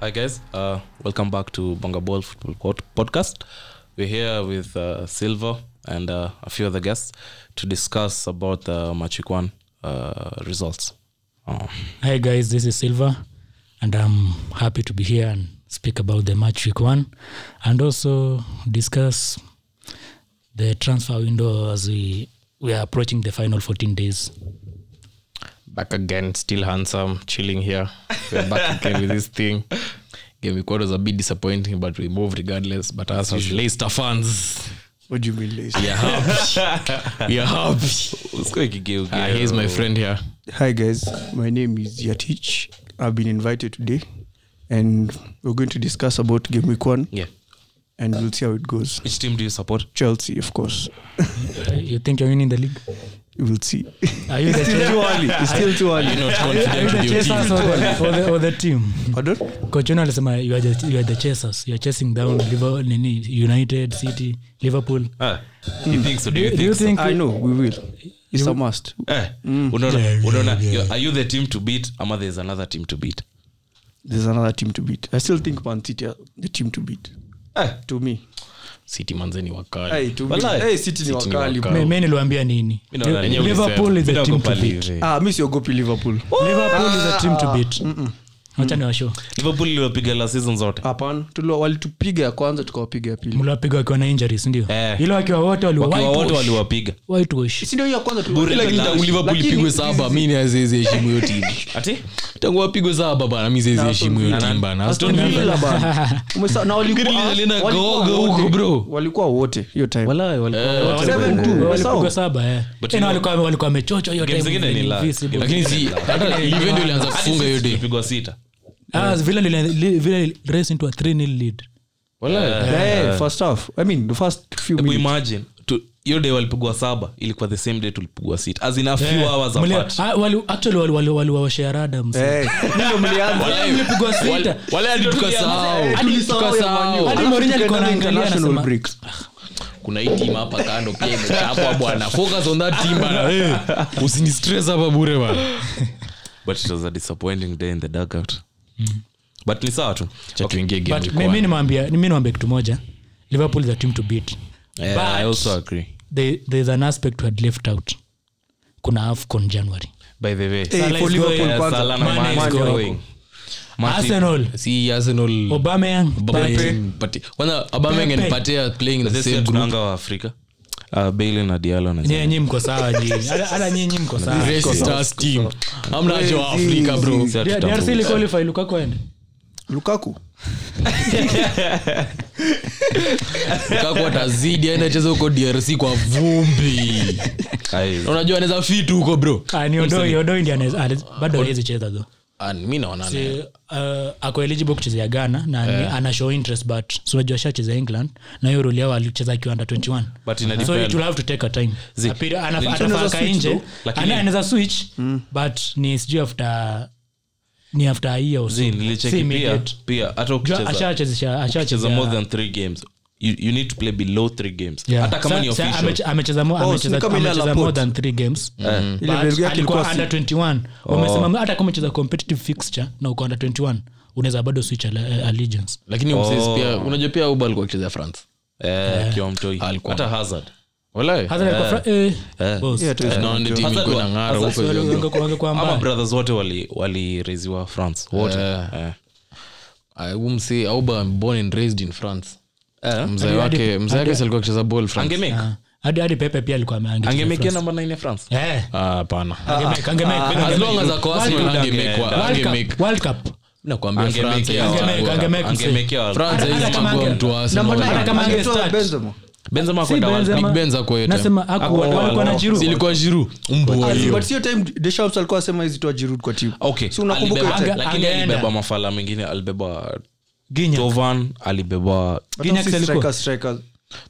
Hi guys, uh, welcome back to Bonga Ball Football Pod- Podcast. We're here with uh, Silva and uh, a few other guests to discuss about the Machikwan uh, results. Oh. Hi guys, this is Silva, and I'm happy to be here and speak about the match week one, and also discuss the transfer window as we we are approaching the final 14 days. back again still handsome chilling here we're back again with this thing game week one was a bit disappointing but we moved regardless but as usual leicester fans What do you mean, Liz? we are happy we are happy uh, here's my friend here Hi, guys. My name is Yatich. I've been invited today, and we're going to discuss about game week one, Yeah. and we'll see how it goes. Which team do you support? Chelsea, of course. Uh, You think you're winning the league? We'll see. Are you the Too early. It's still too early. you're not confident with your chasers team or the, or the, or the team? Pardon? Coach Ono alisema you are the, you are the chasers. You are chasing down Liverpool, nini, United, City, Liverpool. Ah, you think so? Do you Do think you Hmm. think? I know. We will. It's a must. Eh, unaona, unaona, you're- are you the team to beat ama there's another team to beat? There's another team to beat. I still think Man City are the team to beat. Ah. Eh, To me. city manzeni Hey, wakali to me. Wallahi. Hey, City ni City ni wakali. wakali. bro. Me- me niliwaambia nini? Mi naona Li- wenyewe Liverpool Mimi is the team to naogopa beat. Liverpool. Ah, mi siogopi Liverpool. Liverpool is a Ah. team to beat. Mm. Wacha niwashow. Liverpool iliwapiga la season zote. Hapana. Tulio- Walitupiga ya kwanza, tukawapiga ya pili. mliwapiga wakiwa na injuries sindio Eh. ila wakiwa wote wali- Wakiwa whitewash. wote waliwapiga. Whitewash. Si ndio hiyo ya kwanza tuliwa- Lakini tangu liverpool Lakini- ipigwe saba mi niazeze heshimu hiyo timu Ati? tangu wapigwe saba bana mi zeze heshimu hiyo timu bana Aston Aston Villa bana. Umesa- na walikuwa- Ngiri lilienda walikuwa kaoga huko, wote. bro. walikuwa wote hiyo time. Eh, Seven two, umesahau? Walipigwa saba, eh. But you Eh, na walikuwa- walikuwa wamechochwa hiyo Games time zingine vile ni ni la- invisible. lakini si hata livendo ilianza kufunga hiyo day Tulipigwa sita. Eh. Ah, Villa lile- li- Villa li- race into a 3-0 lead. Eh, first half. I mean, the first few Hebu minutes. imagine tu- hiyo day walipigwa saba ilikuwa the same day tulipigwa sita as in a few Eh, hours mli- apart ah, wali- actually wali- wali- waliwaoshea rada, msi. Eh, ndio mlianza. Wale mlipigwa sita. wale hadi tukasahau tukasahau Hadi Alafu Mourinho alikuwa tukaenda anaangalia, international anasema- break. kuna hii timu hapa kando pia imechapwa bwana focus on that team bana hey, usini stress hapa bure bana but it was a disappointing day in the dugout Mm. but ni sawa tu cha tuingie game But week mi- one. mi nimwambia- mi nimwambia kitu moja liverpool is a team to beat Eh, i But- also agree There- there's an aspect we had left out kuna afcon january by the way Salah Eh, for is Liverpool going, Yeah, kwanza. Salah na Mane Mane is is going. going. Mane- arsenal si arsenal obameyang Aubameyang mpati- kwanza Aubameyang Pepe. anipatia playing in the This same year group tunaanga waafrika Uh, Bailey na Diallo na- nyenyi mko sawa jini hata nyinyi mko sawa racist ass team hamna acha wa afrika bro Sisi hatutambui. drc liqualify lukakoende Lukaku. kako atazidi aende acheze huko drc kwa vumbi Ai, Na unajua anaweza fitu huko bro Ah, niodoindiabado awezi cheza tho Ah, mi naona ni- ako eligible kuchezea ghana na ni- ana show interest but sunajua shacheza england na hiyo roli yao alicheza akiwa under 21 But ina so depend. it will have to take a time Zi- A period- ana- Anaweza atafaka switch nje though, lakini- Mm. Ana- anaweza switch but ni sijui after ni after a year or so. Zin, Si nilicheki pia immediate. pia hata Jua ukicheza ashachezesha- cheza more ashacheza than three games you, you need to play below three games Yeah. hata kama Sa- ni sa- official ameche- amecheza mo- Oh, amecheza- si kama ile amecheza Laporte. Eh. more than three games But Ile value yake alikuwa ilikuwa si- under 21 wamesema hata kama umecheza competitive fixture na uko under 21 unaweza bado switch alle- allegiance lakini msisi pia unajua pia uba alikuwa akichezea france eh, kiwa mtoi Alikuwa. hata hazard Walai. Hazard alikuwa fra- eh, boss. Yeah, tu- Naona timu Hazard iko wa- na ng'ara Hazard huko Wale- hivyo. wange- wange- kwa ama mbaya. brothers wote wali- walireziwa france wote Eh. I wouldn't say Auba born and raised in France. Eh. Mzee wake mzee wake si alikuwa akicheza ball France. angemake Ah, hadi hadi pepe pia alikuwa ame- angecheza angemake France. namba 9 ya france Eh, Ah, hapana. angemake, angemake, As angemake. long as ako Arsenal World Cup angemake wa- angeenda. World Cup, angemake. World Cup. Nakwambia Ah, Angemake France ya- haiwezi Angemake, chagua. angemake. angemake wa- France haiwezi Hata kama chagua ange- mtu wa Arsenal. Namba Walai. nine. Hata kama Angetoa angestart. Benzema. benzema Si akwenda World Cup. Benzema. Big Benz hakuwa yote. Nasema hakuwa- Hakuwa- walikuwa walikuwa- na Giroud. Si ilikuwa Giroud. Mbwa Ah, hiyo. but hiyo time Deschamps alikuwa asema hizi toa Giroud kwa timu. Okay, Si unakumbuka alibeba- hiyo time? Anga- lakini angeenda. alibeba mafala mengine alibeba Gignac. tovan alibeba Hata Gignac si alikuwa. strikers, strikers.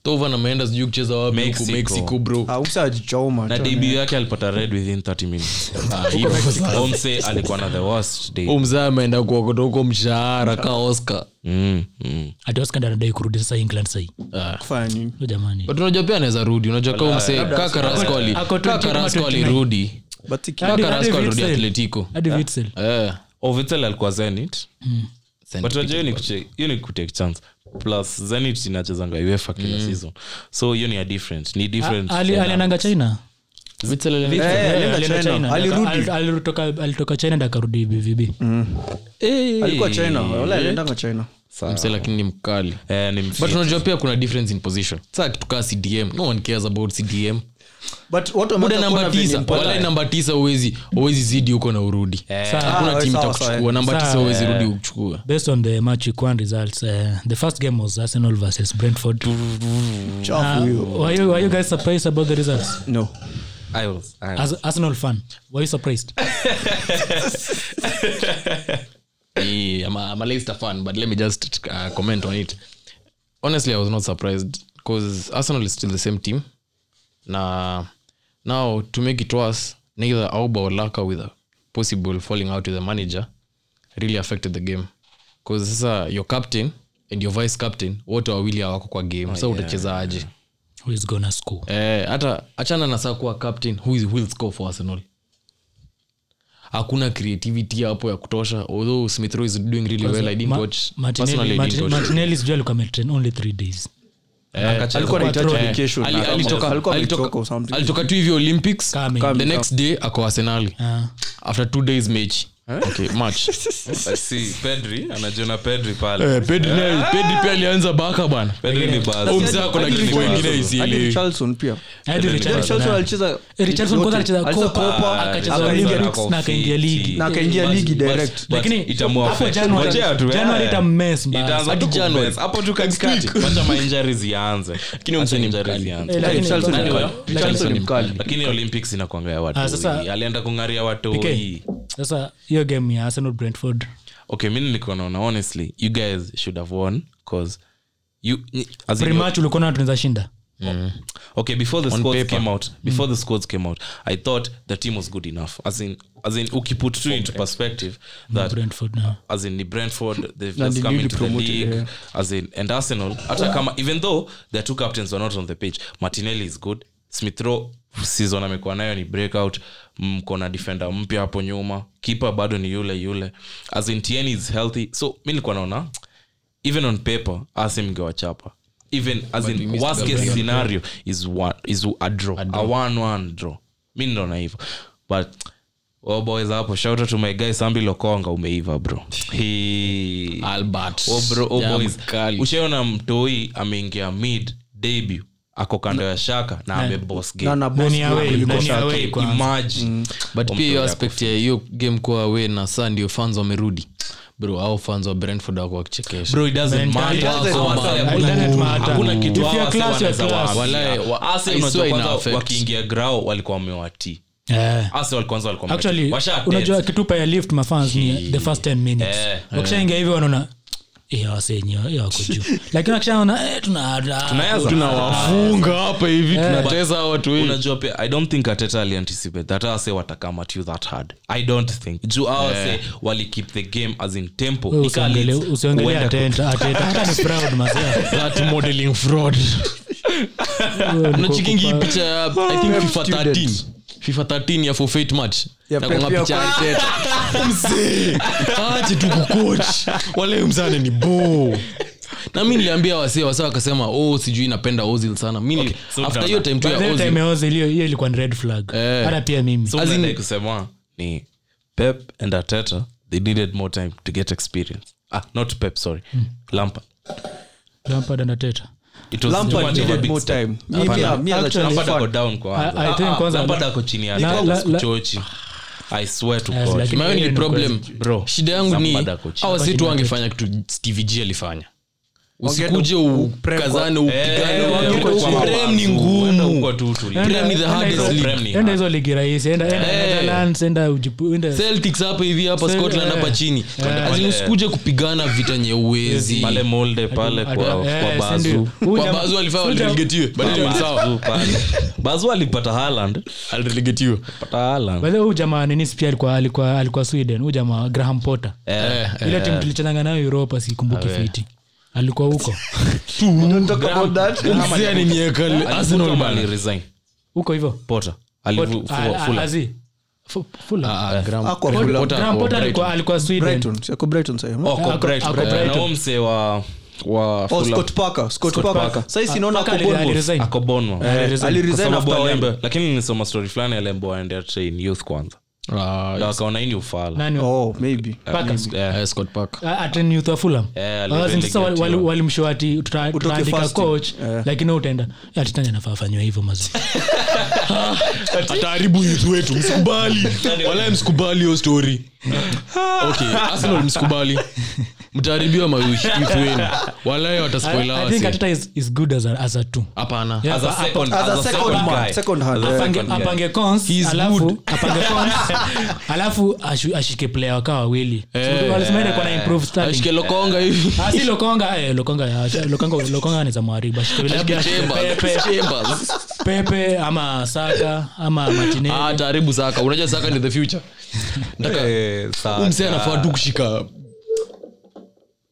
Tovan ameenda sijui kucheza wapi huku Mexico. Mexico, bro. Ah, Umsa ajichoma, na tu. debu yake alipata red within 30 minutes Ah, hiyo sasa. omse alikuwa na the worst day Oh. Huyu mzee ameenda kuokota huko mshahara ka Oscar. mm, mm. Ati Oscar anadai kurudi sasa england sahii Kufanya nini? Yo jamani But unajua pia anaweza rudi. Unajua kama msee kaka Rasko ali- Ako kaka 20 kama Rasko 29. alirudi. But si- Kaka Hadi- hadi Rasko alirudi Witzel. Atletico. hadi Witzel. Eh. Ovitzel alikuwa zenit but unajua hiyo ni kuche- hiyo ni kutake chance plus zenit inachezanga uefa kila season so hiyo ni a different ni different Ah, Mm. ali- aliendanga china Eh, Eh, alienda Alienda Eh, China. China. Alirudi. Mm. Al- alitoka- alitoka china ndo akarudi bvb alikuwa china wala aliendanga china mse lakini ni mkali eh, ni but mfi- unajua pia kuna difference in position saa kitukaa cdm no one cares about cdm but watu ambao muda namba watakuwa na venye tisa mpana- wala namba tisa uwezi uwezi zidi huko na urudi hakuna Ah, timu sawa, takuchukua namba Eh. sawa. tisa uwezi rudi kuchukua based on the match week one results uh, the first game was arsenal versus brentford chafu uh, hiyo were, you, were you guys surprised about the results no I was- I- As, arsenal fan were you surprised Eh, I'm a, I'm a Leicester fan, but let me just uh, comment on it. Honestly, I was not surprised because Arsenal is still the same team. Na now to make it worse, neither Auba or Laka with a possible falling out with the manager really affected the game. Because sasa your captain and your vice captain wote wawili hawako kwa game. sasa utacheza aje? who is gonna score Eh, hata achana na saa kuwa captain who is, will score for arsenal hakuna creativity hapo ya kutosha although smith Rowe is doing really well i didn't Ma- watch personally Martinelli- i didn't Martin- watch martinelli sijui alikuwa ametrain only three days alikuwa anahitaji Eh, vacation ali- na- alitoka- alikuwa alitoka- ametoka or something. alitoka tu hivi olympics Kame. the next day ako arsenali Ah. after two days match okay match I see, Pedri anajiona Pedri pale Eh, Pedri naye- Pedri pia alianza baka bana Pedri ni buzz. Huyu mzee ako na Pedri ni kitu buzz. ingine Hadi isielewi Richarlison pia Hadi Richarlison, Richarlison ah. alicheza Eh, Richarlison kwanza zote. alicheza Alicheza Copa, Copa, akacheza akaingia Olympics Copa. na akaingia ligi na akaingia ligi direct Ah, But Lakini, itamu hapo affect. January- Ngojea tu, eh. January itammes mbaya. Itaanza Hadi tu kumess. January. Hapo tu katikati. Wacha ma injuries zianze. Wacha ni injuries mkali. zianze. Eh, lakini- Richarlison ni Anyway, mkali. lakini- Richarlison ni mkali lakini olympics inakwanga ya Ah, sasa- watoi alienda kungaria watoi PK. sasa hiyo game ya arsenal brentford okay mi nilikuwa naona honestly you guys should have won because you ni- as in primatch ulikuwa na tunaweza shinda Mm. okay before the squads paper. came out before the squads came out i thought the team was good enough as in as in ukiput to into perspective Mm. that brentford na as in ni brentford they've Na just ni come newly into the promoted, league yeah. as in and arsenal hata kama even though their two captains were not on the pitch martinelli is good smithro season amekuwa nayo ni breakout mko na defender mpya hapo nyuma keeper bado ni yule yule as in tieni is healthy so mi nilikuwa naona even on paper asim ngewachapa even as we in missed worst the case break. scenario is one is a draw a one one draw mi ndona hivyo but oh boys hapo shout out to my guy sambi lokonga umeiva bro He- albert Oh bro, oh Yeah, boys. mkali. ushaona mtoi ameingia mid debut ako kando ya shaka na amebos na na boss Nani away, kuliko nani Shaka. away kwanza. but pia hiyo aspect ya hiyo game kuwa awe na saa ndio fans wamerudi bro au fans wa brentford wako wakichekesha hakuna kitu If you're hawa wase class, you're wanaweza class. waambia. Walahi, wa- Hasa I unajua swear ina kwanza affect. wakiingia grao walikuwa wamewatii Eh. hasa wali- kwanza walikuwa actually wamewatii. Washa unajua test. kitupa ya lift mafans ni the first 10 minutes Eh, wakishaingia hivi wanaona "Eh, wasenyi wa- eh, wako juu lakini wakishaona eh, tuna- Tunaweza. tunawafunga hapa hivi tunateza hawa watu wengi. Ah, unajua pia i don't think ateta alianticipate that ase watakama tu that hard i don't think juu awase yeah. wali keep the game as in tempo Wewe Ika usiongele- leads, usiongelee huenda ku- ateta ateta hata ni proud mazee That modeling fraud unachikingi hii picha ya i think fifa 13 fifa 13 ya forfeit match Ya Na kuna Pep picha ya ya Arteta. Mzee, ache tu kucoach wale mzane ni bo na mi niliambia wasee wasee wakasema oh sijui napenda ozil sana mi okay, so after drama. hiyo time tu ya Hiyo ozil time ya Ozil, hiyo hiyo ilikuwa ni red flag hata pia mimi Eh. So As in- unadai kusema ni pep and ateta they needed more time to get experience ah, not pep sorry Hmm. Lampard. Lampard and Arteta. It was too Lampard much of a needed big more step. time. Me- me- me as a Chelsea Lampard fan, ako down kwanza. I- I think Ah, ah, kwanza- Lampard ako chini ya La- Lampard la- la- sikuchochi. I swear to Yes, God. lakini- mayo ni problem Bro, shida yangu ni Lampard ako chini. awa situ wangefanya kitu steve g alifanya usikuje uprem kwa- ukazane Eh, upigane wangekuwa kwa Yaani prem ni mawazo, wenda ngumu huko tu tulia. prem ni the Enda- hardest enda hizo- league Premier. enda hizo ligi rahisi enda enda Netherlands, enda Ujipu- enda- celtics hapa hivi hapa Sel- scotland eh. hapa chini Lazima usikuje kupigana vita nyeuwezi pale molde pale kwa, Eh, kwa si bazu ndio. Huyu Kwa jamaa- bazu alifaa huyu jamaa- walirelegetiwe badala ni sawa Bazu pale. bazu alipata Haaland, alirelegetiwe pata Haaland. by the way, huyu jamaa ninisi pia alikuwa alikuwa alikuwa sweden huyu jamaa graham potter Eh, ile timu tulichezanga nayo europa sikumbuki fiti alikuwa huko Don't talk about that. Mzee aninieka Arsenal alifutwa ama bana. aliresign? huko hivyo Potter. Pot- Alivu- ah, Fula- ah, Fula. Azi. Fu- Fulham. Ah, Graham- Aqua Graham Fulham. Potter Graham wa Potter Brighton. alikuwa alikuwa Sweden. brighton siako brighton sasa. Oh, Yeah, kwa ako- Brighton. ako Eh, Brighton. na huyo msee wa wa Oh, Fulham. Scott Parker, Scott Scott Parker. Parker. Sasa hivi Ah, naona Parker ako ali- Bournemouth. aliresign. Ako Bournemouth. Eh, Aliresign. aliresign Kwa sababu after aliambiwa- lakini nilisoma story fulani aliambiwa aende train youth kwanza Ah, Ndio akaona hii ni ufala Nani wa- Oh, maybe. Parker. Eh, eh, Scott Park. Ah, ah, train youth wa Fulham. Eh, Ah, sasa alirelegatiwa. wali- wali- walimshow ati tuta- Utoke tutaandika fasting. coach Eh. lakini wewe utaenda atitanya nafaa afanywe hivyo mazi ataharibu youth wetu msikubali walaye msikubali hiyo story Yaani- okay arsenal msikubali mtaharibiwa ma youth youth wenu walaye wataspoila I- I think wase Arteta is- is good as a- as a two. hapana Yeah, as a apa- apa- second- As a as a second second man, guy. second hand. As a Eh. apange second guy. apange cons, He is good. alafu apange cons, alafu ashu- ashike player wakawa wawili Eh, Walisemaje kwa na improve starting? ashike lokonga hivi Ah, si lokonga eh, lokonga ya- lokonga lokonga anaweza mwaribu ashike labda Ashike ashike pepe Chambers. Chambers. pepe ama saka ama matineli Ah, taharibu saka unajua saka ni the future Eh, saa- mse anafaa tu kushika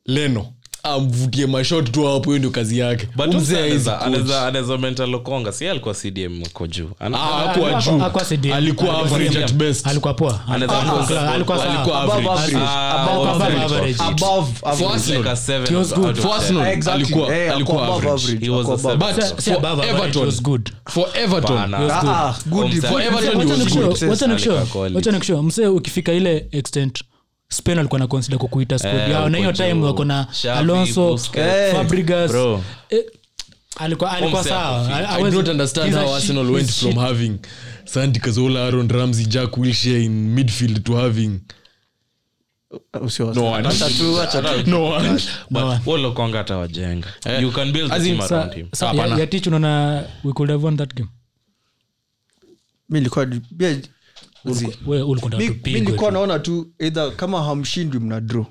leno amvutie mashot tu hapo hiyo ndio kazi yake But Huyu mse mzee haizi anaweza- coach. anaweza- anaweza mental Lokonga. si yeye alikuwa cdm huko juu Ana- Ah, hakuwa juu. Hakuwa CDM. alikuwa Alikuwa average CDM. at best alikuwa poa Anaweza- alikuwa alikuwa Alikuwa sawa average. Above average. Ah, Above above average. average. Above average. For Like a seven He was out of good. ten. For Arsenal, Exactly. alikuwa- Eh, alikuwa ako above average. average. He was Ako a above seven. But So- Si for above average, Everton- it was good. for Everton, Bana. He was good. Ah, ah, good Omsa- defense. For Everton, he Wacha was nikushow, good. wacha nikushow, Alikuwa quality. wacha nikushow. msee ukifika ile extent spain alikuwa na consider kukuita squad Eh, yao na hiyo uko time juu. wako na Xavi, alonso Busquets. Eh, fabrigas bro. Eh, alikuwa alikuwa Omse sawa ako fit. I- I I was- don't understand he's a how shit- Arsenal went he's from shit. having Sandy Cazorla, Aaron Ramsey, Jack Wilshere in midfield to having Usiwaza. No one. Acha tu, acha tu. no one. But No. huo Lokonga atawajenga Eh, You can build the as in, team Sa- around him. sa- Hapana. ya- ya teach unaona we could have won that game Mi nilikuwa- yeah, zi. Wewe ulikuwa Mi- unataka mi kupigwa nilikuwa tu. naona tu either kama hamshindwi mna draw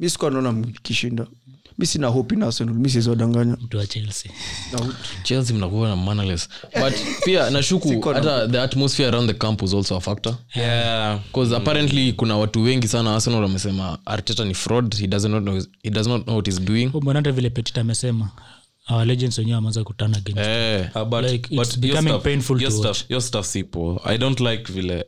mi sikuwa naona mkishinda mi sina hope in arsenal mi siwezawadanganya mtu wa chelsea Chelsea mnakuwa na mannerless. But pia nashuku hata the atmosphere around the camp was also a factor Yeah. because apparently kuna watu wengi sana Arsenal wamesema Arteta ni fraud he does not know he does not know what he's doing. mwanata vile petit amesema our legends wenyewe wameanza kutana against Eh. Uh, but- Ah, Like, but it's your becoming stuff- painful your to stuff- watch. your stuff si poa. i don't like vile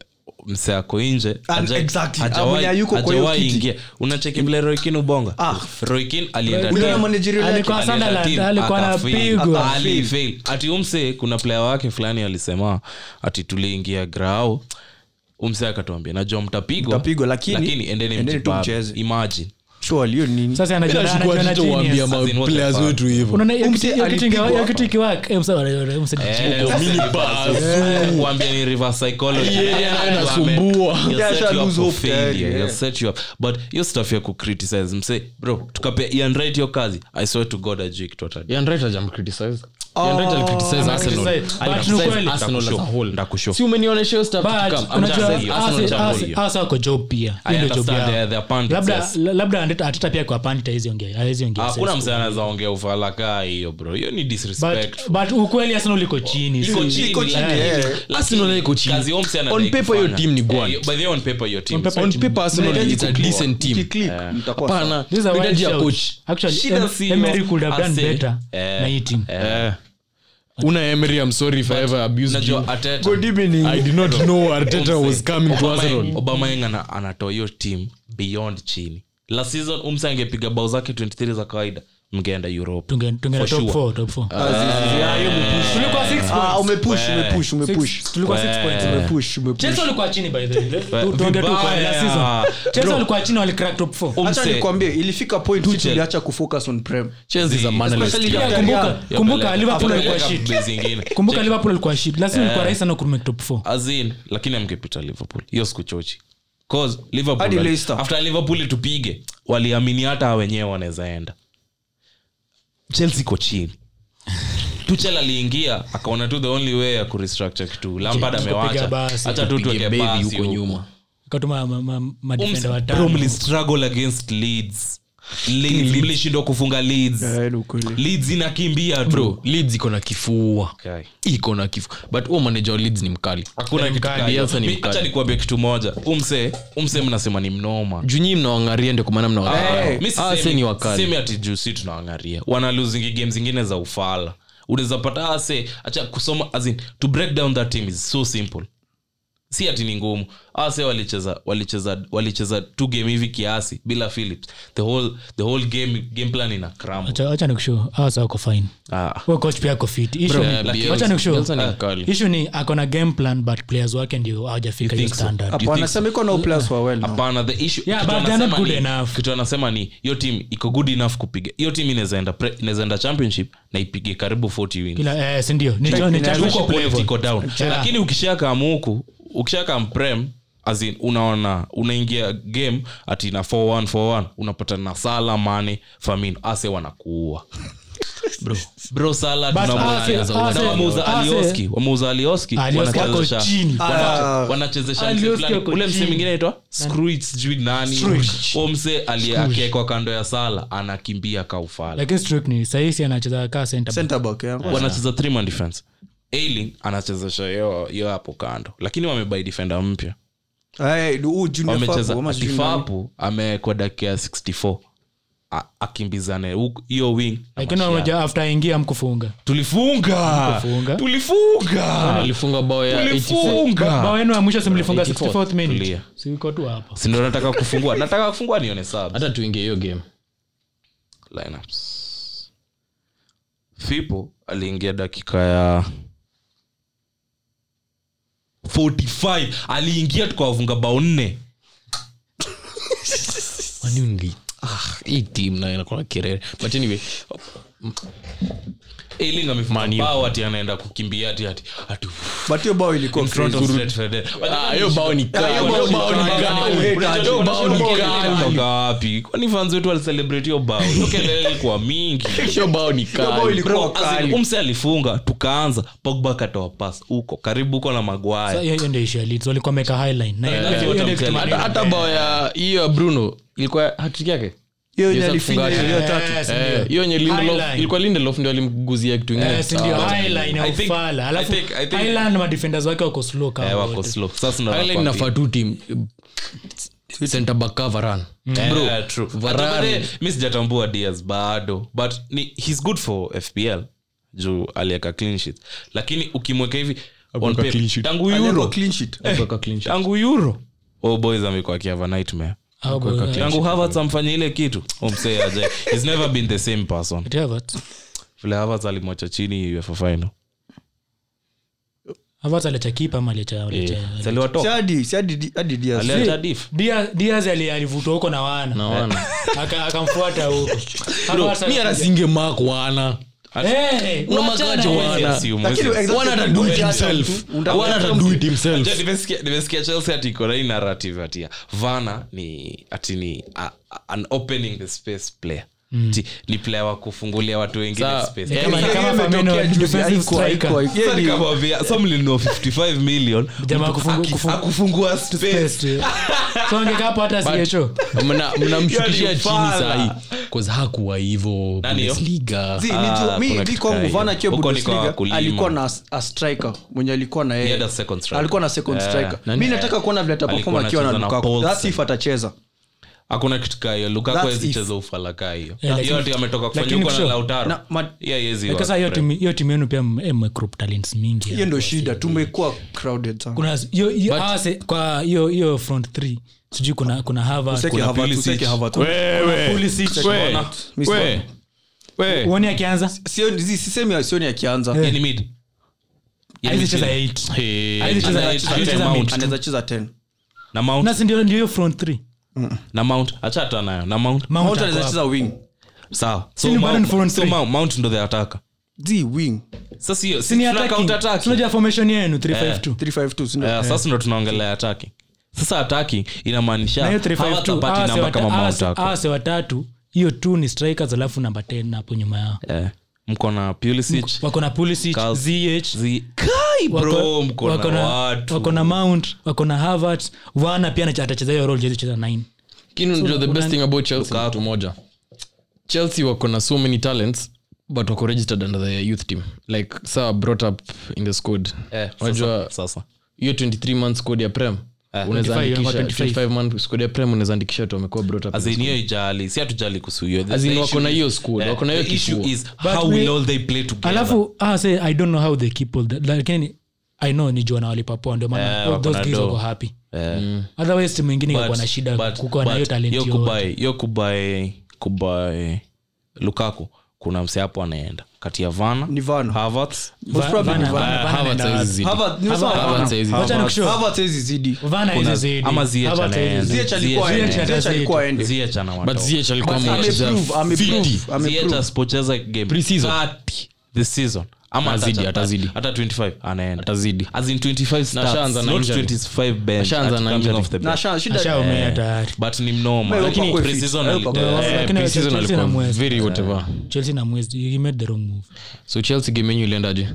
mse ako nje And haja- Ah, exactly. hajawahi- Mwenye hayuko kwa hiyo hajawahi kiti. ingia unacheki vile roikin ubonga Ah. roikin alienda uliona team. manajeri yake Alikuwa- Kwa Alienda Sunderland, team, alikuwa akafail. anapigwa. Ali fail. ati umse kuna player wake fulani alisema ati tuliingia grao umse akatuambia najua mtapigwa Mtapigwa, lakini- endeni endeni tu mjibabe." mcheze. imagine Sure, hiyo ni- sasa anajua- Bila anajua shukua na hata genius. waambia ma As in what players the fuck. wetu hivyo. Unaona, hiyo Umse kitu- hiyo kitu inge- alipigwa hiyo hapa. kitu ikiwork, eh, mse wale- wale- mse ni Eh, Oh, mini reverse bars. psychology. Eh, Kuambia ni reverse psychology. Yeah, Wame- nasumbua. You'll Yeah, set you sha up lose for hope tayari, failure. yeah. You'll set you up. But hiyo stuff ya kucriticize mse bro tukapea Ian Wright hiyo kazi i swear to god ajui kitu atani- Ian Wright hajamcriticize. Ian Wright Ah, alicriticize Arsenal. But ni Alicriticize ukweli. Arsenal as a whole. Ndakushow. Si umenionesha hiyo stuff But, to come. I'm unajua, just saying, hasa- Arsenal hasa- hajamhole hiyo. hasa wako job pia I Hiyo ndio job understand yao. they are- they are pundits, Labda- yes. la- labda Arteta- Arteta pia kwa pundit hawezi ongea- hawezi ongea Ah, hakuna sense. mse anaweza ongea ufala kaa hiyo bro hiyo ni disrespect But- but ukweli Arsenal iko chini Iko si- eh. chini, iko like, chini. yeah. Arsenal haiko chini. Kazi hiyo mse anadai On paper hiyo kufanya. team ni gwan. Eh, by the way, on paper hiyo team paper is- On paper, Arsenal Mnahitaji is a kukua. decent team. Eh, Mkiclick, mtakuwa Hapana, sawa. This is a hitaji wild ya shout. coach. Actually, Shida Em- si Emery hiyo. could have done Ase- better Eh, na hii team. Eh. una emery i'm sorry if i ever abused you najua Arteta- Good evening. i did not know arteta was Obama- coming to Obama- arsenal Obama ana, anatoa hiyo team beyond chini la season umse angepiga bao zake 23 za kawaida mngeenda europe Tunge- tungeenda For top sure. Uh, four, top four. Ah, zizi, zizi, ah, hiyo umepush. Tulikuwa six Ah, Eh, points. umepush, umepush, umepush. Six- tulikuwa six points. Umepush, umepush. Chelsea walikuwa chini by the way. Tu- Eh, Vibaya. tuongee tu kwa last season. Chelsea Bro. Oh, walikuwa chini walicrack top four. Umse- Acha nikwambie, ilifika point Tuchel. tuliacha kufocus on prem Chelsea is a mannerless Especially team. Pia Yeah, kumbuka- yeah. Ya kumbuka peleka. liverpool Apeleka alikuwa shit place ingine. kumbuka Check. liverpool alikuwa shit lazima ilikuwa rahisi sana kurumake top four As in, lakini amgepita liverpool hiyo sikuchochi 'Cause Liverpool Hadi wali- Leicester. after liverpool itupige waliamini hata wenyewe wanawezaenda chelsea iko chini tuchel aliingia akaona tu the only way ya kurestructure kitu lampard Kupiga amewacha basi. hacha tu tuweke Baby basi yuko huku. nyuma katuma madefenda Ums- Bro, mlistruggle against Leeds. Leeds, mlishindwa kufunga Leeds. Eh, ni ukweli. Leeds inakimbia tu. bro leads iko na kifua Okay. iko na kifua but huo manager wa leads ni mkali Hakuna kitu mkali, kali. Bielsa ni Mi- mkali. acha nikuambie kitu moja umse umse mnasema ni mnoma junyi mnawangaria ndio kumana Eh, ah, mi sisemi- mnawaase Ah, ni wakali sisemi ati juu si tunaangaria wanaluzingi game zingine za ufala ah, unaweza pata ase acha kusoma as in, to break down that team is so simple si ati ni ngumu ase walicheza walicheza walicheza two game hivi kiasi bila philips the whole, the whole game, game plan ina crumble. Acha- acha nikushow awasa wako fine Ah. Huyo coach pia ako fit Issue Bro, ni- yeah, wacha Bielsa- nikushow, Bielsa ni ah, mkali. issue ni ako na game plan but players wake ndio hawajafika You hiyo think so? standard Up- think hapana sema iko na uplus wa well now. hapana the issue Yeah, kitu but they're not wanasema good ni- enough. kitu anasema ni hiyo team iko good enough kupiga hiyo team inaweza enda pre- inaweza enda championship na ipige karibu 40 wins Kila- eh, si ndio Ni- ni- ni- inaweza championship Huko quality level. iko down Yeah. lakini ukishaka amuku ukishaka mprem azin unaona unaingia game ati na 4141 unapata na sala mane famino ase wanakuua Bro. bro Salah But tunamwona Ase- anaweza- Ase- na wameuza Ase- alioski wameuza alioski Alioski ako wanachezesha- chini. wana- Ah. wanachezesha Alioski mse fulani. ako ule mse chini. mwingine aitwa Scrooge, sijui nani Huyo mse aliye- akiekwa kando ya sala anakimbia kaufala lakini Struik ni sahisi anacheza kaa center back. Centre back, yeah. wanacheza three man defense ailing anachezesha hiyo hiyo hapo kando lakini wamebai defender mpya Aye, Eh, huu junior Fapu, wamecheza ama sijui nani. atifapu amewekwa dakia 64 A- akimbizane huku- hiyo wing na lakini Martial. wamoja after aingia mkufunga tulifunga Mkufunga. tulifunga alifunga bao ya 84. tulifunga bao yenu ya mwisho simlifunga 84th 64th minute Tulia. siko tu hapa sindo nataka kufungua nataka kufungua nione sub hata tuingie hiyo game lineups fipo aliingia dakika ya 45 aliingia tukawavunga bao nne hii tim nayo inakuwa kirere but anyway Eiling amefunga bao ati anaenda kukimbia ati ati ati But hiyo bao ilikuwa in front of crazy. Fred Federer. Ah, hiyo bao ni kali. Ah, hiyo Hiyo bao bao ni ni kali. kali. Unajua- Hiyo bao unajua ni kelele kali. ilitoka wapi kwani fans wetu walicelebrate hiyo bao hiyo kelele ilikuwa mingi hiyo bao ni Hiyo bao kali ilikuwa kali. umse alifunga tukaanza pogba akatoa pas huko karibu huko na Sa- magwaya hiyo hiyo ndio issue ya Leeds. walikuwa wameka highline na hiyo- Yeah. hiyo ndio Yeah. kitu Yeah. um, hata hata bao ya hiyo ya bruno ilikuwa hatrik yake Hiyo Yes, alifinya, alifunga. hiyo Eh, tatu. si Eh, ndio. hiyo yenye Lindelof- Highline. ilikuwa lindelof ndio alimguzia kitu ingine Eh, si ndio. Highline ya I think- ufala alafu I think- I think- highline madefenders wake wako slow kama Eh, wako wote. slow sasa ndo Ireland nakwambia. inafaa tu team center back cover run Bro, hata Varane. baadaye, mi sijatambua Diaz bado but ni, he's good for fpl juu alieka clean sheet lakini ukimweka hivi on Aliweka clean paper, sheet. tangu Aliwekwa euro clean sheet. Kuweka clean sheet. tangu euro oh boys amekuwa akiava nightmare Au boy, eh, tangu Havertz amfanye ile kitu umsee aje he's never been the same person it Havertz. vile Havertz alimwacha chini UEFA final Havertz aliacha keeper ama aliacha- Eh. aliacha- aliacha- Si aliwatoa? Si hadi- si hadi- hadi Diaz. aliacha diff Dia- Diaz ali- alivutwa huko na wana Na wana. Aka- akamfuata huko Havertz mi alikuja- anasinge mark wana Eh, Una wachana na makaja wana. hizo. Mwezi asio, mwezi Lakini asio. exactly Wana ata do it Diaz himself. ata- Wana ata do it himself. Unajua, nimesikia- nimesikia chelsea ati iko na hii narrative ati ya vana ni ati ni a, a, an opening the space player Ati ni player wa kufungulia watu wengine Sa- space. Ni Eh, kama- ni Hiyo kama imetokea Firmino, juzi, defensive haikuwa- striker. haikuwa- hiyo sasa ni- nikamwambia, so mlinunua 55 million Jamaa mtu kufungu- aki- kufungu- akufungua space Best, eh. So angekaa hapo hata CHO. Mna- mnamshukishia Yaani chini ufala. sahi bcause hakuwa hivo Nani hiyo? bundesliga Zi, Ah, nijo- mi- kuna mi kitu kwangu kama hiyo. Van akiwa Huko ni kwa Bundesliga, wakulima. alikuwa na as- a striker mwenye alikuwa na yeye. He had a second striker. alikuwa na second Eh, striker nani? mi nataka kuona vile Alikuwa ataperform akiwa na anacheza na Lukaku. Paulsen. That's if atacheza hakuna kitu kaa hiyo lukaku That's hawezi if. cheza ufala kaa hiyo Eh, lakini- hiyo ati ametoka kufanya lakini huko na sure. lautaro Na ma- Yeah, hawezi Lakini wa- Eh, sasa hiyo timu- hiyo timu yenu pia mme- eh, mme group talents mingi hiyo ndio shida tumekuwa crowded sana kuna hiyo- hiyo- hawa se- kwa hiyo hiyo front three sijui kuna kuna Havertz, Useke kuna- Havertz, Pulisic. useke Havertz. Wewe. Pulisic, Wewe. Corner. Miss Wewe. Corner. uone akianza Sioni- zi- sisemi sioni akianza Yeah, ni mid. Yeah, haizi mid cheza chini. eight. Eh, Haizi cheza- Anaweza- haizi cheza Mount. mid. anaweza cheza 10 na mount na si ndio ndio hiyo front three na mount acha hata nayo na mount Mount Mount ako anaweza hapo. cheza wing sawa Si ni bado ni front so three. mount, mount ndo the ataka Zi, wing sasa hiyo Si ni si tuna attacking. counter attack. Si unajua formation yenu 352. 352 si ndio? Eh, sasa ndo tunaongelea attacking sasa attacking inamaanisha Na hiyo 352, hawa hawatapati se namba kama Ah, wata- ah, hawa mount se- ako hawa se watatu hiyo tu ni strikers alafu namba 10 hapo nyuma yao Eh, mko na Pulisic wako na Pulisic, Kaz- ZH, Zi- Kai wako- bro mko wako na na- wako watu na mount wako na Havertz. wana pia anache- atacheza hiyo role jezi cheza 9 lakini unajua the best thing about chelsea ni kitu moja chelsea wako na so many talents but wako registered under the youth team like saa brought up in the squad Eh, sasa- unajua sasa hiyo 23 month squad ya prem Ah, unaweza 25, andikisha- 25. 25 month squad ya prem unaweza andikisha watu wamekuwa brought up in the As in hiyo ijali si hatujali kuhusu hiyo The- As in the wako issue na is- hiyo squad, eh, wako na hiyo the issue kifua. is how we- will all they play together alafu ah, say, i don't know how they keep all that lakini i know ni juu anawalipapoa ndio maana Eh, all wako those na guys do. wako happy Mm. Eh. otherwise timu ingine ingekuwa na shida but- kukuwa na hiyo but talent hiyo yote. kubai- hiyo kubai kubai lukaku kuna mse hapo anaenda kati ya vana Ni Vana. Havertz. Most probably Vana- ni Vana. Vana- Vana Havertz anaenda hawezi wapi? zidi. Havertz, nimesema Havertz- Havertz. hawezi- Havertz. wacha nikushow. Havertz hawezi zidi. Vana Kuna- hawezi zidi. ama Ziyech Havertz hawezi anaenda. zidi. Ziyech alikuwa Ziyech aende. anaenda. Ziyech alikuwa aende. Ziyech anawatoa. but Ziyech alikuwa But amecheza ameprove, ameprove, 50. ameprove. Ziyech asipocheza game Pre-season. 30 this season ama Atazidi, hata- atazidi. hata 25 anaenda Atazidi. as in 25 starts, ashaanza na not injury. 25 bench Ashaanza at na coming injury. off the Na bench. sha- shida- Ashaumia Eh, tayari. but ni mnoma Umeokoa lakini kwa fit. pre-season Umeokoa ali- kwa- eh, Lakini Eh, pre-season Chelsea alikuwa na Mwezi. very whatever. chelsea na mwezi he made the wrong move so chelsea game yenyu iliendaje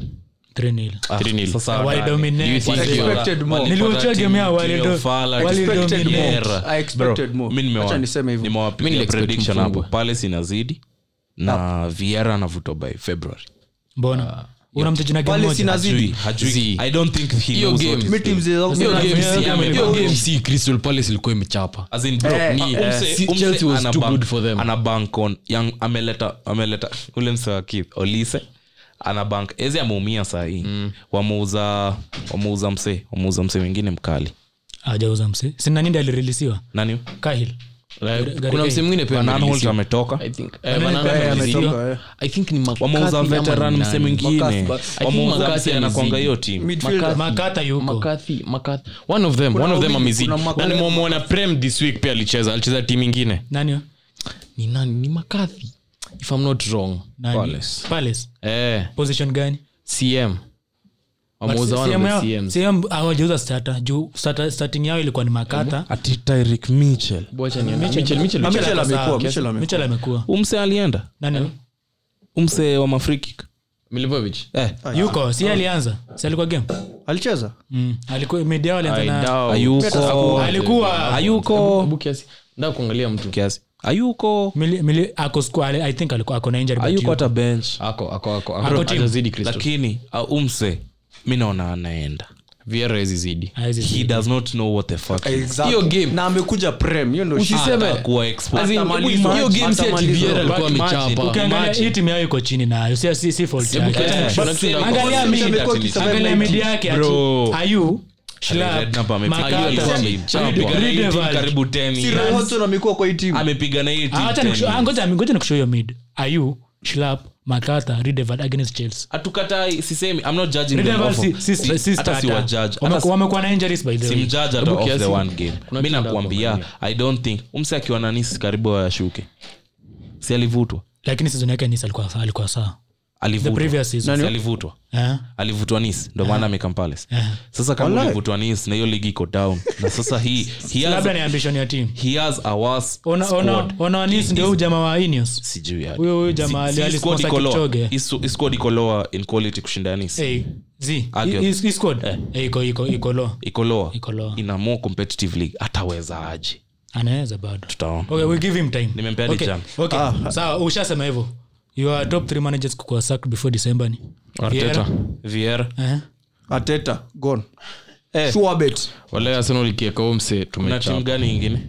3-0. ah, 3-0. sasa Wali nani? dominate. You think Expected wali- more. walipata Niliwatchia team game yao, wali do- iliyofala, wali expected dominate. more. I expected Bro, more. mi nimewa- Wacha niseme hivyo. nimewapigia Mi niliexpect prediction hapo mfungwe. palace inazidi na viera anavutwa by february Ah, mbona una mteja na game Palace moja inazidi. Hajui- hajui. Zii. i don't think he Hiyo knows game. what Mi he's timu doing. za- hiyo za- game si- Yeah, hiyo yeah, game yeah. si crystal palace ilikuwa imechapa As in, bro, Eh, ni- eh, umse- si- umse Chelsea was ana too bank- good for them. ana bank on young ameleta ameleta ule msewaki olise ana bank ezi ameumia sahii wameuza wameuza msee wameuza msee mwingine mkali hajauza mse sina nindi alirelisiwa nani kahil kuna mse mwingine pia Van Aanholt amerelease. ametoka I think- eh, Van Van Aanholt Aanholt ametoka, amerelease. eh. I think ni McCarthy wameuza ama veteran ni mse nani. mwingine Makasi- I think wameuza Makasi mse anakwanga hiyo timu midfielder. makata yuko McCarthy- McCarthy. one of them one of them wawili, amezidi kuna na McCarthy. nimemwona prem this week pia alicheza alicheza timu ingine nani huyo? ni nani ni makathi if i'm not wrong Nani? Palace. Palace. eh position gani cm But wameuza one CM of the yao- CMs. CM hawajauza starter juu starter- starting yao ilikuwa ni makata ati tyrik mitchell Bocha ni- Mitchell- Mitchell- Na Mitchell. Mitchell Sasa, amekuwa, Mitchell amekuwa. Mitchell amekuwa umse alienda nani huyo? umse wa mafrikik Milivojevic. eh, yuko si yeye alianza si alikuwa game alicheza Mm. alikuwa media alianza Ah, I na doubt. ayuko alikuwa ayuko Hebu kiasi. Nataka kuangalia mtu kiasi ayuko Mili- mili- ako squa i think alikuwa ako na injury but ayuko yuko. hata bench ako ako ako Ako ako team. atazidi kristo lakini uh, umse mi naona anaenda vr zizidi Hawezi he zidi. does not know what the fuck he is. Exactly. Hiyo game. na amekuja prem hiyo ndo shida. Usiseme. Atakuwa exposed. As in, Atamaliza. hebu- hiyo game si ati Atamaliza. VR alikuwa But imagine, amechapa ukiangalia hii timu yao iko chini nayo si si si fault Hebu yake kiasi. But Unataka same- angalia kuangalia mtu. mid- Amekuwa Angalia akisema angalia 90. media yake Bro. ayu Red Napa amepiga- Ayu alikuwa amepiga- amepiga na hii team karibu 10 Si years. Robertson amekuwa kwa hii timu. Hmm. amepiga na hii Ah, team 10 years. ngoja nikushow hiyo mid ayu shlap makata redevad against chelsea hatukatai sisemi i'm not judging them Redevad off of- si- si- si- si hata si starter. wajudge, hata Wamekuwa- wamekuwa na injuries by the way simjudge hata off the kiasi. one game Kuna mi kitu nakuambia i don't think umse akiwa na nisi karibu ashuke si alivutwa lakini season yake nisa alikuwa sawa alikuwa sawa the alivutwa previous Si season alivutwa eh alivutwa nis ndo maana amekam palace Eh. sasa kama Walai. ulivutwa nis na hiyo ligi iko down na sasa hii he has, labda ni ambition ya team he has a worse ona ona squad. ona wanis ndio huyu jamaa wa Ineos sijui hadi. Huyo- huyo jamaa Si- si ali- squad alisponsor iko lower. Kipchoge. His- his squad iko lower in quality kushinda nis hey zi Agio. hii- hii squad Eh, iko iko iko low iko lower. Iko lower. ina more competitive league ataweza aje anaweza bado tutaona okay we give him time Nimempea okay. chance. okay sawa ushasema hivyo your top three managers kukuwa sacked before december ni Arteta. Vieira, Vieira. eh Arteta, gone. Eh. Schwabert. wale arsenal ikieka huo mse kuna tumechapa timu gani ingine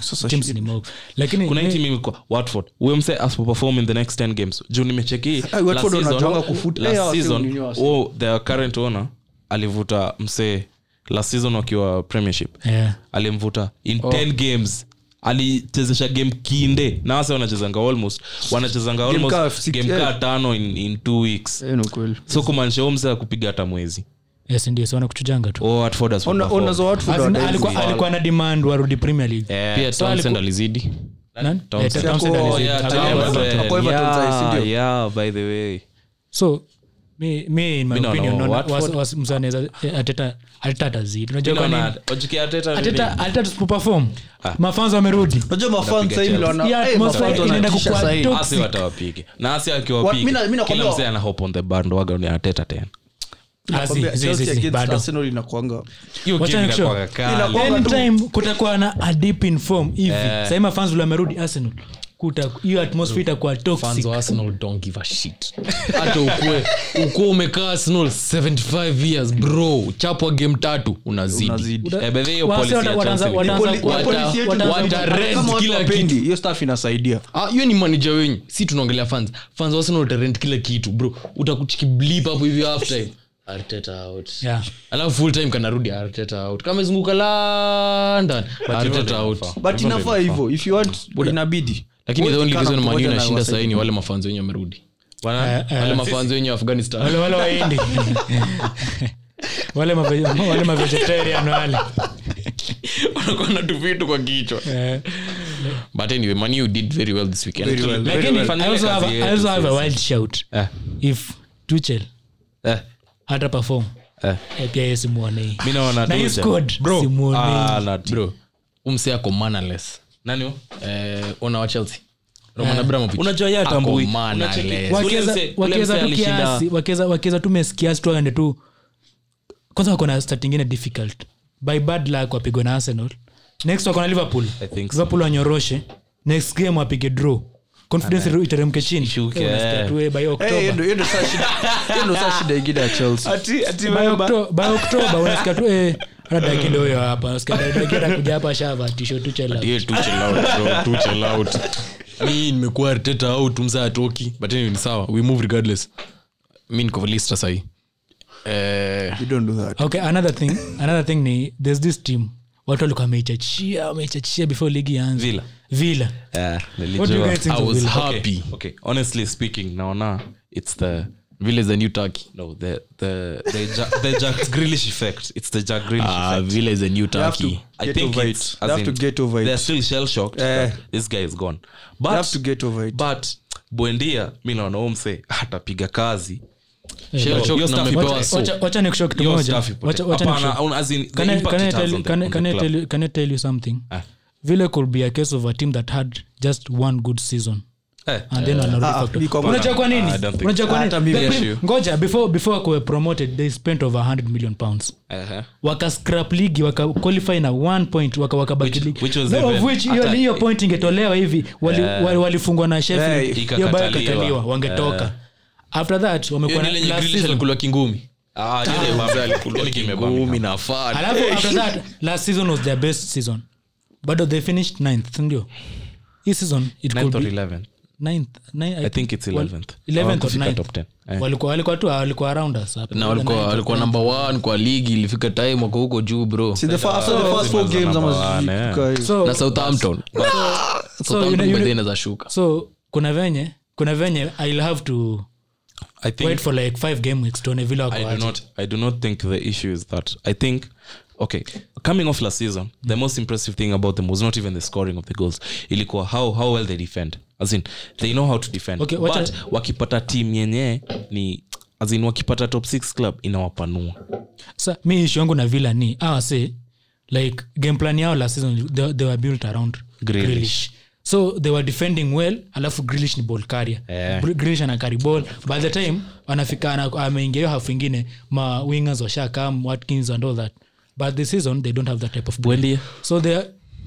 Sasa teams shida. ni mob lakini kuna Eh. hii timu imekuwa watford huyo mse asipoperform in the next 10 games juu nimecheki Ah, Watford last season- wanajuanga kufuta. last Eh, hawa si season, nini hawa si. oh, their current owner alivuta mse last season wakiwa premiership eh alimvuta in Oh. 10 games alichezesha game kinde na wase wanachezanga almost wanachezanga almost kaa six- game kaa eh. tano in, in two weeks Eh, ni ukweli. so kumaanisha huyo mse akupiga hata mwezi yes ndio sana kuchujanga tu oh, Watford has Ona- performed. ona za Watford As in, hawataezi. alikuwa alikuwa na demand warudi premier league Eh, pia alikuwa- Townsend alizidi Nani? Eh, Townsend. Townsend Ako- alizidi. Oh, Yeah, Ako- Townsend. Ako- Everton. Everton. Ako Everton Yeah, saizi, ndio. yeah, by the way so mi mi in my Mi naona opinion naona Watford- was- was- msa anaweza- eh, Arteta- Arteta atazidi unajua kwa nini Naona- Ojiki Arteta ni nini? Arteta- Arteta tusipoperform Ah. mafanzo wamerudi Unajua mafans sahii Chelsea. wana- Yeah, eh, atmosphere mafans inaenda wanatisha kukua sahii. top. asi watawapige na asi Wa- mi na- mi akiwapiga nakwambia- kila msee ana hope on the bandwagon ya Arteta tena Azi, Nakwambia, zi- zi- Chelsea zi- against bado Arsenal inakuanga- hiyo Wacha game nikushow. inakuwa kali Inakuwa- Bonga tu. anytime kutakuwa na a dip in form hivi Eh. sahii mafans ule amerudi arsenal kuta hiyo atmosphere itakuwa fans toxic wa arsenal don't give a shit hata ukue ukue umekaa arsenal 75 years bro chapwa game tatu unazidi unazidi. Eh, by the way, hiyo Wase policy ya wata- wataanza- Chelsea ni- wataanza- Poli- wata- polisi yetu wata- ni- wata- rent kama watu kila wapendi, hiyo staff inasaidia Ah, hiyo ni manaja wenyu si tunaongelea fans fans wa arsenal utarent kila kitu bro utakuchikiblip hapo hivi halftime arteta out yeah alafu full time kanarudi arteta out kama izunguka london arteta out but inafaa hivyo if you want inabidi lakini the Wote only kaa reason na mani mmoja na unashinda wasaidia. sahii ni wale mafanzi wenye wamerudi Bwana, Eh, wale mafanzi wenye afghanistan wale waindi wale mave- wale mavegetarian wale wanakuwa na tuvitu kwa kichwa Eh, but anyway mani you did very well this weekend Very well. lakini well. I also have a- I also have a wild shout eh, if tuchel eh, hata perform eh. eh, pia yeye simuonei Mi naona Na hii Tuchel. squad, Bro, simuonei. ah, la- bro umse ako manales nani huyo? eh, ona wa chelsea roman abramovich unajua yeye atambui. Ako man Unacheki- Ule unless. Wakiweza- mse- ule wakiweza mse tu alishinda- kiasi, wakiweza- wakiweza tu mesi kiasi tu waende tu kwanza wako na stat ingine difficult by bad luck wapigwe na arsenal next wako na liverpool I think so. liverpool wanyoroshe next game wapige draw confidence iteremke chini Ishuke, Eh, unasikia eh. tu, eh, by October. Eh, hiyo ndio- hiyo ndio saa shida- hiyo ndio saa shida ingine ya Chelsea. By Octo- by October, unasikia tu eh, hata Daki ndio huyo hapa unasikia Daki- Daki atakuja hapa shava tisho tu chela Yeah, tu chill out, bro, tu chill out. mi nimekuwa teta out msa atoki but anyway, ni sawa we move regardless mi niko lista sahi eh, You don't do that. okay another thing another thing ni there's this team watu walikuwa wameichachia wameichachia before ligi ianze Villa. villa Eh, nilijua. What do you guys think i of was Villa? happy Okay, honestly speaking naona it's the vile is the new turkey no the the the, ja- the jack Grealish effect it's the jack Grealish Ah, effect vile is the new You have to turkey I get think over it's, it. as You have in, to get over they're it. still shell shocked Eh. that this guy is gone You but have to get over it. but bwendia mi naona umse atapiga kazi Shell Yo, shock yo na stuff amepewa ipote. so- Wacha- wacha nikushow kitu Yo, moja. stuff ipote. Wacha- wacha Hapana, nikushow. un- as in, the Can I- impact can I it has tell- on the- can I- on the can I club. tell you- can I tell you something Ah. vile could be a case of a team that had just one good season Eh, and then wanarudi Ah, ah, factor. niko- Unajua kwa nini? Ah, I don't think- Unajua kwa Ah, nini? hata mimi They- issue. ngoja before before wakuwe promoted they spent over 100 million pounds Uh-huh. eh, eh. wakascrap ligi wakaqualify na one point waka- wakabaki Which- ligi. which was No, even- of which hiyo- hata- hiyo point ingetolewa hivi wali- wali- walifungwa na Sheffield. Eh, Hiyo bayo ikakataliwa. ikakataliwa, wangetoka after that Hiyo wamekuwa ni na ile yenye last Grealish season- alikula kingumi Yaani Ah, yule baba alikula kimebamba. kingumi na fat. alafu after that last season was their best season bado they finished ninth ndio hii season it Ninth or could be 11th. ninth nine, I think it's 11th. eleventh or Hawakufika ninth top 10. Eh. walikuwa walikuwa tu walikuwa around us hapo. na walikuwa Ninth. walikuwa number one kwa ligi ilifika time wako huko juu bro See, the fir- after the first four games, number I must- one, eh. tukae. so na southampton so you know, southampton you by know- then inaweza shuka so kuna venye kuna venye i'll have to I think- wait for like five game weeks tuone vile wako I do aje. not I do not think the issue is that I think okay coming off last season the Mm. most impressive thing about them was not even the scoring of the goals ilikuwa how how well they defend as in they know how to defend Okay, but wacha- wakipata team yenye ni as in wakipata top 6 club inawapanua sa mi ishu yangu na villa ni awase like game plan yao last season they, they were built around Grealish. Grealish. so they were defending well alafu grilish ni ball carrier Eh. Gr- Grealish ana carry ball by the time anafika ana- ameingia hiyo hafu ingine ma wingers washakam watkins and all that but this season they don't have that type of ball. Buendia. so they are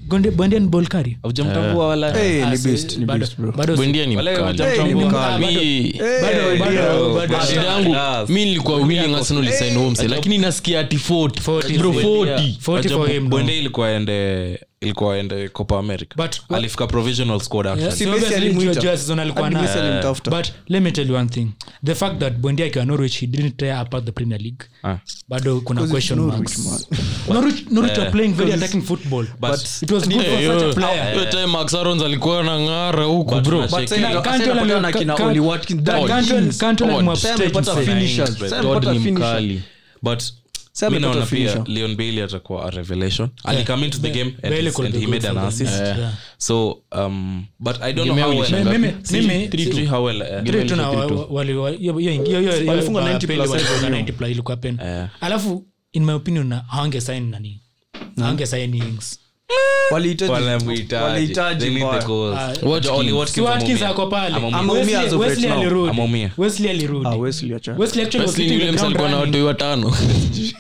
Gonde- Bondia ni ball carrier Haujamtambua wala Eh, ni As- beast, ni bado- beast, bro. bado- bwendia ni Wale mkali wajamtambua. Hey, ni mkali. Mi- Eh, bado- ndio. bado- bado- Ah, shida yangu Yes. mi nilikuwa willing arsenal isign homse lakini nasikia ati 40 40. bro Yeah. 40 40 for him, no. Bwende ilikuwa ende ilikuwa ende copa america But- alifika provisional squad actually Yeah, Si so Messi obviously alimuita. Joe- Joe season alikuwa Hadi nayo. Messi alimtafuta. but let me tell you one thing the fact that bondia akiwa norwich he didn't tear apart the premier league Ah. bado kuna Because it's question Norwich, marks norwich, norwich are playing very attacking football but- it was good for Yeah, such a yeah. player Hiyo Eh, time Max Aarons alikuwa na ng'ara huku bro tunacheki- Sasa ina- sasa Cantwell inapatana na alio- kina Ca- Oli Watkins, Ca- Todd. Cantwell- Cantwell Todd. alimwa Sasa upstage amepata msee. finishers. Sasa Sasa Todd amepata ni finishers. mkali but Sasa mi naona amepata pia finisher. leon bailey atakuwa a revelation yeah. alicome into the Ba- game and, Bailey he's- could and be he good made an for them. assist Yeah. Yeah. so um, but i don't know Game how yao well, ilishinda Mimi- ngapi? mimi- Sijui- three sijui how well eh, Three tu na wa- wa- wali- wa- hiyo- hiyo- hiyo- hiyo- hiyo- Walifunga hiyo- 90 Pele plus walifunga seven, 90 plus, ilikuwa pen. Eh. alafu in my opinion na hawange sign nani hawange sign Ings. Walihitaji- eh, wanamhitaji. walihitaji They need the mbaya. goals. Ah, Unajua Oli Watkins Si Watkins ameumia. ako pale. Ameumia. Ameumia Wesley- as of Wesley right now. alirudi. Ameumia. Wesley alirudi. Ah, Wesley, acha. Wesley actually was Wesley hitting the Williams ground alikuwa na running. watoi watano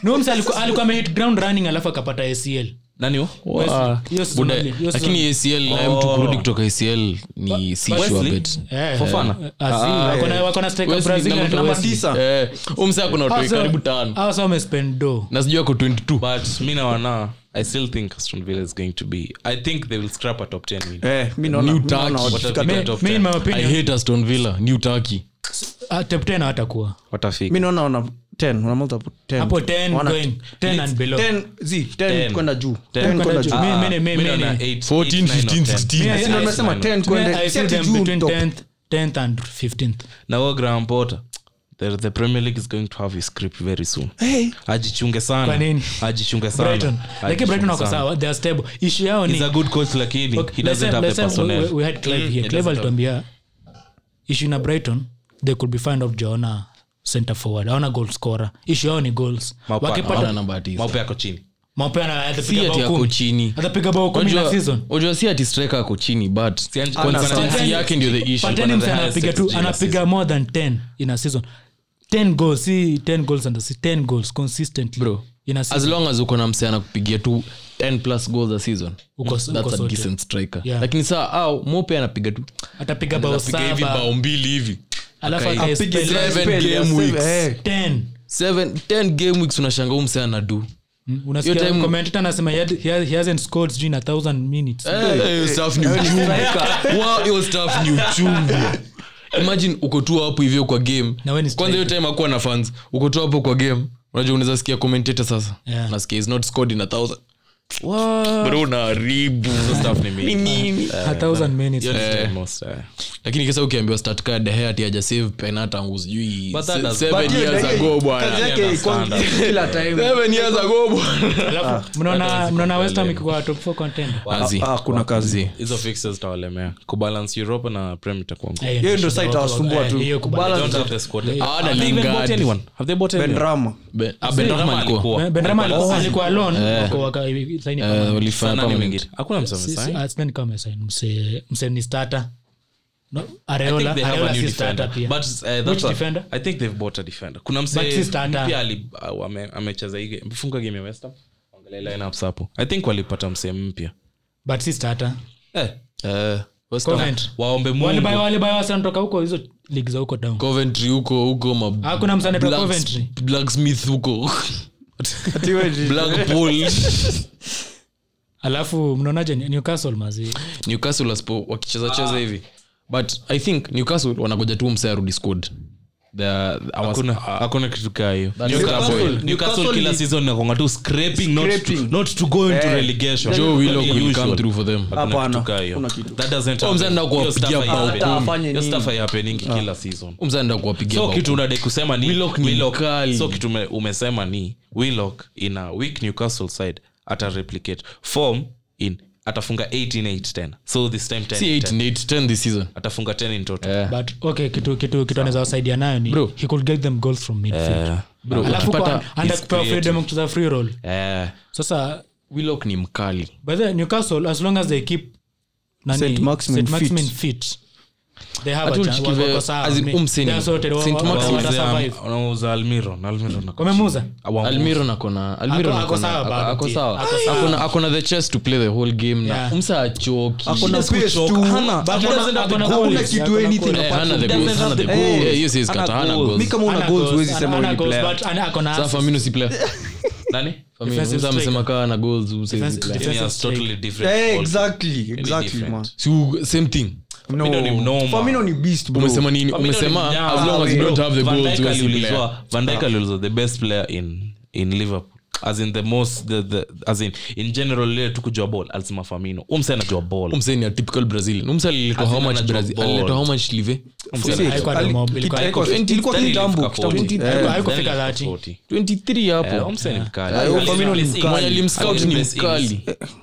No, Holmes alikuwa- alikuwa amehit ground running alafu akapata acl Nani huyo? Wesley. Hiyo season Buda- only- hiyo season- uh, lakini acl Oh. naye mtu kurudi kutoka acl ni si sure Wesley? bet Eh, Fofana? eh, ah, si, wako na- wako na Ah, striker Wesley Brazil number- anaitwa number Wesley. tisa. Eh, huyu msee ako na watoi Hasa- karibu tano hasa wamespend do na sijui ako 22 but mi naona i still think aston villa is going to be i think they will scrap a top 10 win Eh, mi naona- New mi naona Turkey. watafika Watafika top- top Me- me 10. in my i opinion, hate aston villa new turkey ah, top 10 hawatakuwa watafika mi naona wana- 10 una multiple 10 Hapo 10 Wana- going, 10 and below. 10 zi 10 10. kwenda juu 10 10 kwenda kwenda juu juu. Ah, Mi- Ah, mene- me- mi naona mene. eight, 14, eight, nine, 15, or 10. 16. Yeah, Si yeah, ndo nimesema yeah. 10 kwenda- I si feel ati them juu between top. 10th, 10th and 15th na huo uh, Graham Potter, the, the premier league is going to have his script very soon Hey. ajichunge Kwa sana nini? ajichunge sana. brighton lakini Ajichunge brighton wako sana. sawa they are stable issue yao ni He's a good coach lakini Okay, he let's doesn't say- have let's the say we- personnel we- we had Clive here. Mm-hmm. he Clive doesn't alituambia issue na brighton they could be fine of jaona center forward aona goal scorer issue yao ni goals Maupa- Hawana wakipata namba ya tisa. maupe yako chini mapeana Si atapiga ati bao ako kumi chini atapiga bao kumi Unajua- na season unajua si ati striker ako chini but Ana- consistency Pateni- yake ndio the issue Pateni msa anapiga tu highest XG anapiga more than 10 in a season 10 goals si 10 goals and si 10 goals consistently Bro, in a as season long as uko na msee anakupigia tu 10 plus goals a season Uko- that's uko a sorted. decent striker Yeah. lakini saa au mope anapiga tu atapiga bao anapiga hivi saba bao mbili hivi alafu Akai- akae Apige spell seven spell ya game seven, weeks. eh. 10 Seven- 10 game weeks unashanga huu msee anadu Mm, unasikia Hiyo time- commentator anasema he had- he has- he hasn't scored sijui in a thousand minutes Eh, yostafunyuchungwa imagine ukotua hapo hivyo kwa game Na we ni kwanza hiyo striker. time akuwa na fans ukotua hapo kwa game unajua unaweza sikia commentator sasa Yeah. nasikia is not scored in a thousand bro unaharibu stuff ni mingi. Ni nini? a thousand minutes Hiyo ni Eh. time most, eh. lakini kisa ukiambiwa start card haya ati haja save pena tangu sijui But that se- does- seven but years ago Kazi bwana yake Yeah, iko- standard. kila time seven years ago bwana alafu mnaona mnaona west ham iko kwa top 4 contender Wazi. Ah, kuna kazi Wazi. hizo fixes tawalemea kubalance europa na prem itakuwa ngumu. Eh, Hiyo ndio site itawasumbua eh, tu. hiyo kubali. They Balance don't have the squad. Hawana Have they even Lingard. bought anyone? Have they bought anyone? benrama Ben- ah, Ben Rahman Rahman alikuwa. alikuwa. Ben- Ben Rama Alikuwa. alikuwa- alikuwa alone, wako- waka- saini kama- Eh, walifanya Sana ni permanent. mwingine. Eh. hakuna mtu si- si- amesign. ah, sidhani kama amesign. Mse- mse ni starter. No, I Areola- think they have Areola a new si starter defender. pia. But, eh, Which that's a- defender? I think they've bought a defender. kuna But si starter. msepia uh, amecheza hii game- mfunga game ya West Ham. Angalia lineups hapo i think walipata msee mpya But si starter. eh, Eh, West Ham. Covent. waombe Walibuy- mungu walibuy wasa wanatoka huko hizo league za huko down coventry huko huko ma hakuna msane toka Blacks- Ah, coventry blacksmith huko blackpool alafu mnaonaje newcastle mazi Eh. newcastle waspo- wakichezacheza hivi but i think newcastle wanagoja tu msee arudi squad The- our- hakuna uh, hakuna kitu kaa hiyo Newcastle- Newcastle- Newcastle Newcastle kila ni- season nakonga tu scraping not to, Scraping. not to go into Eh. relegation Joe Willock The will usual. come through for them. Hakuna kitu Hapana, kaa hiyo. hakuna kitu. That doesn't Oh, mzee happen. anakuwa Hiyo stuff kupigia haihappen. bao Hiyo kumi. stuff haihapeningi kila season Huyu msee anaenda kuwapigia Ah. so bao. kitu unadai kusema ni Willock ni Willock- mkali. so kitu ume- umesema ni willock in a weak newcastle side ata replicate form in atafunga 18 tena so this time 10 si 8 ni 8 10 this season atafunga 10 in total Eh. but okay kitu kitu kitu anaweza wasaidia nayo ni Bro. he could get them goals from midfield Bro, alafu ukipata- kwa- and akupewa freedom ya kucheza free roll Eh, sasa Willock ni mkali by the way, newcastle as long as they keep nani, Saint Maximin Saint Maximin fit. fit they have a Hatu chance, ujikive- wako sawa. as in, Me- um, sini. they are sorted, wa- Saint wa- wa- Maximin- wata wazee am- survive. wanauza almiron almiron ako wamemuuza chini. Awamu- almiron akona almiron Ako- ako akona- sawa ako- bado, ako pia. sawa. Ako sawa. Akona- akona the chess to play the whole game na Yeah. umsa achoki Hakuna She pace doesn't tu. Hana- Hakuna- She doesn't have the hakuna goals. kitu Hakuna anything goals. apart Eh, hana from- the goals, hana the Eh, goals. Eh, hiyo si hana kata, hana goals. goals. mi kama una Ana goals goals, huwezi ana- sema ana huyu ni goals, player. but ana- ako na Sasa assist. Firmino si player Nani? Firmino, Defensive umsa amesema striker. kaa ana goals umsa si Defensive- player. Then he Defensive has strike. totally different Eh, ball. exactly, exactly, different. man. Si u- same thing No. Firmino ni mnoma. Firmino ni beast, bro. umesema nini Firmino umesema ni mnyama. as long as you don't have the Van goals Dijk wewe si aliulizwa- player Van Dijk aliulizwa the best player in in liverpool as in the most the, the, as in in general ile tu kujua ball alisema famino umse anajua ball umsa ni a typical brazilian umsa aliletwa As in how much anajua Brazil ball. aliletwa how much live Umse See, anajua- Alikuwa ali- domo, ilikuwa- kita- ilikuwa- ilikuwa- ilikuwa Then kitambo, ilifika 40. kitambo. Then Eh, haikufika ilifika 30. 40. 23 Eh, hapo umse ni mkali. Eh, Ali- Firmino ni Ali- mkali. Ali- Alimscout Ali- ni replace mkali.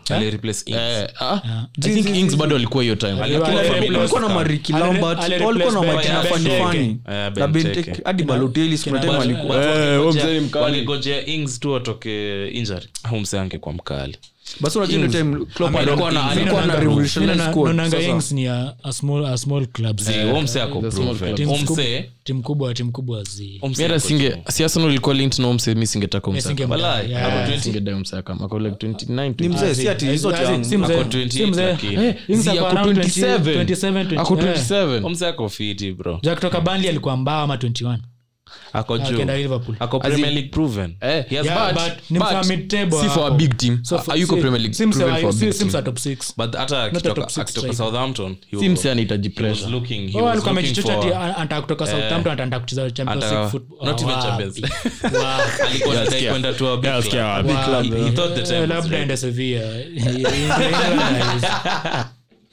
Ings. Ali replace Ings. Eh, ah, Zi- i think zi- zi- Ings zi- bado alikuwa hiyo time Alikuwa Kila- Firmino walikuwa was na scout. mariki Ali- lambert Ali walikuwa na replaced makina by fani Ben fani Teke. Eh, Ben na Teke. benteke hadi balotelis kuna time Kina- alikuwa Watu Eh, wakingojea- huyo mse ni mkali. wakingojea Ings tu atoke injury umse angekuwa mkali basi unajua ile time Klopp Ame- alikuwa na- Ings. alikuwa na revolutionize squad. Sasa, nonanga ni a, a small, a small club zi- Eh, umse Eh, ako the small proven. club. Teams Umse- kubwa- timu kubwa timu kubwa zi umse mimi hata ako singe strong. si Arsenal ilikuwa linked na umse mimi singetaka umse Nisinge- Walai, Yeah. ako 20. singedai umse akam ako like 29 ni 20 mzee si ati hizo As in, times. si mzee, Ako 28 si mzee. lakini. Eh, Ings Zia ako ako around 27. 20, 27, ako 20, eh. 27 Omse ako fiti bro Ja kutoka banli alikuwa mbao ama 21 ako juu Akaenda Ah, Liverpool. ako As in- premier league proven Eh, He has Yeah, but- but ni but mfaa mid-table si for a hapo. big team. So for- Hayuko si- Premier League, si mse proven wa- for a si- big si team. mse wa top six. but hata a akitoka top six akitoka striker. southampton he was- si mse anahitaji he was pressure. looking he Oh, was alikuwa looking amejichocha ati for a- anataka kutoka southampton ataenda kucheza Champions Ata- League football. not even Wapi. Champions Wapi. alikuwa anataka Nasikia. kwenda to a big club. Wapi. club, Eh, he thought the time was labda right. ende Sevilla. England is-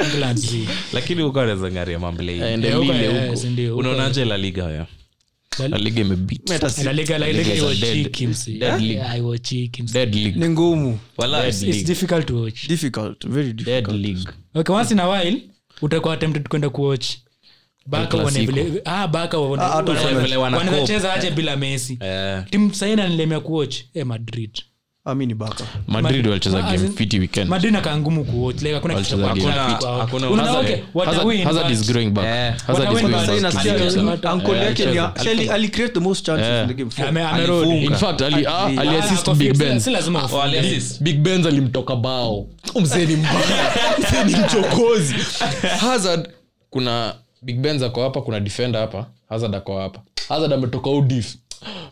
England is- lakini huko anaweza ngaria mamblei Aende Eh, huko, Lille eh, huko. si ndio, huko. unaonaje la liga ya La Liga imebeat. La Liga- La La Liga Liga is a dead- iwachiki msi. Ah, dead league. Yeah, iwachiki msi. Dead league. ni ngumu wala It's- it's difficult to watch. difficult very Dead difficult league. okay once in a while utakuwa tempted kwenda kuwatch baka El uone Clasico. vile ah baka uone- Ah, hata wanaweza- vile wana wanaweza cope. cheza aje bila messi eh, timu saini anilemea kuwatch e madrid ami ni baka madrid Ma- walicheza as game in- fiti weekend madrid nakaa ngumu kuwatch like hakuna kitu cha Walicheza kuwatch. game. Hakuna- Hakuna- Unaona, Hazard- okay, wata Hazard- win, Hazard but- is growing back. Eh. Hazard Wata is win, but growing back. Sainz Alicheza. alicheza. Alicheza. ankol Yeah, yake ni- Eh, alicheza. Eh. si ali- alicreate the most chances in the game four. Ame- ame- In fact, ali- ah, Ali- aliassist Ah, Big si- Ben. si lazima oh, aliassist. big benz alimtoka bao mzeni mbaya mzeni mchokozi hazard kuna big benz ako hapa kuna defender hapa hazard ako hapa hazard ametoka udif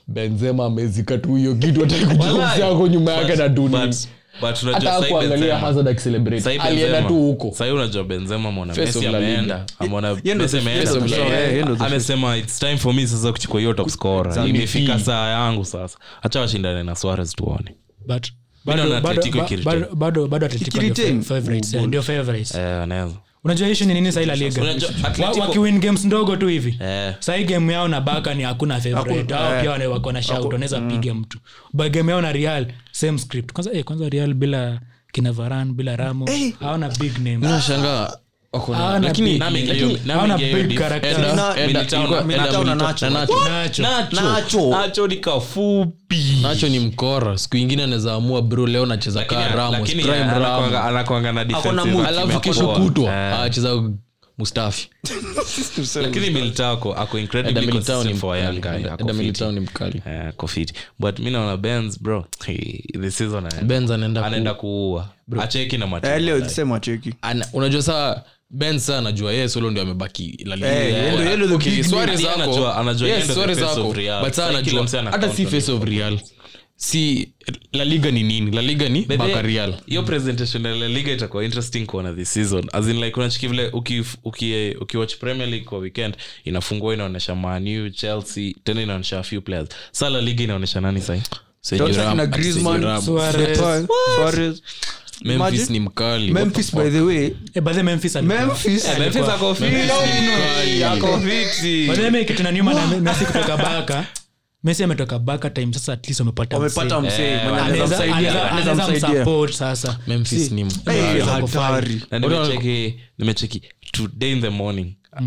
benzema amezika tu hiyo kitu Wallahi. atakujaako nyuma yake But- na duni but- but unajua hata sahi akuangalia Benzema- hazard akicelebrate sahi alienda Benzema- tu huko sahi unajua benzema mwana Face Messi of La Liga. ameenda amona Ye ndo Messi the- ameenda face of kucheza. La Liga. Eh, Ye ndo the- amesema its time for me sasa kuchukua hiyo top scorer imefika Hii. saa yangu sasa hacha washindane na suarez tuone but- Mi naona bado- bado- Atletico ba- ikiretain. bado- bado- bado Atletico ndio Ikiretain. fa- favorites, eh, ndio favorites. Eh, anaweza unajua issue ni nini sahii la liga Unajua, Atletico- Wa- wakiwin games ndogo tu hivi Eh. sahii game yao na baka ni hakuna favorite hao eh. pia wana- wako na shout wanaweza Mm. piga mtu but game yao na real same script kwanza eh, kwanza real bila kina varan bila ramo Eh. hawana big name nashangaa Hawana big Nami name. hiyo- Ah, Lakini nami hawana hiyo big dif- characters. Na- Militao na Nacho. Nacho. Nacho. Nacho ni kafupi nacho ni mkora siku ingine anaweza amua bro leo nacheza kaa Ah, ramos Lakini prime ramos anakuanga- anakuanga na defensive mood. acumen. alafu kesho Poa. kutwa Eh, acheza mustafi lakini militao ako- ako incredibly Eda Militao ni consistent for a young guy. mkali. Ako Eda fit. Militao ni mkali Eh, ako fit. but mi naona Benz, bro hey, this season anaenda- benz anaenda ku- Eh. anaenda kuua acheki na Eh, matendo. leo sema cheki ana- unajua saa ben saa anajua yeye solo ndio amebaki La Liga. Eh, Yeah. yeye ndio- yeye ndio the Okay, big Suarez man. ako- Anajua- anajua yeye Yes, ndio the Suarez face ako. of Real. But saa Sasa kila anajua- msee ana hata count si on face of real si la liga ni nini la liga ni By the way, baka real hiyo presentation ya La liga itakuwa interesting kuona this season as in like unachiki vile ukiwatch uki, ukiwatch premier league kwa weekend inafungua inaonyesha manu chelsea tena inaonyesha a few players sa la liga inaonyesha nani sahi Ram- Kina ati Griezmann, Ram- Suarez. Suarez, Suarez. memphis Imagine, ni mkali Memphis, by the way eh, by the way, Memphis ali- Memphis- Eh, Memphis alikuwa- ako fit. Ako fit. By the way, mimi kitu naniuma na Messi kutoka baka Messi ametoka baka time sasa at least wamepata wamepata msee. msee Eh, mwenye anaweza Anaweza- msaidia, anaweza- anaweza anaweza msaidia. msupport sasa memphis ni Eh, mkali Anaweza kufanya. hatari Na nimecheki nimecheki today in the morning uh,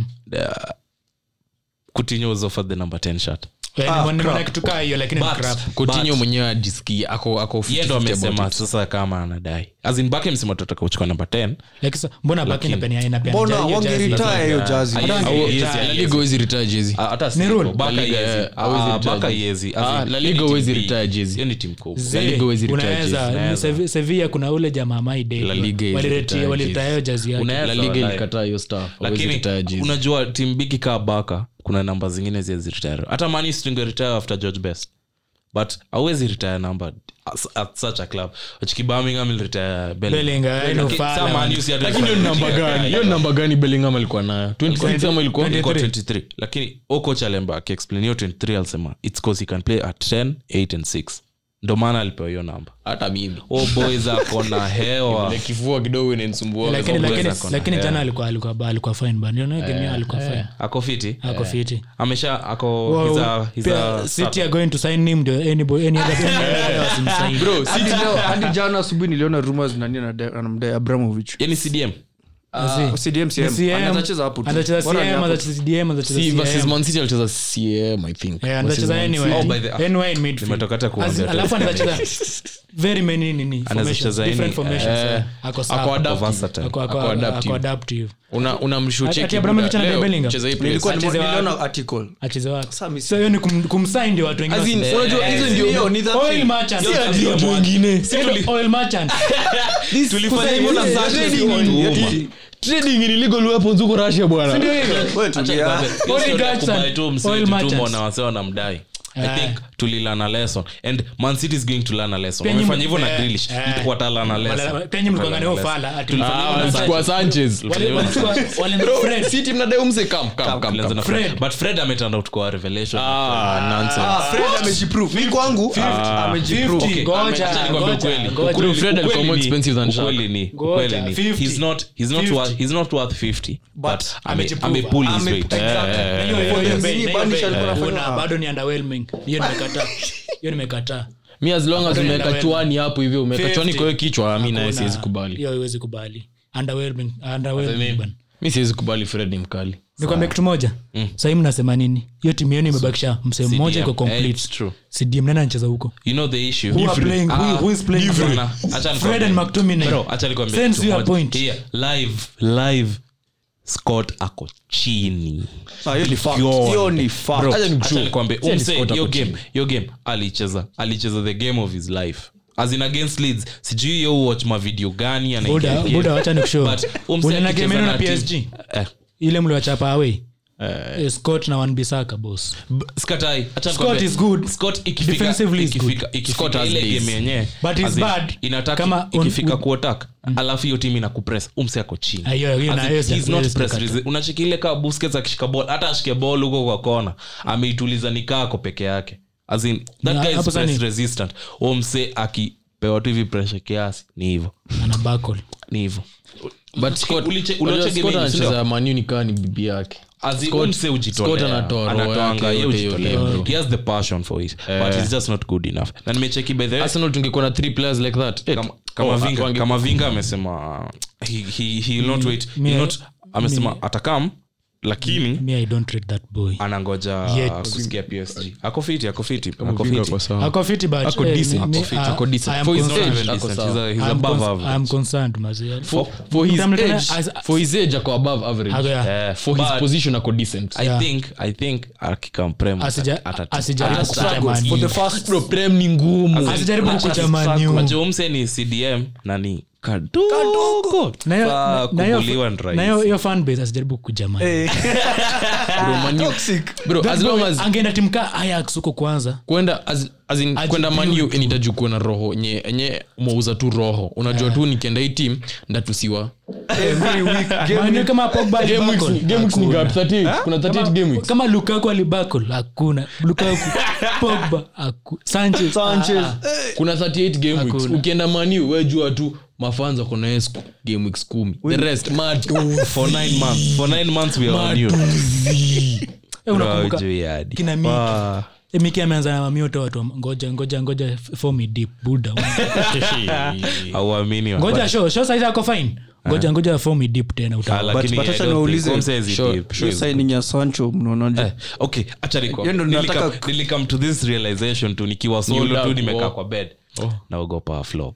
Coutinho was offered the number 10 shirt Eh, Ah, nimeona crap. kitu kaa hiyo lakini ni But- crap. kutinyo but- mwenyewe ajisikii ako ako yeye 50-50 ndo about amesema it. sasa kama anadai azin bake msema tutaka kuchukua namba 10 Like, sa- mbona baki inapea- inapea- mbona hiyo jersey wangeritaya hiyo jazi Hawezi- Hata- hawezi- Yeah, La Liga huwezi retire jezi Ah, hata si- Ni rule. Baka La Liga, haiwezi. eh, Ah, hawezi retire Baka jezi. haiwezi. As Ah, in, La hiyo ni Liga team huwezi B. retire jezi. Hiyo ni team kubwa. Zee, La Liga huwezi retire unaweza. jezi, Ni mm, Sevi- sevilla kuna ule jamaa La Liga haiwezi retire maidewaliretayo jazi yake Unaweza, La Liga walai. ilikataa hiyo staff hawezi lakini retire jezi unajua tim bigi kaa baka kuna namba zingine zieziritare hata mani singeritare after george best but awezi retire number at- at such a club achiki birmingham ilretire Bellingham, Bellingham. Fala. lakini hiyo ni namba gani hiyo ni namba gani bellingham alikuwa nayo 26 ama ilikuwa Ilikuwa 23 Yaani lakini okoch alemba akiexplain hiyo 23 alisema its cause he can play at 10 8 and 6 ndo maana alipewa hiyo namba hata mimi o boys akona hewa ile kifua kidogo inanisumbua lakini Zombo lakini- zako na- lakini jana alikuwa alikuwa alikuwa fine bana Unaona game yao alikuwa fine ako fiti ako fiti amesha ako Wow, he's a- he's pia a City are going to sign him ndio anybody any other any other wasimsign. Hadi leo- hadi jana asubuhi niliona rumors nani anadai- anamdai abramovich yani cdm Zee. CDM, Ni CM, Anacheza Ah, hapo tu. anacheza Bora ni CM, hapo tu. anacheza CDM, anacheza si versus CM. man city alicheza cm i think Eh, anacheza Versus Man anywhere. Oh, by the- Anywhere in midfield. Nimetoka hata kuongea As- tu. alafu anacheza very many nini formations, cheza different any, formations, eh, eh. Ako sawa. ako adapt- versatile. Ako- ako- ako adaptive. ako adaptive. una una mshoot Ati- check ati Abramovich leo, anadai Bellingham. cheza hii place. Nilikuwa nimo- Acheze wapi? niliona article. Acheze wapi? Sasa mimi- So hiyo ni kum- kumsign ndio watu wengine As in, wasi- unajua hizo ndio- Hiyo ni that Oil thing. merchant. Hiyo Sasa ndio ndio watu watu wengine. wengine. Oil merchant. tulifanya hivyo na Yaani, Sasa Sasha ndio tu watu- watuuma. Ati- trading in illegal weapons huko russia bwana Wewe tulia. Oil matters. wanamdai Ah. i think tulilana a lesson and man city is going to learn a lesson Penye wamefanya mli- hivyo na eh, Grealish. eh. Mtu watalana a lesson. Wala- penye mlikuwanga na hiyo fala, ati Tulifanya mlifanya hivyo na hiyo Sanchez. kwa sanchez Tulifanya hivyo na Sanchez. Bro, Wale- si team nadai umse, come, come, come, Tulianza come. na Fred. but fred ametanda kutukua revelation Ah, nonsense. Ah, Fred amejiprove. Mi kwangu, amejiprove. Okay, Ngoja, acha nikwambie ngoja, ukweli. ngoja. Ukweli- Fred alikuwa ukweli more ni- expensive than Shaq. ukweli ni- Ngoja, ukweli ni. 50. He's not- he's not worth- he's not worth 50, but ame- amejiprove. amepull his Ame- weight. Eh, Exactly. Na hiyo- hiyo- hiyo Yes. bei, na hiyo Bado bei, alikuwa anafanya- una- bado ni underwhelming hiyo nimekataa hiyo nimekataa mi as long as Hakuna umeweka eleven. chwani hapo hivyo umeweka 50. chwani kwa hiyo kichwa mi naye Kuna- siwezi kubali hiyo haiwezi kubali underwhelming underwhelming bana mi siwezi kubali fred ni mkali nikwambia kitu moja sahii mnasema nini hiyo timu yenu imebakisha msee mmoja iko Mm. CDM. Eh, complete it's true. cdm nani anacheza huko You know the issue. Who are playing? Who- Ah, who is playing? Hapana. Hapana. Acha nikwambie. Fred and McTominay. Bro, acha nikwambie Sends kitu you a moja. point. Here, live live scott ako chini Ah, hiyo ni fact. Yo. Hiyo ni fact. Bro, Acha acha nikwambie, Send umse, Scott hiyo ako game hiyo game alicheza alicheza the game of his life as in against leads sijui yo watch mavideo gani anaingia buda game. buda wacha nikushow But umse unaona akicheza game yenu na na team- psg Eh, ile mliwachapa away Eh, scott na wanbisaka boss b- Skatai, acha nikwambie, is good. Scott ikifika- Defensively is ikifika- good. ikifika Scott has ile days. game yenyewe, But it's as in, bad inataka- kama un- ikifika un- kuattack, alafu hiyo timu inakupress umse ako chini Ah, hiyo- hiyo As na- in, hiyo he's siya- not hiyo press sikukata. resi- unacheki ile kaa Busquets akishika ball hata ashike ball huko kwa kona ameituliza nikaako peke yake As in, that Mm. Na guy is hapo sasa press ni- resistant Huyo mse akipewa tu hivi pressure kiasi ni hivo ana bakol ni hivo but Scott- uliche- unajua uliche Scott game yenye, anacheza sindio? Man U ni kaa ni bibi yake As in, Scott- huyo mse hujitolea. Scott anatoa roho Anatoanga, yake yeye yote hujitolea. yote, bro. He has the passion for it, but Eh. it's just not good enough. Na nimecheki by the way, arsenal tungekuwa na three players like that eh, kama- kama oh, Vinga- wange- kama vinga amesema he- he- he will not wait. He mi- will not- amesema atakam lakini me i don't rate that boy anangoja Yet. kusikia psg ako fiti ako fiti ako Vinga fiti kwa sawa. ako fiti but Ako eh, decent, mi- mi- ako fit, ah, ako decent. I am For his concerned. age, He's ako decent. sawa. He's a- he's I am above cons- I am average. concerned, mazee. for- for his Mtamleta- age- as- for his age ako above average Ako, yeah. Eh, for his but position ako decent I Yeah. think- I think akikamprem Asija- ata- asija- ata- asija- ata- Man U. Bro, Prem ni ngumu asijaribu Acha- kukuja acha- Man U. Wacha umse ni cdm nani kadogo Na hiyo- Fa- Oh, na hiyo- kubuliwa ni rahisi. na hiyo- hiyo fan base asijaribu kujamani Eh, Bro, Man U- Bro, as long as- angeenda timka ayax huko kwanza kwenda as- as in, Aji- kwenda Man U, build. inahitaji kuwa na roho nye- nye umeuza tu roho unajua tu nikienda hii tim ndatusiwa Every week, game Man U kama Pogba alibakol, hakuna. Eh? Kama- kama lukaku alibakol hakuna lukaku pogba haku- Sanchez, Sanchez. ah, ah. kuna 38 game weeks Hakuna. ukienda maniu wejua tu mafanza kuna yes game weeks kumi the rest mad for nine months for nine months we are on you ah. Eh, unakumbuka Rojo yadi. kina Miki. Eh, Miki ameanza na mamioto watu wa- ngoja ngoja ngoja f- form ni deep buda Hauamini wa- ngoja show show saizi ako fine ngoja ngoja form ni deep tena Ah, utaona lakini but I acha don't niwaulize. think Omse is Sure, deep. hiyo signing ya sancho mnaonaje okay acha niko- Yeye ndo nilikam- nataka- nilikam to this realization tu nikiwa solo love, tu nimekaa oh. kwa bed naogopa flop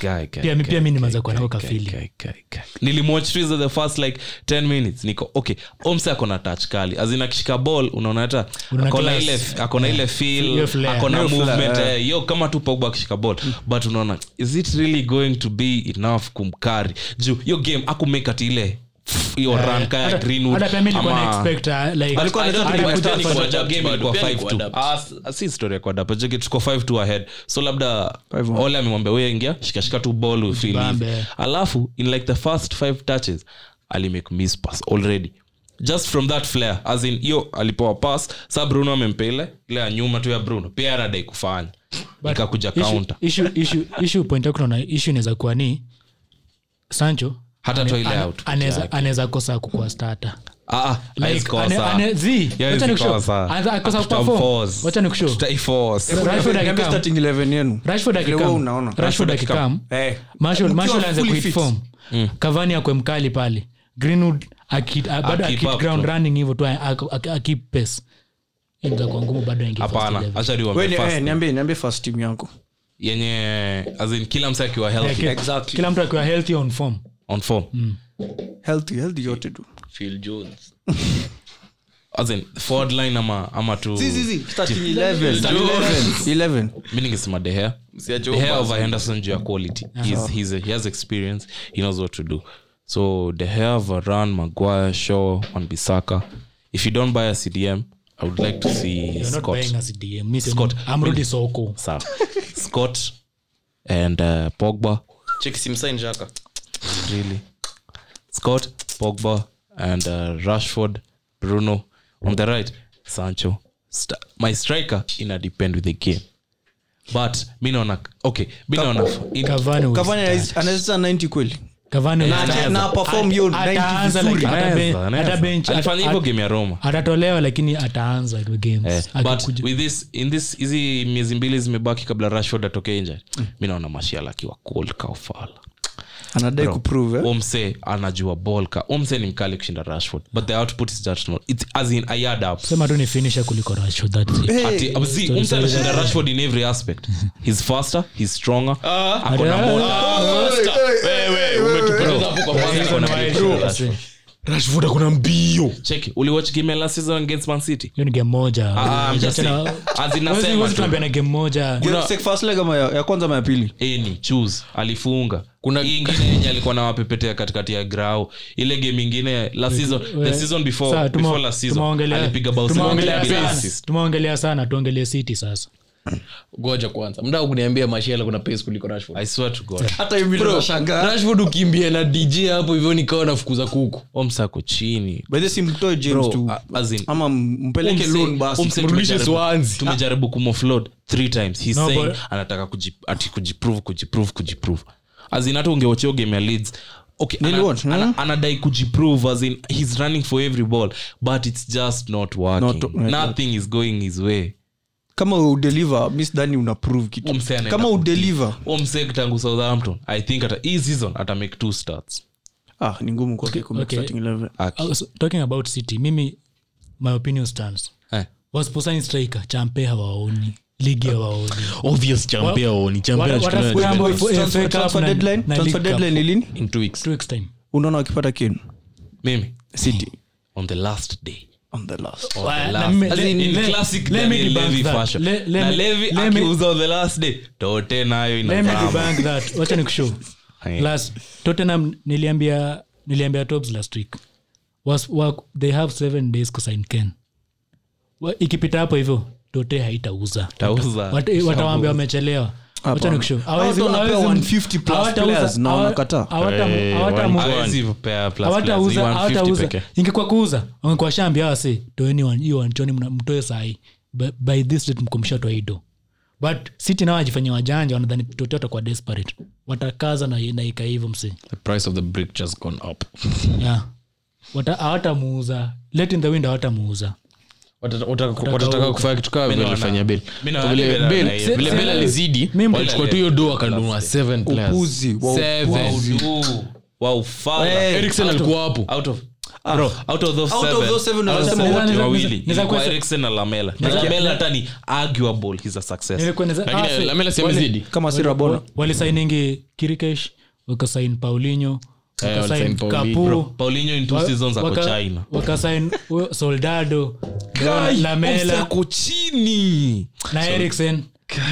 Guy, guy, Pia mi- guy, pia mi guy, nimeanza kuwa guy, nako guy, kafeeling. guy, guy, guy. nilimwatch Trizo the first like 10 minutes niko okay omse akona touch kali azin akishika ball unaona hata Unaona akona class. ile akona ile Hiyo feel flair. Mm. akona Hiyo flair, movement eh. eh, yo kama tu pogba akishika ball but unaona is it really going to be enough kumkari juu yo game akumake ati ile hiyo run kaya greenwood hata pia mi nilikuwa ama- na expect uh, like I don't hata think kuja Western kufanya- ilikuwa jab game ilikuwa Pia ni 5-2. kuadapt. Ah, s- si story ya kuadapt, jeki tuko 5-2 ahead so labda Five-one. ole amemwambia we ingia shikashika tu ball ufeel Ujibambe. easy. alafu in like the first five touches alimake miss pass already just from that flare as in hiyo alipewa pass sa bruno amempele ile ya nyuma tu ya bruno pia aradai kufanya ikakuja Issue- counter issue- issue- issue point yako naona issue inaweza kuwa ni sancho hata tu ile ana- out anaweza- anaweza kosa kukuwa starter Ah, ah, hawezi kosa. ane- ane- zi, Yeah, wacha hawezi nikushow. kosa. Anza- akosa Tutam kuperform. force. Wacha nikushow. Tutaiforce. Rashford Niambie akikam- starting 11 yenu Rashford Vile akikam- wewe unaona. Rashford akikam Eh. Marshall- Ukiwa Marshall aanze fully kuhit fit. form. Mm. Cavani akwe mkali pale greenwood aki- a- bado Aki akit up ground tu. running hivyo tu akip pes kwa ngumu bado aingie first hapana 11. acha niwaambie Wewe ni- first. eh, niambie niambie first team yako yenye as in kila msa akiwa Yeah, healthy ki- Exactly. kila mtu akiwa healthy on form on form healthy healthy yote tu as in forward line ama ama tu mi ningesema De Gea. De Gea over henderson juu ya quality He's- he's a- he has experience he knows what to do So De Gea, Varane, Maguire, Shaw, Wan Bissaka. If you don't buy a CDM, I would like to see You're not Scott. buying us DM. Mi sema, Scott. amrudi soko Sawa. Scott and uh, Pogba. chekisimsain jaka really. Scott, Pogba, and uh, Rashford, Bruno. On the right, Sancho. St- my striker ina depend with the game. But mi naona okay, mi naona in- Cavani will Oh, Cavani start. anaweza- anaweza 90 kweli Cavani will start. na- na perform hiyo 90 Ataanza vizuri like- ata ben- Anaweza, anaweza. ata bench- Alifanya hivyo ata- game ya Roma. atatolewa lakini ataanza the games. Eh, but Akikuja- with this in this hizi miezi mbili zimebaki kabla rashford atoke nje mi naona mashiala akiwa cold kaufala anadai kuprove eh? omse anajua bol ka omse ni mkali kushinda rashford but the output is just not it's as in a yard up sema tu ni finisher kuliko Rashford, that's it. Ati- see, Umse anashinda Rashford in every aspect. He's faster, he's stronger. Ako na Ah, ball. Umetupoteza hapo kwa kwanza. Ako na ball. Rashford akona mbio Check, uliwatch game ya last season against Man City? hiyo ni game moja Ah, I'm just Tena- saying. As in Huwezi- nasema huwezi tu, tuambia na game moja Yeah, take first leg ama ya ya kwanza ama ya pili any, choose, alifunga kuna ingine yenye alikuwa nawapepetea katikati ya grau ile game ingine last season the season Sawa, before tuma- before last season Eh, tumeongelea- alipiga bao tumeongelea 70 bila sana. assist. tumeongelea sana tuongelee city sasa goja kwanza mda kuniambia mashiala kuna pace kuliko rashford I swear to God. hata iminashangaa rashford ukimbia na dj hapo hivyo nikawa nafukuza kuku Omse ako Oh, chini. by the simtoe james tu a- as in- ama mpeleke Umse- loan basi Umse Mrudishe tumejaribu- Swansea. tumejaribu kumofload three times He's No, saying but- anataka kuji, ati kujiprove kujiprove kujiprove as in hata ungewachio game ya leads okay, ana- Niliwatch, ana- hmm? anadai kujiprove as in he's running for every ball but it's just not working Not- nothing is going his way kama udeliver miss dani unaprove Huyu msee kitu anaenda kama kuti. udeliver Huyu msee tangu southampton i think ata hii season ata make two starts ah ni ngumu kwake kumake okay. starting eleven Aki. Also, Uh, talking about city mimi my opinion stands Eh. wasposain striker champe hawaoni ligi hawaoni obvious chambea Wa- oni chambea wa- anashikilia watafika na- ambayo- Transfer- FA Cup transfer na- deadline- na transfer League Cup. deadline ni lini in two weeks two weeks time unaona wakipata ken mimi city on the last day on the last on the Wa- last- na mimi- As le- in le- classic let me Daniel debunk Levy that. fashion. Le- let Na me- Levy let me- akiuza on the last day tote nayo Let me inazama. debunk that. wacha nikushow Aye. plus tottenham niliambia niliambia tops last week was, wa, they have seven days kusign ken Wa- ikipita hapo hivyo tote haitauza Tauza. Wat- watawambia wamechelewa wacha nikushow Hawezi- Watu wanapewa hawezi- 150 plus hawatauza- players na hawa- wanakataa. hawata- Eh, hawatamu- Hawezi kupea plus plus, hawatauza ni 150 hawatauza pekee. ingekuwa kuuza wangekuwa shambia wase toeni wan- hiyo wanchoni mna- mtoe sahi by, by this date mko mshatoa hido but city nao wajifanyia wajanja wanadhani tote watakuwa desperate watakaza na naika hivyo msi the price of the brick just gone up yeah. Wata- hawatamuuza let in the wind hawatamuuza Watata- wataka- watataka kufanya kitu kaa vile naona- alifanya Bale. mi naona Kwa vile Bale Bale- ana- vile se- Bale alizidi Mimi- walichukua tu hiyo do wakanunua seven players. Upuzi wa Seven. Udu, wa ufala. Eriksen alikuwa hapo Out of- Bro, out of those Out of seven, those out seven, of wanasema seven wote. wote wawili, Naweza- naweza ilikuwa kuweza- Eriksen na Lamela. Na Lamela hata ni arguable, he's a success. Nilikueleza- Lakini, ah, se- Lamela si amezidi. kama si rabona walisainingi kirikesh wakasain paulinho Eh, wakasain walisain Paulinho. kapu Paulinho in two seasons ako China. wakasain soldado Kai, Omse lamela ako chini. na eriksen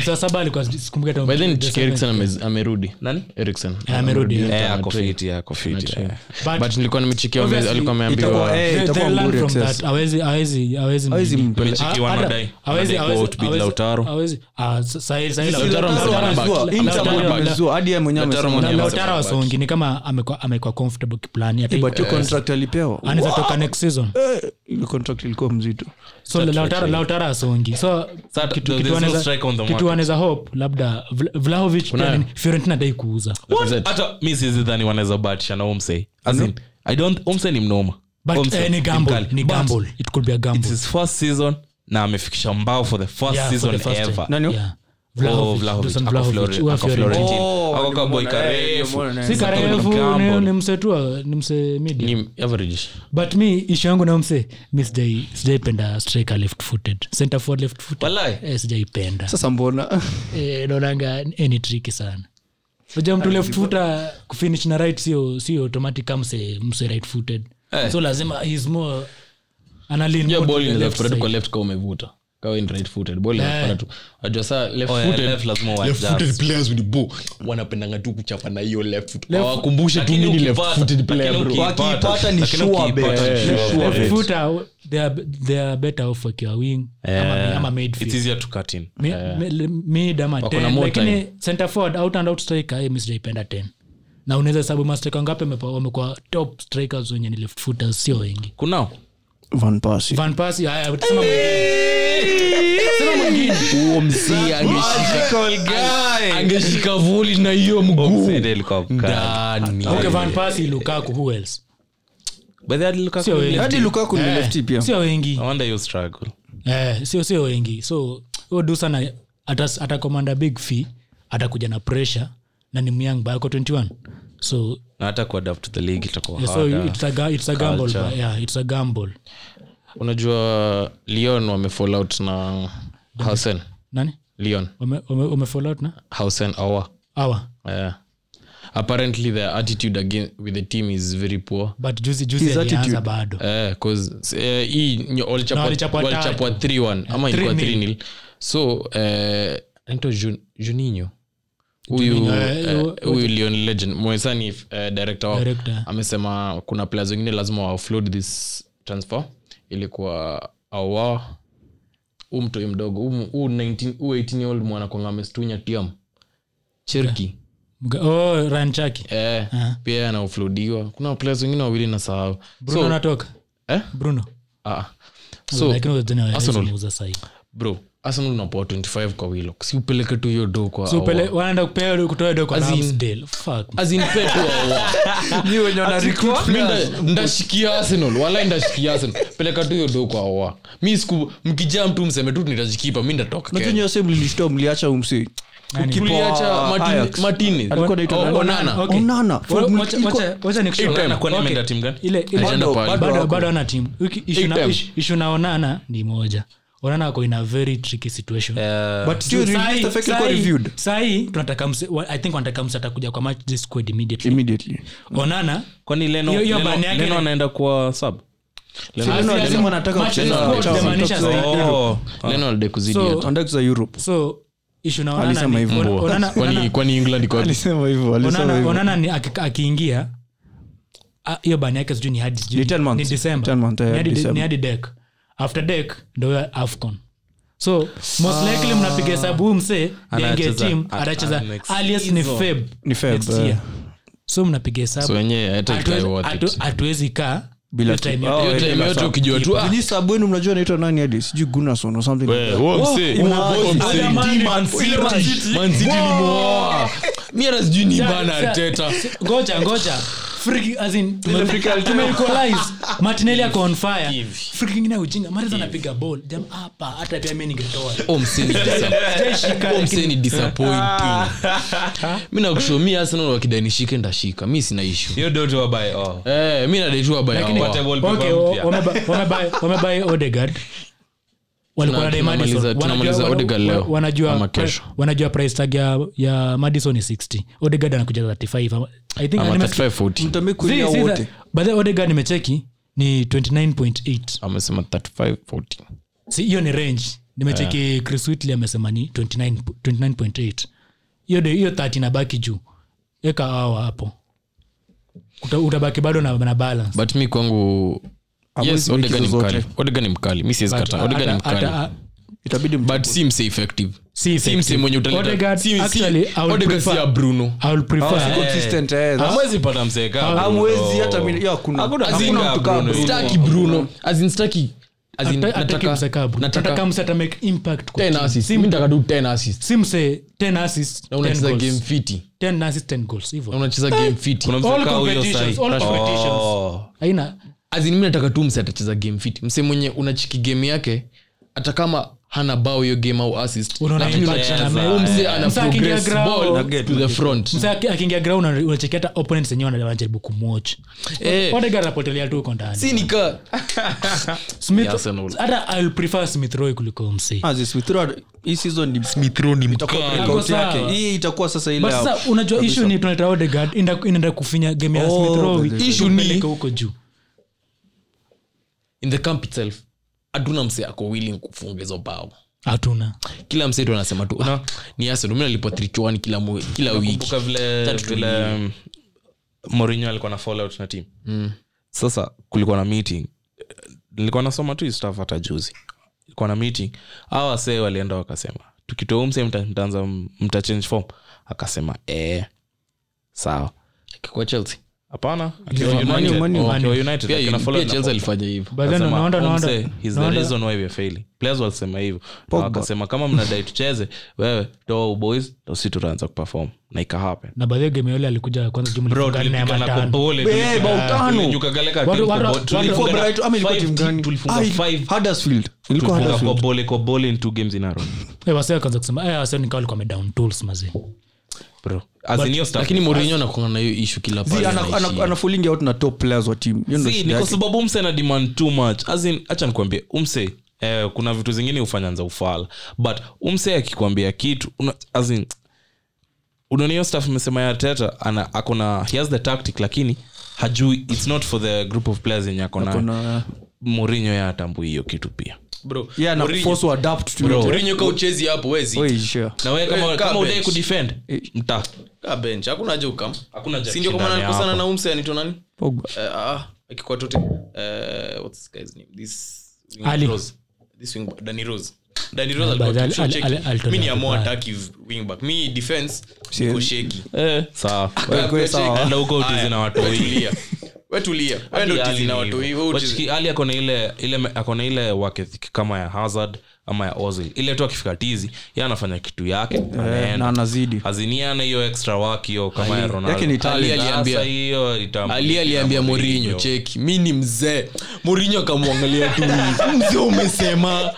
saa saba alikuwa sikumbuki hata- By then, Chick Eriksen amez- amerudi Nani? Eriksen. amerudi. Amerudi. Eh, ako Amerudi. fit, yeah, ako fit, yeah. But- But nilikuwa nimechikia wame- Obviously, alikuwa ameambiwa- itakuwa, eh, They- they itakuwa learn nguri from access. that. Hawezi- hawezi- hawezi Hawezi mjini. mpele- Ah, Chikiwa hata- anadai. Anadai hawezi- kwa hawezi- outbid hawezi- Lautaro. hawezi- ah, sa- sahi- sahi Si Lautaro- Lautaro Lautaro amezua, anabaki. Inter Lautaro- mwenyewe Lautaro- amezua, hadi yeye mwenyewe Lautaro amesema. mwenyewe. Lautaro Lautaro wasongi ni kama amekuwa- amekuwa comfortable kiplani Ati- Eh, but hiyo contract alipewa anaweza toka next season Eh, ile contract ilikuwa mzito so Lautaro- Lautaro asongi so Sa- there- kitu- kitu there's no wanaweza- strike on the kitu market. wanaweza hope labda Vla- vlahovic pia Kunayo. nini, fiorentina dai kuuza Lacazette. hata mi sizidhani wanaweza batisha na omse as in i don't omse ni mnoma but Omse eh, ni ni gamble mkali. ni But gamble it could be a it's gamble his first season na amefikisha mbao for the first Yeah, for season the first time. ever Nani? Yeah. Oh, Vlahovic, Vlahovic, Dusan ako Vlahovic, Flore- wa ako Fiorentina. Florentine. Oh, Ako kaboy nimemuona, eh, karefu. nimemuona, eh. si Sasa karefu ni ni, gamble. ni mse tu wa- ni mse medium. Ni average. but mi ishu yangu na mse mi sijai- sijaipenda striker left footed center forward left footed Walai. eh, sijaipenda sasa mbona eh, naonanga ni tricky sana Unajua mtu left footer kufinish na right sio sio automatic kama mse mse right Eh. footed so lazima he's more ana lean Hiyo more to ball the inaweza left kupeleka side. kwa left kama umevuta. kawa ni right footed ball inapata tu wajua saa left Oh, yeah, footed left lazima left uadjust. footed players with ball wanapendanga tu kuchapa na hiyo left foot wakumbushe tu Lakini mimi ni left ukipata- footed player lakini bro ukipata- Wakipata ni lakini sure ukipata bet. eh, ni Yeah. sure Yeah. bet. Foot- futa they are, they are better off wakiwa wing ama, ama It's midfield. easier to cut in. Mi- mi- mid ama Wako na 10, more lakini center forward out and out striker hey, mi sijaipenda 10 na unaweza sababu mastrika ngapi wamepa- wamekuwa top strikers wenye ni left footers sio wengi kunao Van Persie. van Persie, haya, utasema mwingine. Utasema mwingine huo mzee angeshika angeshika voli na hiyo mguu ndani okay van Persie, lukaku who else By the way, Lukaku Sio left. wengi. hadi lukaku ni Eh, lefti pia sio wengi I wonder you struggle. Eh, sio sio wengi so huyo du sana atakomanda big fee atakuja na pressure na ni myang bayako 21 so na hata kuadapt to the league itakuwa yeah, so harder. it's a, ga- it's a gamble Culture. but yeah, it's a gamble unajua leon wamefall out na hausen nani leon Wame- wame- wamefall out na hausen awa awa yeah. apparently their attitude again with the team is very poor but juzi juzi His alianza attitude. bado Eh, 'cause, eh, hii nyo- walichapwa- Na walichapwa tatu. walichapwa 3-1 ama 3-0. ilikuwa 3-0. so eh, anaitwa Jun- juninho huyu Juninho, eh, eh, huyu- huyu Leon legend mwesani eh, director wao Director. amesema kuna players wengine lazima waoffload this transfer ilikuwa awa huu mtoi mdogo huu- huu 19 huu 18 year old mwanakwanga amestunya tiam cherki Mga- oh ranchaki eh, pia yeye anaoffloadiwa kuna players wengine wawili na sahau bruno so, anatoka eh? bruno ah. so lakini wazene wa- Arsenal. wameuza sahi bro arsenal unapoa 25 kwa wilo si upeleke tu hiyo do kwa so Awa. pele wanaenda kupewa kutoa dogo Oh, As in- Ah, Ramsdale fuck As in pe tu Awa. As in mi nda- ndashikia arsenal wala ndashikia arsenal peleka tu hiyo do kwa awa mi siku mkijaa mtu mseme tu nitajikipa mi ndatoka Kenya. natunywase mlilishtoa mliacha umsi Yaani Tuliacha Martin- Martinez. Alikuwa anaitwa Oh, nani? Onana. Okay. Onana. Wa- From- wacha- iko- wacha- wacha nikushauri. Eight time. Onana, kwani Okay. ameenda timu gani? Ile- ile- Agenda bado- pale. bado- Bado wako. bado ana timu Wiki- issue Eight na- time. issue- issue na onana ni moja onana ako in a very tricky situation But still, Juu released sahi- the fact ilikuwa sahi- reviewed. sahi tunataka mse- wa- i think wanataka mse atakuja kwa match this squad immediately Immediately. onana kwani leno, Hiyo- hiyo leno, bani yake leno ni- anaenda kuwa sub Leno- Leno- Lazima Leno- wanataka match kucheza squad, Champions League. inamaanisha sahi- oh. Leno alidai kuzidi So- hata. Anataka za Europe. so issue na Onana Alisema ni- hivyo. Ona- Mbwa. Onana- Kwani- Onana- kwani england iko wapi? Alisema hivyo, alisema Onana- hivyo. onana ni aki- akiingia a- hiyo bani yake sijui ni hadi sijui Ni 10 months. 10 months, eh, December. ni hadi dek after dek ndio afcon so most Ah. likely mnapiga hesabu huu msee ndiangie Anacheza tim at- atacheza at next alias ni feb Ni Feb, next year. eh. so mnapiga So hesabu wenyewe hata Hatuwezi- ikai worth it. hatu- hatuwezi kaa Bila hiyo timu. time Oh, yote. Hiyo time bila yote sabu. ukijua tu, ah, Jini sabu wenu mnajua anaitwa nani hadi sijui Gunnarsson or something like Eh, that. huo Oh, msee, imagine. huo msee. Adam Adi- Man City. Adi- Man City limeoa. Mi hata sijui ni bana Sa- Arteta. sa- ngoja ngoja Friki- as in, tume- tumeequalize. martinelli ako on fire Friki ingine ya ujinga Mahrez anapiga ball Jam- hapa hata pia mimi ningetoa Huo msee ni disa- huo msee ni disappointing. mi nakusho mi arsenal wakidanishike ndashika mi sina ishu hiyo ndio tu wabaye oh. eh, mi nadaitua Wapate wallpaper Okay, wa- mpya. wameba- wameba- wamebai Odegaard. Walikuwa Tuna- wanadai Maddison. tunamaliza- Wanajua- tunamaliza wana- Odegaard leo, wanajua- ama kesho. wanajua price tag ya, ya madison ni 60 odegard anakuja 35 ama- I think anime- Mtambi See, kulia see that- wote. by the way, Odegaard nimecheki ni 29.8 amesema 3540 si hiyo ni range nimecheki chris whitley amesema ni 29 29.8 hiyo de- hiyo 30 nabaki juu eka awa hapo Uta, utabaki bado na, na balance but mi kwangu Hamwezi yes make Odega ni hizo zote. mkali Odega ni mkali mi siwezi kataa Odega ni Ata- mkali ata- Itabidi mta- but si mse effective Si si mse effective. mwenye utaleta- Odegaard, si- si- actually, I would Odega si Oh, prefer- ya bruno I will prefer- Ah, si consistent, eh, that's- Hamwezi pata mzee Oh. kama Hamwezi Bruno. hata mili- yeah, hakuna- Hakuna- hakuna hakuna mtu kama Bruno. Bruno. staki bruno As in staki as in Ata- ataki nataka- mse kabu. Nataka nataka mse ata make impact kwa 10 timu. assists mi nataka tu 10 assists Si mse 10 assists, na unacheza 10 game goals. Eh, fiti 10 assists, 10 goals, hivyo. na unacheza game fiti Kuna mzee All kama huyo competitions, sahi. all competitions. Oh. Haina- As in, mi nataka tu mse atacheza game fit mse mwenye unachiki game yake hata kama hana bao hiyo game au assist Unaona lakini impact unacheza- ana- huyu mse Yeah. ana Mse akiingia progress ground- ball Nugget, to the nugget. front mse aki- akiingia ground una- unachekia hata opponents wenyewe wana- wanajaribu kumwatch. Eh. Odegaard anapotelea tu huko ndani. si nika Smith- Ya Arsenal. hata I'll prefer Smith Rowe kuliko mse Ah, zi Smith Rowe, hii season ni- itakuwa breakout Sawa. yake. Hii itakuwa sasa ile But ya- sasa unajua issue ni tunaleta Odegaard, inaenda- inaenda kufinya game ya Oh, Smith Rowe, issue ni- tupeleke huko juu in the camp itself hatuna mse ako willing kufunga hizo bao hatuna kila msetu anasema tu "Ah, ni arsenal mi nalipwa 3-1 kila, mu- kila wiki kumbuka vile vile um, Mourinho alikuwa na fallout na team Mm. sasa kulikuwa na meeting nilikuwa nasoma tu hii stuff hata juzi kulikuwa na meeting hawa wasee walienda wakasema tukitoa huyu msee mta- mtaanza mta change form akasema eh sawa kwa chelsea hapana Man- akiwa Man- United- Man- akiwa Man- United, pia akina pia fallout na chelsea alifanya hivyo But then Akasema, oh, unaona- "Huyu unaona- msee, he's the unaona- reason why we are failing." Players walisema hivyo Na wakasema kama mnadai tucheze wewe toa uboys ndo si tutaanza kuperform na ikahapen na baadhi ya game yole alikuja kwanza jumla Bro, ilifunga nne ya tulipigana matano. kwa pole, Eh, tulipigana- bao tano. tulinyuka galeka, Watu- lakini watu- kwa bo- watu- tulipigana Ilikuwa Bright- ama Ah, ilikuwa five, timu gani? tulifunga Ah, five, Huddersfield. Ilikuwa tulifunga kwa Huddersfield. bole- kwa bole in two games in a row. Eh, wasee wakaanza kusema eh, wasee nikawa walikuwa wamedown tools mazee Bro, as in hiyo stuff- lakini morinho anakuanga na hiyo ishu kila See, pale ana- anaishia. ana- ana falling out na top players wa team Hiyo ndio See, shida Ah, ni kwa yake. sababu mse ana demand too much As in, acha nikwambie umse eh, kuna vitu zingine hufanya nza ufala but umse akikwambia kitu una, as in, unaona hiyo stuff imesema ya teta ana akona he has the tactic lakini hajui its not for the group of players yenye akona Kuna- morinho ya atambui hiyo kitu pia Bro, Yeah, na Mourinho- force wa adapt to it. Mourinho kaa uchezi hapo wezi Oi, sure. na wewe Eh, kama, kaa kama udai bench. kudefend mta kaa Ah, bench hakuna haja ukam Hakuna haja si ndio kushindania kama nakosana hapa. na umse anitwa nani Pogba. Eh, ah, akikuwa tote eh, what's this guy's name this wing Ali. Rose. this wing back, Danny Rose Danny Yeah, Rose alikuwa but kitu Al- shaky. Al- Al- Al- mi ni Al- amua Al- attack wing back mi defense Si- niko shaky eh, sawa Wewe kwe sawa. Enda huko utizi na watoi. watuliawetuliewetuliawatuliawatulia Wachiki, ali akona ile ile me- akona ile work ethic kama ya hazard ama ya ozil ile tu akifika tizi ye anafanya kitu yake Eh, na anaenda anazidi haziniana hiyo extra work hiyo kama ya Ronaldo. yake ni talent. Sasa aliambia- hiyo itambu- ali aliambia morinyo cheki mi ni mzee morinyo akamwangalia tu hivi, mzee umesema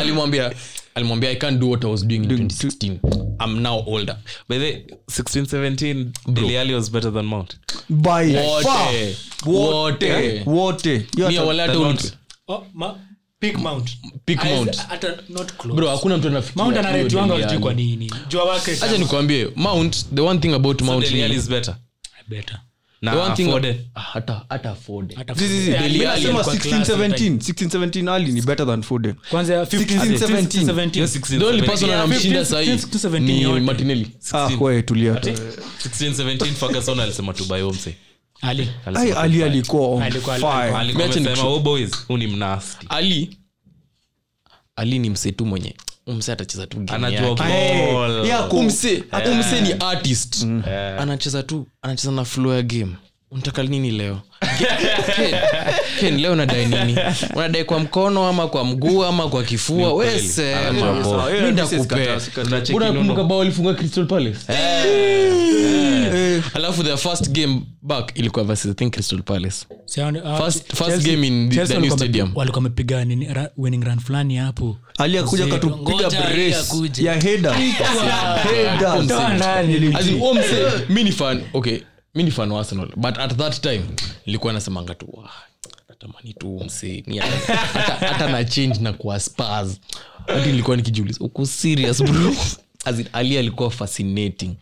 alimwambia alimwambia i can't do what i was doing in 2016 i'm now older By the way, 16 17 Dele Alli was better than mount By far. Eh? wote wote wote Mia Hiyo hata- wala hata Not- uni- Oh, ma- Pick Mount. Pick Ah, Mount. hata not close. bro hakuna mtu anafikiria Mount hiyo anaretiwanga duniani. sijui kwa nini. Jua wake acha nikwambie mount the one thing about mount Dele Alli ni- is better better. the na one thing afforded. Ah, hata hata Ford. Hata Zi- zi- zi. Eh, Mimi Dele Alli nasema alikuwa 16, class 17. 16, 17 ali ni better than Ah, Foden. Kwanza ya 15, 16, 17. 17. Hiyo 16 the only person Yeah, anamshinda 15, 16 to sahii 17 ni yote. martinelli Ah, kwe, tulia tu. 16 17 Ferguson alisema tu by Omse. Ali. Ai, Alisema ali alikuwa on Alikuwa- fire. Alikuwa Eh, Imagine amesema, "Oh, boys, huu ni mnasty." ali ali ni msee tu mwenye umse atacheza tu game anajua yake. ball. yeah, Huu msee- hata huu msee ni artist anacheza tu anacheza na flow ya game unataka nini leo Ken, Ken, leo unadai nini unadai kwa mkono ama kwa mguu ama kwa kifua ukweli. Anajua ball. Yeah, this is wesendakupea katas- katas- unakumbuka bao alifunga crystal palace Eh. alafu their first game back ilikuwa versus I think crystal palace Sound- ah, First- first Chelsea- game in the Chelsea new walikuwa stadium. wamepi- walikuwa wamepiga nini ra- winning run fulani hapo ali akuja Mzee, katupiga ngoja Ali brace akuje. ya header. Header. Toa ndani. As in, huo mse, mi ni fan okay mi ni fan wa arsenal but at that time nilikuwa nasemanga tu "Wah, natamani tu huyu mse ni hata- hata- hata na change na kuwa spars hadi nilikuwa nikijiuliza uko serious bro As in, ali alikuwa fascinating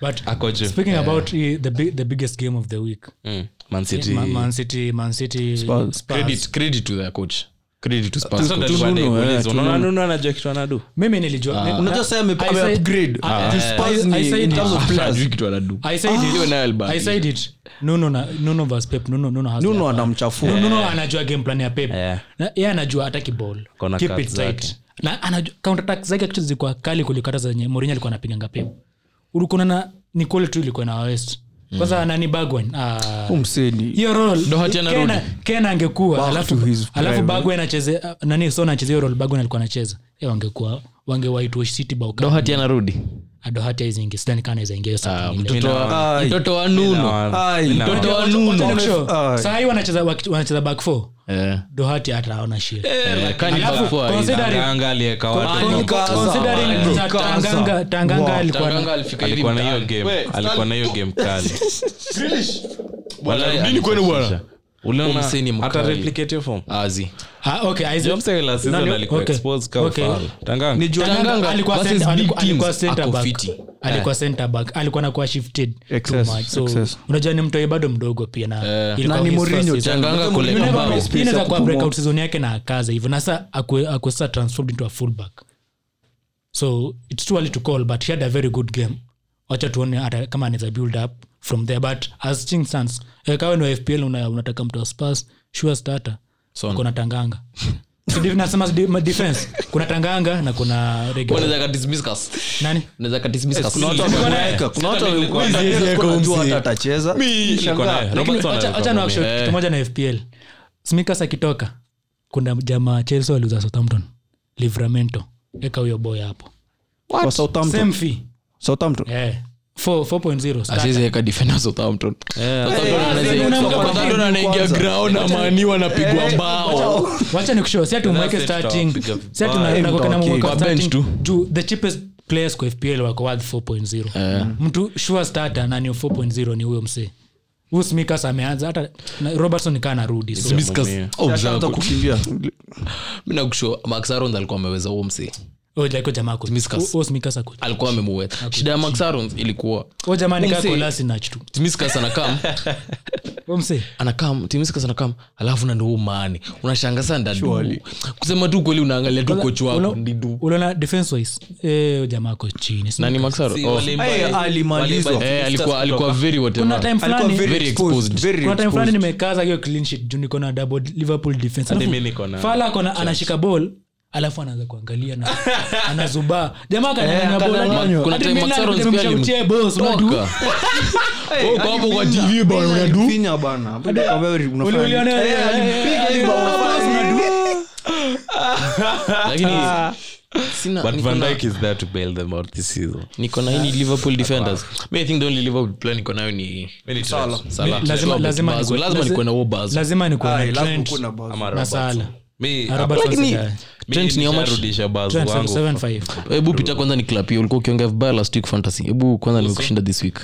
But Ako juu. speaking about eh, the big- the biggest game of the week Mm. Man City. Ma- Man City- Man City- Spurs. credit, credit to their coach credit to Spurs. Sasa ndio Tununo, tunaenda eh, kuuliza, unaona Nuno anajua kitu anadu mimi Ah. nilijua ni- Unajua sasa ame- ame- upgrade. I- To I- Spurs ni- I said in it. terms of players. Hajui kitu anadu. I said it. Hiyo nayo alibaki. I said it. Nuno na- Nuno versus Pep. Nuno- Nuno has Nuno the upper. anamchafua. Nuno- Nuno anajua game plan ya Pep. Yeah. Na- yeye anajua ataki ball. Corner Keep cut it tight. zake. Na anajua- counter attack zake actually zilikuwa kali kuliko hata zenye Mourinho alikuwa anapiganga Pep. Ulikuwa na ni goal tu ilikuwa na West. Kwanza nani Bagwen? Ah, Huyu msee ni- hiyo role Doherty Kena- anarudi. Kena angekuwa Back alafu to his alafu prime, Bagwen acheze ah, nani Son acheze hiyo role Bagwen alikuwa anacheza. Eh, wangekuwa wangewaitwa City bao kali. Doherty anarudi Ah, Doherty haizi ingia. Sidhani kama anaweza ingia hiyo Ah, safu ingine. mtoto wa- Ai. mtoto wa nuno Ai. Ndio, Doa wacha- Nuno. wacha ni make sure. Ai. Sahii wanacheza waki- wanacheza back four Eh, dohati ataona shit. eh, kani Alafu, back four is- considering- Tanganga aliyeka watu Con- Newcastle. considering Newcastle. ta- Tanganga- Tanganga Wow. alikuwa na- Tanganga alifika hivi alikuwa na hiyo mtaani. game We, alikuwa na hiyo game kali Walai, rudini kwenu bwana. alifisha. Uliona, Huyu msee ni hata mkali. replicate hiyo form Azi. Ah, okay, Isaac- Job Sayer last season Nani- alikuwa okay. exposed kama Okay. foul. Tanganga. Tanganga Tanganga alikuwa versus center- big alikuwa- teams alikuwa center ako back. fiti. alikuwa center back alikuwa nakuwa shifted too Excess, much. So, excess. unajua ni mtoi bado mdogo pia na ilikuwa Na ni his first Mourinho season. tena. Changanga kule You never kambao. miss space ya inaweza kuwa kupumua. breakout season yake na akaza hivyo na sasa akwe akwe sasa transformed into a fullback so it's too early to call but he had a very good game wacha tuone hata kama anaweza build up from there but as things stands eh, kawa ni wa fpl una, unataka mtu wa spurs sure starter Son. kuna tanganga Si div- nasema si di- ma- defense kuna tanganga na kuna regular. Wanaweza katismiscus. nani Wanaweza katismiscus. Kuna watu Nilikuwa naye. wameweka, kuna watu wameweka. Nilikuwa naye. Lakini Robertson wacha- alikuwa wacha kwa niwakishow mimi. kitu moja na fpl smikas akitoka kuna jamaa chelsea waliuza southampton livramento eka huyo boy hapo Kwa Southampton. same fee Southampton. eh 4 4.0 starter. Asiwezi weka defender Southampton. Southampton anaweza- Una- Southampton anaingia ground na maaniwa anapigwa bao wacha nikushow si ati umweke That's it, starting tutawapiga si ati vibaya. unataka kama Mtawaki. umweke Kwa bench starting tu. juu the cheapest players kwa fpl wako worth 4.0 Eh. Mm. mtu sure starter na ni 4.0 ni huyo msee huyu smikas ameanza hata na robertson kaa narudi so. Dismiscus. Mumia. Oh, Ashaanza mzako. kukimbia. Mimi nakusho Max Arons alikuwa ameweza huo msee ojakio jamaa ko Simikas. huyo smikas ako alikuwa amemuweza shida ya Max Arons ilikuwa huyo jamaa nikaa Umse- kolasinach tu Timiskas anakam huyo msee anakam Timiskas anakam alafu na ndo huu maani unashanga sana ndadu Surely. kusema tu kweli unaangalia tu kocha wako Ulo- ndidu uliona defense wise eh huyo jamaa ako chini Si- nani Max Arons oh. Eh, alimalizwa. eh, alikuwa alikuwa very kuna whatever time Alikuwa fulani very exposed, very kuna time fulani exposed. nimekaza hiyo clean sheet juu niko na double liverpool defense Hadi Alafu mimi niko na- Fala ako na- anashika ball alafu anaanza kuangalia na anazubaa jamaa kananyanya ball, akanyanya. anajua- Kuna hadi time Milan Max Arons pia nilimshautia alim- boss, unadu. Toka. Eh, Oh, kwa hapo kwa alimfinya. TV bana, Mimi unadu. alimfinya bana. Bado kwa wewe unafanya. Uli- uliona- Eh, eh, alimpiga eh, hivi eh, unafanya. lakini sina But niko Van na- Dijk is there to bail them out this season. niko na hii ni liverpool defenders mi i think the only liverpool player niko nayo ni Salah. Salah. lazima- lazima Basel. nikuwe- lazima nikuwe na huo Basel. lazima nikuwe na Ah, lazima Trent kuwe na Basel. Ama na Robertson. Salah. Mi- Na Robertson Lakini- sasa. mi Trent ni how much? nisharudisha buzz Trent, wangu. 7.5. hebu pita kwanza ni club hiyo ulikuwa ukiongea vibaya last week fantasy hebu kwanza nimekushinda this week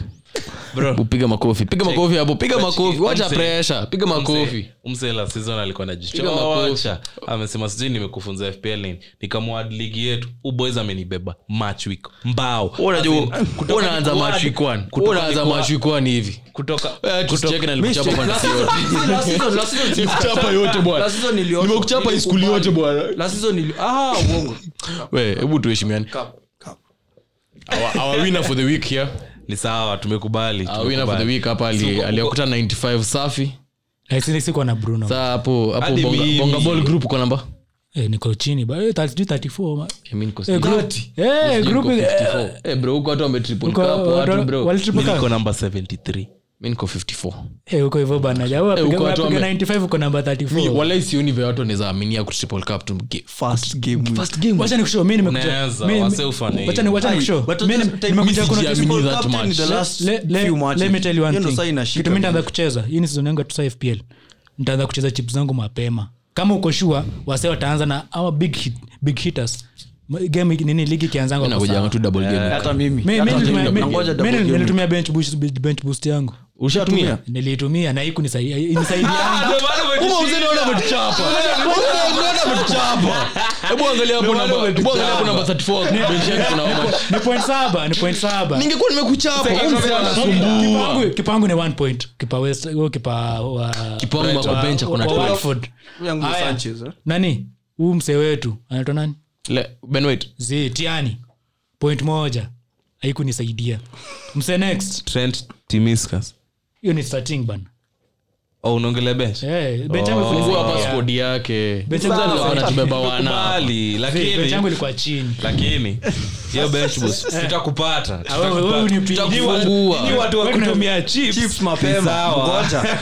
Bro. Hebu piga makofi piga makofi hapo piga makofi wacha Umse- pressure piga makofi msela season alikuwa Piga makofi. najichoawacha amesema sijui nimekufunza fpl nini nikamwad ligi yetu uboys amenibeba match week mbao unajua As in, kutoka unaanza ni match kuad- week one kutoka unaanza ni kuad- match week one hivi kutoka Eh, tusicheke na nilikuchapa fantasy yote Last season- last season- Nilikuchapa yote bwana last season niliota- nimekuchapa high school yote bwana Last season nili- Ah, uongo. we hebu tuheshimiane Cup, cup. our, our winner for the week here ni sawa tumekubali our winner for the tumekubali. week hapa ali- aliwakuta 95 safi Lakini sikuwa na bruno saa hapo hapo Hadi bonga, mimi. bonga ball group kwa namba Eh, niko chini ba- eh, thirty- sijui 34 ma- I mean, kwa Eh, sijui. group- eh, group- eh, Eh, bro huko watu wametriple Huko cup, watu- watu bro. wali triple Mi niko cup? namba 73 Mi niko 54 Eh, huko hivyo bana Jamaa Eh, wapiga- huko watu wapiga wame- 95 uko namba 34. walai sioni vya watu wanaweza aminia kutriple cup tu mge- First game week. first game Wacha nikushow, mimi nimekuja- Unaanza, mimi- wase ufanye wacha ni- wacha Aye, nikushow. but Mimi just nim- take- nimekuja Missy kuna Jia- kitu- People mean that captain in much. the Le- last le- le- few matches. let me tell you one Hiyo ndo thing. saa inashika. kitu mi ntaanza kucheza hii ni season yangu ya tu saa fpl nitaanza kucheza chips zangu mapema kama uko shua wase wataanza na our big, hit, big hitters M- game iki- nini ligi ikianzangu wako nakujanga sawa. tu double game Hata mimi. Mi- mi Hata nilitumia- mimi. mi- Nangoja mi double game week. nilitumia bench boost- bench boost yangu ushatumia niliitumia na ikunisidia hebu angalia hapo namba- hebu angalia hapo namba 34 bench yake kuna wama- ni point saba ni point saba ningekuwa nimekuchapa huyu mzee anasumbua. Kipangu- kipangu ni one point kipa west huyo kipa wa Kipangu ako wa- bench, hakuna wa- wa twelve. Watford. Yangu Aya. Sanchez, eh. nani huu msee wetu anaitwa nani Le- Ben White, zi tiani point moja haikunisaidia msee next trent timiskas hiyo ni starting bana oh, unaongelea bench Eh, bench yangu huyu ilikuwa- hapa Yeah. squad yake Bench yangu Sasa ilikuwa- wanatubeba wana Kubali, Zi, bench yangu lakini ilikuwa chini lakini hiyo bench boost Eh. tutakupata wewe- wewe tutakupata. unipi- Tutakufungua. Fungua. Ni watu wa kutumia chips. Chips mapema. Sawa. Ngoja.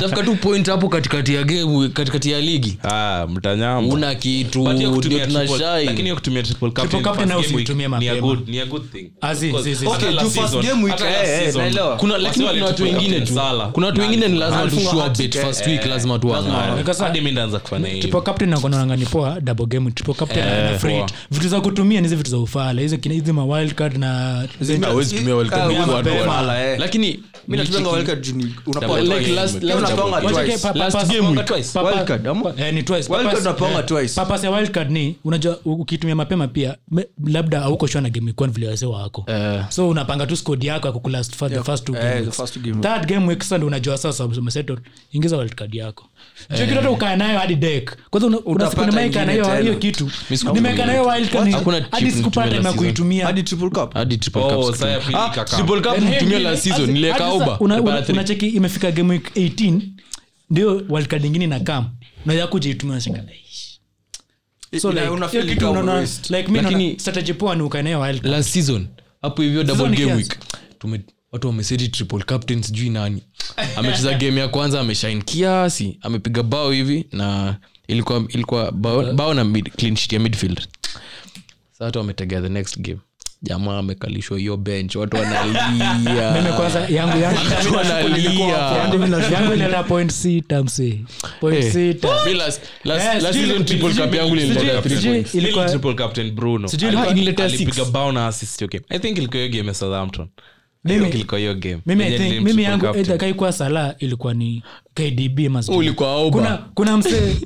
tafika tu point hapo katikati ya game katikati ya ligi Ah, mtanyamba una kitu But hiyo ndio kutumia tuna triple- lakini shine hiyo kutumia triple captain Triple captain first au game week usitumie ni a mapema. good- ni a good thing. Ah, zi, Because zi, zi, hata zi. last first season- game week, hata last eh, eh, season, naelewa. kuna wasi lakini kuna watu walitriple wengine captain tu Salah. kuna watu wengine ni lazima Kufunga sure hat bet trick, first week lazima tu ang'are. Because- hadi mi ndaanza kufanya hivi triple captain akonanga ni poa double game triple captain Eh, ana freight poa. vitu za kutumia nizi vitu za ufala hizi kina- hizi ma wild card na Zime- Hawezi tumia Ah, World Cup unapewa watu wa- mala, eh. lakini Mi natumianga ni- World Cup juu ni- unapewa Like twice. last- last- Unapewa unapewa twice. Wacha ke pa- Last papas- game papa- week. papa- Wild card, ama? Eh, ni twice. Wild Papas- card unapeanga eh, twice. papas ya wild card ni unajua u- ukitumia mapema pia me- labda auko shua na game week one vile wase wako so unapanga tu squad yako ya kukula s- for the first two eh, game the weeks. first two game weeks. Third game week sasa ndio unajua sasa umesettle ingiza wild card yako Hiyo kitu hata ukae nayo hadi deck kwanza una- una- Eh. Utapata nimeweka na hiyo- ingine hiyo tena. kitu sikutumia nimeweka na hiyo wild card ni- Hakuna hadi chip sikupata nimetumia time ya last season. kuitumia Hadi triple cup hadi triple Oh, cup saa ya screen. pili Ah, ikakam. triple cup Then mtumia hii- last hadi- season, ile hadi ka sasa over. una- Ibara una- three. unacheki imefika game week 18 ndio world card ingine na kam naja kuja itumia unashanga, "Aish." So Ina- like, unafeel hiyo kitu kama unaona- Yaani, waste. like mi naona Lakini- strategy poa ni ukae nayo wild card. last season hapo hivyo Season double game ikianza. week tume watu wameseti triple captain sijui nani amecheza game ya kwanza ameshain kiasi amepiga bao hivi na ilikuwa ilikuwa bao, bao na mid, clean sheet ya midfield sasa watu wametegea the next game jamaa amekalishwa hiyo bench watu Mimi wanalia kwanza yangu yangu- watu wanalia yangu yangu inaenda point sita msee. Point Eh, sita. mi last- last- Eh, last sijui- season triple sijui- cup yangu sijui- iliniletea sijui- three points. sijui ilikuwa- Little captain bruno Sijui ilikuwa- Ali- ililetea six. alipiga bao na assist hiyo game i think ilikuwa hiyo game ya southampton I Mimi- think ilikuwa hiyo game mimi I Yenye think- nilim mimi triple yangu captain. either kaikuwa sala ilikuwa ni kdb ama Zuma. Ulikuwa Auba. kuna kuna msee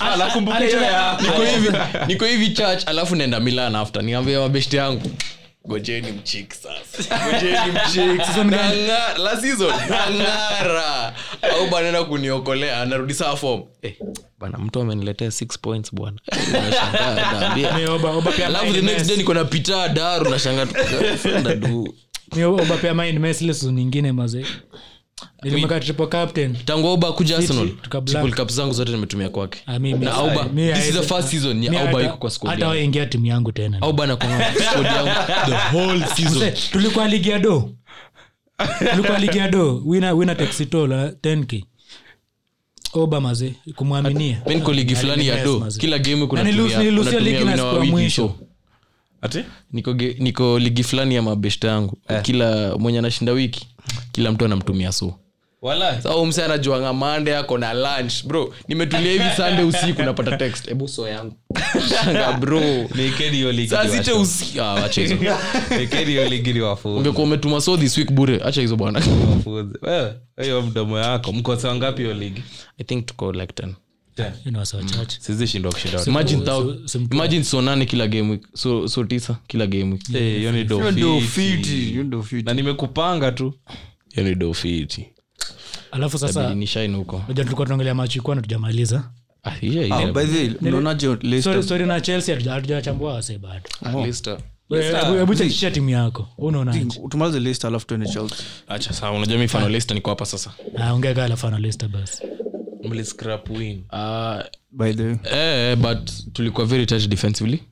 Ah, nakumbuka hiyo ya- niko hivi niko hivi church alafu naenda milan after niambia mabeshte yangu gojeni mchik sasa gojeni mchik Season gani? Nang'a- la season nang'ara au bana anaenda kuniokolea anarudi saa form eh, bana mtu ameniletea six points bwana Nashangaa, naambia. Ni Auba- Auba pia alafu mind the next mess. day niko na pita daru nashanga niobapea mind meslesu nyingine maze nilimweka triple captain tangu auba kuja arsenal tukablank. triple cup zangu zote nimetumia kwake Ah, mimi- na auba mimi this is the either- first season mimi ya auba hata- iko kwa squad hata yangu. waingia timu yangu tena au bana kwa squad yangu the whole season Mse, tulikuwa ligi ya do tulikuwa ligi ya do wina, wina texitola 10k oba eh, maze kumwaminia mi niko ligi fulani ya do Maze. kila game kuna Na nilose- tumia- nilose kuna ligi tumia na wina wa siku ya wiki, mwisho. so. Ati? niko, ge- niko ligi fulani ya mabeshta yangu kila mwenye anashinda wiki kila mtu anamtumia so sau mse anajuanga mande ako na lunch bro nimetulia hivi sande usiku napata text hebu so yangu Shanga, bro Lekeni hiyo ligi saa ni sita wafu. usiku ah, wacha hizo Lekeni hiyo ligi ni wafu. ungekuwa umetuma so this week bure acha hizo bwana Wafuze. Wewe, Eh, hiyo mdomo yako mko sawa ngapi hiyo ligi i think tuko like 10 Hiyo ni wasa wachache Mm. sizishindwa kushinda watu. imagine, so- thou- so- imagine so nane kila game week so, so tisa kila game week Eh, hiyo ni do Hiyo Yaani, ndio fiti. fiti, hiyo ndio fiti. na nimekupanga tu hiyo ni dofiti alafu sasa nishaini huko unajua tulikuwa tunaongelea machi kwana tujamaliza Ah, yeah, Ah, Yaani, yeah. by the way, mnaonaje Leicester? Sorry, sorry na chelsea hatuja- hatujachambua wase bado uh, Leicester. Hebu- hebu chekisha timu yako unaonaje tumalize Leicester, alafu tuende Chelsea. acha saa unajua mi fano Leicester niko hapa sasa Ah, ongea kaa alafu analista basi mliscrap win Ah, By the way. eh, eh, but tulikuwa very touch defensively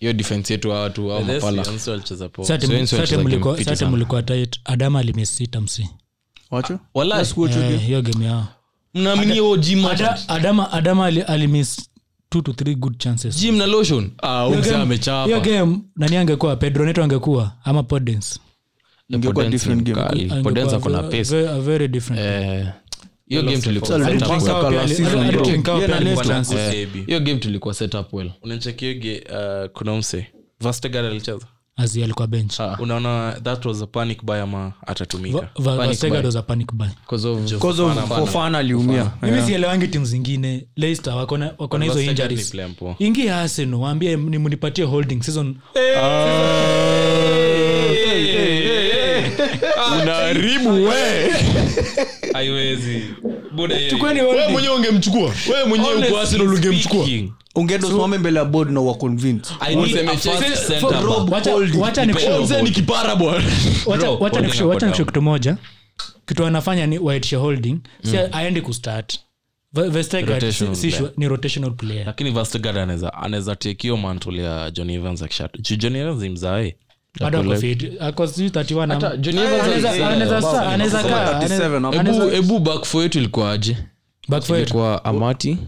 hiyo defense yetu hawa tu au mapala Leicester walicheza poa. Sasa timu- So, Enzo sasa alicheza timu game mlikuwa- fiti sasa timu sana. mlikuwa tight adama alimesita msi Wacha? Wala- Eh, hiyo game yao mnaamini huo Jim Martin? Ada- adama adama ali- alimiss two to three good chances Jim na lotion ah, Hiyo huyu mzee game- hiyo amechapa game nani angekuwa pedro neto angekuwa ama podens Ingekuwa Podence different game. mkali. Angekuwa Podence ako na ve- pace. ve- a very different Eh, hiyo game tulikuwa Sasa set up Lukaku well. aka last season, Ali- bro. Ali- Trincao Yeye pia na alikuwa Leicester. na- Good baby. hiyo game tulikuwa set up well Unanichekia hiyo ge- uh, kuna mse Vestergaard alicheza azi alikuwa bench Ah. unaona that was a panic buy ama Va- atatumika Va- Panic Vastega buy. does a panic buy. Because of- Because of Fofana aliumia. mimi sielewangi timu zingine leicester wakona wakona hizo Vastega injuries ni player mpoa. ingie arsenal waambie ni mnipatie holding season unaharibu we haiwezi buda yeye. we mwenyewe ungemchukua we mwenyewe uko Arsenal ungemchukua Speaking, Ungeenda usimame mbele ya board na uwa-convince. I need Useme a chest- first for- centre back. Rob Wacha- Holding. wacha ni- Depend on Mzee ni kipara bwana Wacha- Draw, wacha holding nikushe- up wacha or nikushe down. kitu moja kitu anafanya ni waitishe holding si Mm. aende kustart Ve- Vestergaard si- Rotational si- player. ni rotational player lakini Vestergaard anaweza anaweza tekio mantle ya john evans akishat Ju- john evans ni mzae bado ako fit. Ako sijui 31 ama- Anaweza- anaweza saa- anaweza Sema kaa, 37 anaweza- hapo. anaweza- ebu back four yetu ilikuwa aje back foot. ilikuwa amati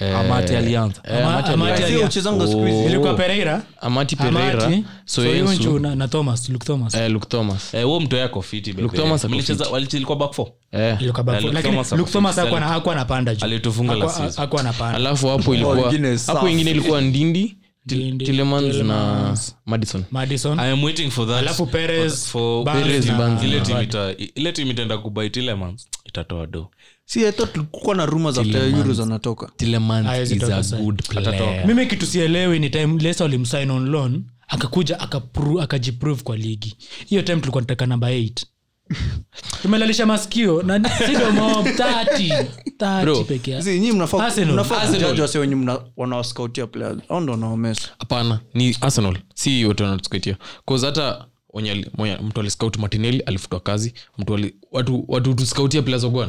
amati Oh. alianza eh, Amati Amati alianza. alianza. uchezanga siku hizi ilikuwa pereira amati pereira Amati, so hiyo Soyuncu, nchu na, na thomas luke thomas eh, luke thomas Eh, huo mtu yako fiti by the Luke way. Thomas ako Mlicheza- walichezilikuwa back four eh. Ilikuwa back Eh, four. Luke Lakini Thomas Luke ako Thomas fixed. hakuwa na- hakuwa anapanda juu alitufunga Hakuwa- last season. hakuwa anapanda alafu hapo ilikuwa ingine safi. hapo ingine ilikuwa ndindi Til- Ndindi, tilemans na Tillemans. madison madison I am waiting for that. Alafu Perez, For- for- Barnes Perez, na- Barnes. Ile na team Vardy. ita- ile team itaenda kubai Tillemans itatoa do si hata tulikuwa na rumors after euros anatoka tilemans Hawezi is toka a sasa. good player mimi kitu sielewi ni time lesa walimsign on loan akakuja akapro- akajiprove kwa ligi hiyo time tulikuwa nataka namba 8 tumelalisha masikio na sidomob 30 30 peke yake Si, nyinyi mnafaa Arsenal. mnafaa kujaji wase wenye mna- wanawascoutia players au ndo wanaomesa hapana ni arsenal si wote wanatuskaitia bcause hata wenye ali- mwenye- mtu aliscout martinelli alifutwa kazi mtu ali, watu watu tuskautia players wagwan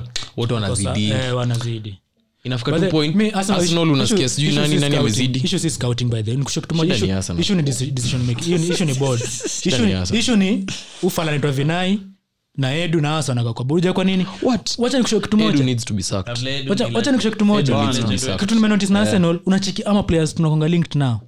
Sasa, wote wanazidi eh, wanazidi inafika By tu the- mi- point Arsenal arsenal issue- unasikia issue- sijui issue nani si nani scouting. amezidi Issue si scouting by the way. Nikushe kitu moja, Shida ni issue- Arsenal. issue ni deci- decision making. Hiyo ni- issue ni board. Issue ni ni- Arsenal. issue ni ufa anaitwa vinai na edu na hasa nakaa kwa burja kwa nini What? wacha nikushe kitu edu moja needs to be sacked Wacha- wacha nikushe kitu moja Edu needs to be Bana. sacked kitu nimenotice na arsenal unacheki ama players tunakonga linked nao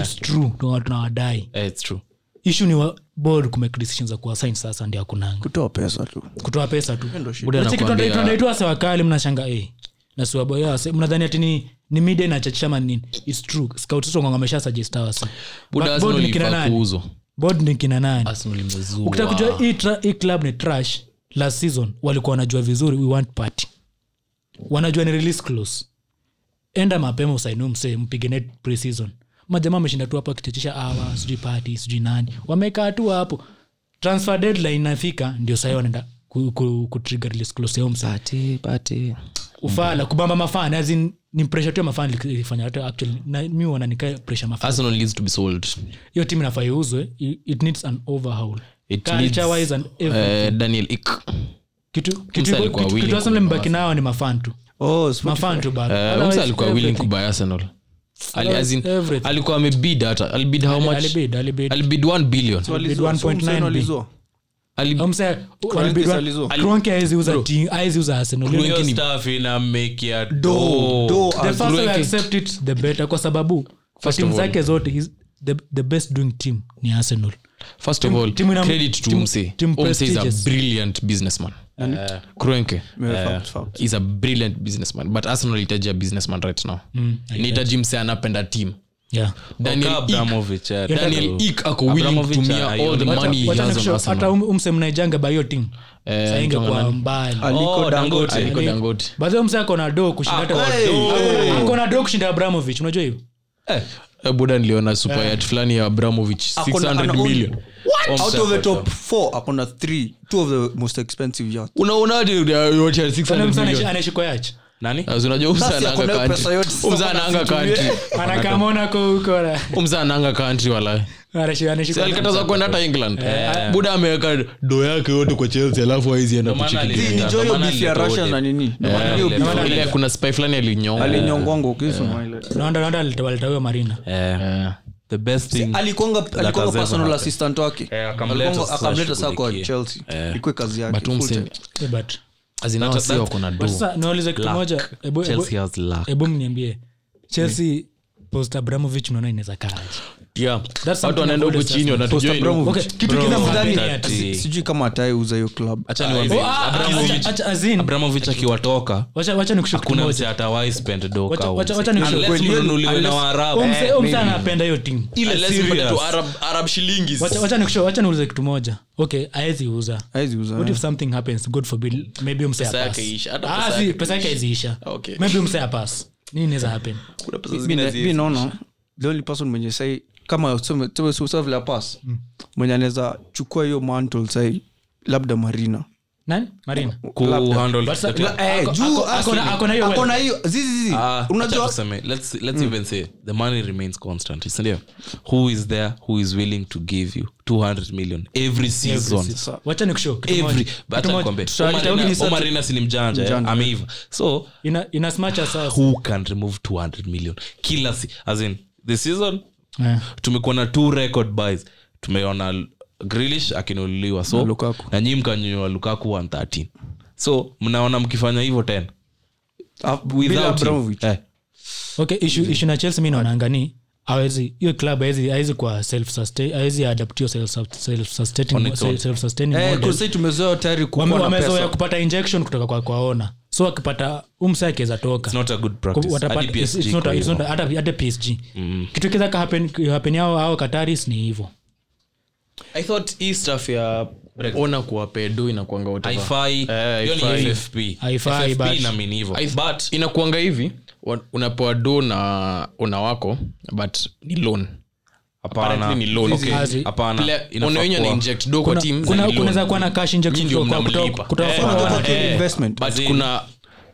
It's true tuna- tunawadai Eh, it's true. issue ni wa board kumake decisions za kuassign sasa ndio akunanga kutoa pesa tu kutoa pesa tu Buda anakuambia- tunaitwa sewakali mnashanga eh, na siwaboya wase- mnadhani ati ni ni media inachacha ama nini It's true. Scout sasa wanganga amesha suggest hawa wase. Buda, But Arsenal board ni kina ilifaa nani? kuuzwa. Board ni kina nani Arsenal imezua. ukitaka kujua hii tra- hii club ni trash last season walikuwa wanajua vizuri we want party wanajua ni release close enda mapema usainu msee mpigene preseason majamaa ameshinda tu hapo akichechisha awa sijui party sijui nani wamekaa tu hapo transfer deadline inafika ndio sahii wanaenda ku- ku- kutrigger release close yao msee ufala kubamba mafani as in, ni pressure tu ya mafani ilifanya hata actually na mi wananikaa pressure mafani arsenal needs to be sold hiyo timu inafaa iuzwe i- it needs an overhaul It culture needs, wise and everything Eh, daniel ik kitu Msa kitu alikuwa kitu willing kitu Arsenal mbaki nayo ni mafan tu oh, Spotify. mafan tu bado. Eh, Otherwise, Umsa alikuwa willing everything. kubuy arsenal Ali- Otherwise, as in, everything. alikuwa amebid hata alibid how much Alibid, alibid. alibid 1 billion So walizo- Bid so 1.9 Mseno B. alizo. Alib- Au msa- walibid wa- alizua. Kroenke hawezi uza ti- hawezi uza Arsenal. Hiyo Wengi ni- staff ina make ya Do, do. do, The as- faster we Kroenke- accept it, the better, kwa sababu kwa timu of all- zake zote his- the, the best doing team ni arsenal first of all timu ina- credit to timu- Umse. timu Umse is a prestigious. Eh. brilliant businessman Kroenke Fact, fact. is a brilliant businessman but arsenal inahitaji a businessman right now Mm, inahitaji mse anapenda team Oh, yeah Daniel Oka Ik- Abramovich, eh, daniel tatu. ik ako willing Abramovich kutumia all the ayoni. Wacha- money he wacha has on nikusho- hata arsenal Eh, um- umse mnaijanga by hiyo team Sasa ingekuwa mbali Yaani, Aliko Oh, Dangote. Dangote. Aliko Ah, Dangote. Ah, By the way, mse akona do kushinda hata Ako- watu. Hey. Ako na do kushinda abramovich unajua hiyo Eh, buda niliona supayat fulani ya abramovich Ako na- ana 600 own- million What? out of the top four akona three two of the most expensive yacht unaonaje yote ya 600 Ule mse anaishi- million? anaishi kwa yache Nani? As unajua umsa Sasa anaanga kuna hiyo country. pesa yote, sasa Umsa kuna anaanga asitumie. country. anakaa monako huko na- Umsa anaanga country walahi. anaishi- anaishi Si kwa- alikataza kwenda hata england buda ameweka do yake yote kwa chelsea alafu aizienda Ndio maana kuchiki ali- enjoy Ndio your maana beef ya alileta russia wote. na nini Ndio maana Eh, hiyo beef alileta- ile kuna spy fulani alinyonga. alinyongwanga ukisoma ile Naona- naona alita- walita huyo marina Eh, Eh. the best thing- alikwanga alikwanga has ever personal happened. assistant wake Eh, akamleta Alikwanga- sasa akamleta saa kwa ashughulikie. chelsea ilikuwa kazi yake But full umse- time. Eh, but- as in hawa si wako na do. but sasa niwaulize kitu moja Ebu- ebu- Chelsea has luck. ebu mniambie chelsea post abramovich unaona inaweza kaaje Yeah. watu something wanaenda I've huko always chini wanatujoin huko. Abramovich. Okay, kitu Bro, kinafanya that- ni ati- that- Si- sijui kama ataiuza hiyo club Acha niwaambie, Oh, ah, Abramovich- ah, acha- as in- abramovich akiwatoka wacha- wacha nikushoot kuna kimoja. mse atawai spend doka Wacha- huo wacha- mse. wacha nikushoot. Unless Kweli, mnunuliwe na unless- Waarabu. Huyo mse- huyo mse Eh, oh, anapenda hiyo timu Unless Lazima serious. tu Arab- Arab shillings. Wacha- wacha nikushoot- wacha niulize kitu moja okay aezi uza Haiziuza, what eh. if something happens god forbid maybe mse Pesa apass. yake iisha, hata Ah, pesa si, yake pesa yake haiziisha Okay. maybe mse apas nini inaweza happen Mi na- mi naona the only person mwenye sai kama tuseme- tuseme Susa vile apas mwenye anaweza chukua hiyo mantle sai labda marina nani marina ku handle But sa- the club. Eh, Ako- juu ako- asi- akona- akona hiyo akona wealth. hiyo zizizi Ah, acha unajua tuseme, let's- let's even say the money remains constant sindio who is there who is willing to give you 200 million every season wacha nikushow kitu moja. every Kitu but acha moja. nikwambie, Tuta- Omar tutarudi Ina- sa- Omar Ina si ni mjanja eh, Mjanja. ameiva so ina- in as much as us- who can remove 200 million kila si as in this season Eh. tumekuwa na two record buys tumeona grilish akinunuliwa Na so Lukaku. na nyii mkanyunyua lukaku 113 so mnaona mkifanya hivyo tena Ah, bila without him. Abramovich. Eh. okay issue, issue na chelsea mi naonanga ni awezi hiyo club hawezi- hawezi kwa self sustain hawezi adapt hiyo self self- On its own. self- self sustaining Eh, model kusai tumezoea tayari kukuwa Wame- na wamezoea pesa. kupata injection kutoka kwa kwaona so akipata umsa akiweza toka It's not a good Kwa- practice. watapata- Hadi it's- it's PSG not a- kwa it's hivyo. not a- hata hata psg kitu kiweza kahapen yao au kataris ni hivo i thought hii stuff ya ona kuwapedu inakuanga whatever. haifai Eh, hiyo haifai. ni FFP. Haifai, FFP but- ina mean hivyo. I- But- inakuanga hivi wa- unapewa do na una wako but ni loan hapana Apparently ni loan. Okay. Hazi- Hapana. Player- Inafaa ona wenye kuwa- anainject do kwa team na ni loan. kunaweza kuwa na cash injection Nyinyi ndio kutoka- mnamlipa. kutoka- kutoka Eh, kwa but- wana. Kutoka kwa eh, investment. but kuna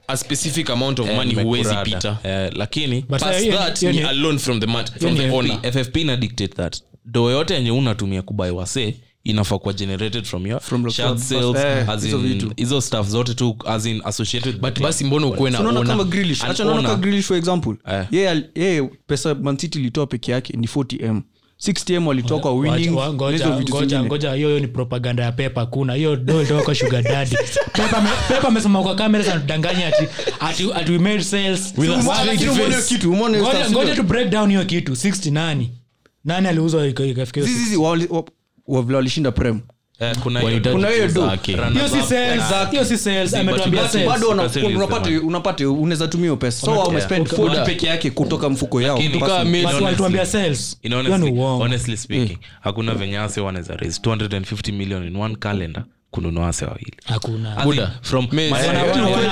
a specific amount of money Eh, huwezi nimekurada. pita Yaani Eh, lakini But Past hiyo- that hiyo ni ni- a loan from the mat- from the ni- owner. ffp ina dictate that do yote yenye unatumia kubai wase inafaa kuwa generated from your From the shirt club. sales Eh, as hizo in- vitu. hizo stuff zote tu as in associated with but the club. basi mbona ukuwe na So unaona kama owner? Grealish. An Acha unaona owner. kama Grealish for example Eh. yeye al- yeye pesa mancity ilitoa peke yake ni 40m 60m walitoa kwa winning Wacha- wa- na ngoja- hizo vitu ngoja- zingine. ngoja hiyo hiyo ni propaganda ya pepa kuna hiyo do ilitoka kwa sugar daddy pepa ame- pepa amesema kwa kamera anatudanganya ati ati ati we made sales a Wala- straight lakini face. umeona hiyo kitu, umeona hiyo Ngoja- stuff, ngoja sio? to break down hiyo kitu 60 nani nani aliuzwa ika- ikafikia hiyo Zizi- zizi, wali- wa- wa- vile walishinda prem Eh, kuna hiyo- Wanahitaji Kuna hiyo pesa do. yake. Run hiyo si above. sales, Exactly. hiyo si sales But ametuambia but sales. bado wana- That's it, is unapata- the unapata unaweza tumia hiyo pesa so wamespend 40 peke yake kutoka mfuko yao Lakini Kutoka- kama- Basi honestly- walituambia sales In hiyo ni honestly, Yaani uongo honestly speaking hakuna venye ase wanaweza raise 250 million in one calendar kununua ase wawili hakuna As in, Buda. from- Messi- Mas- Eh, hakuna wana- timu wana- ina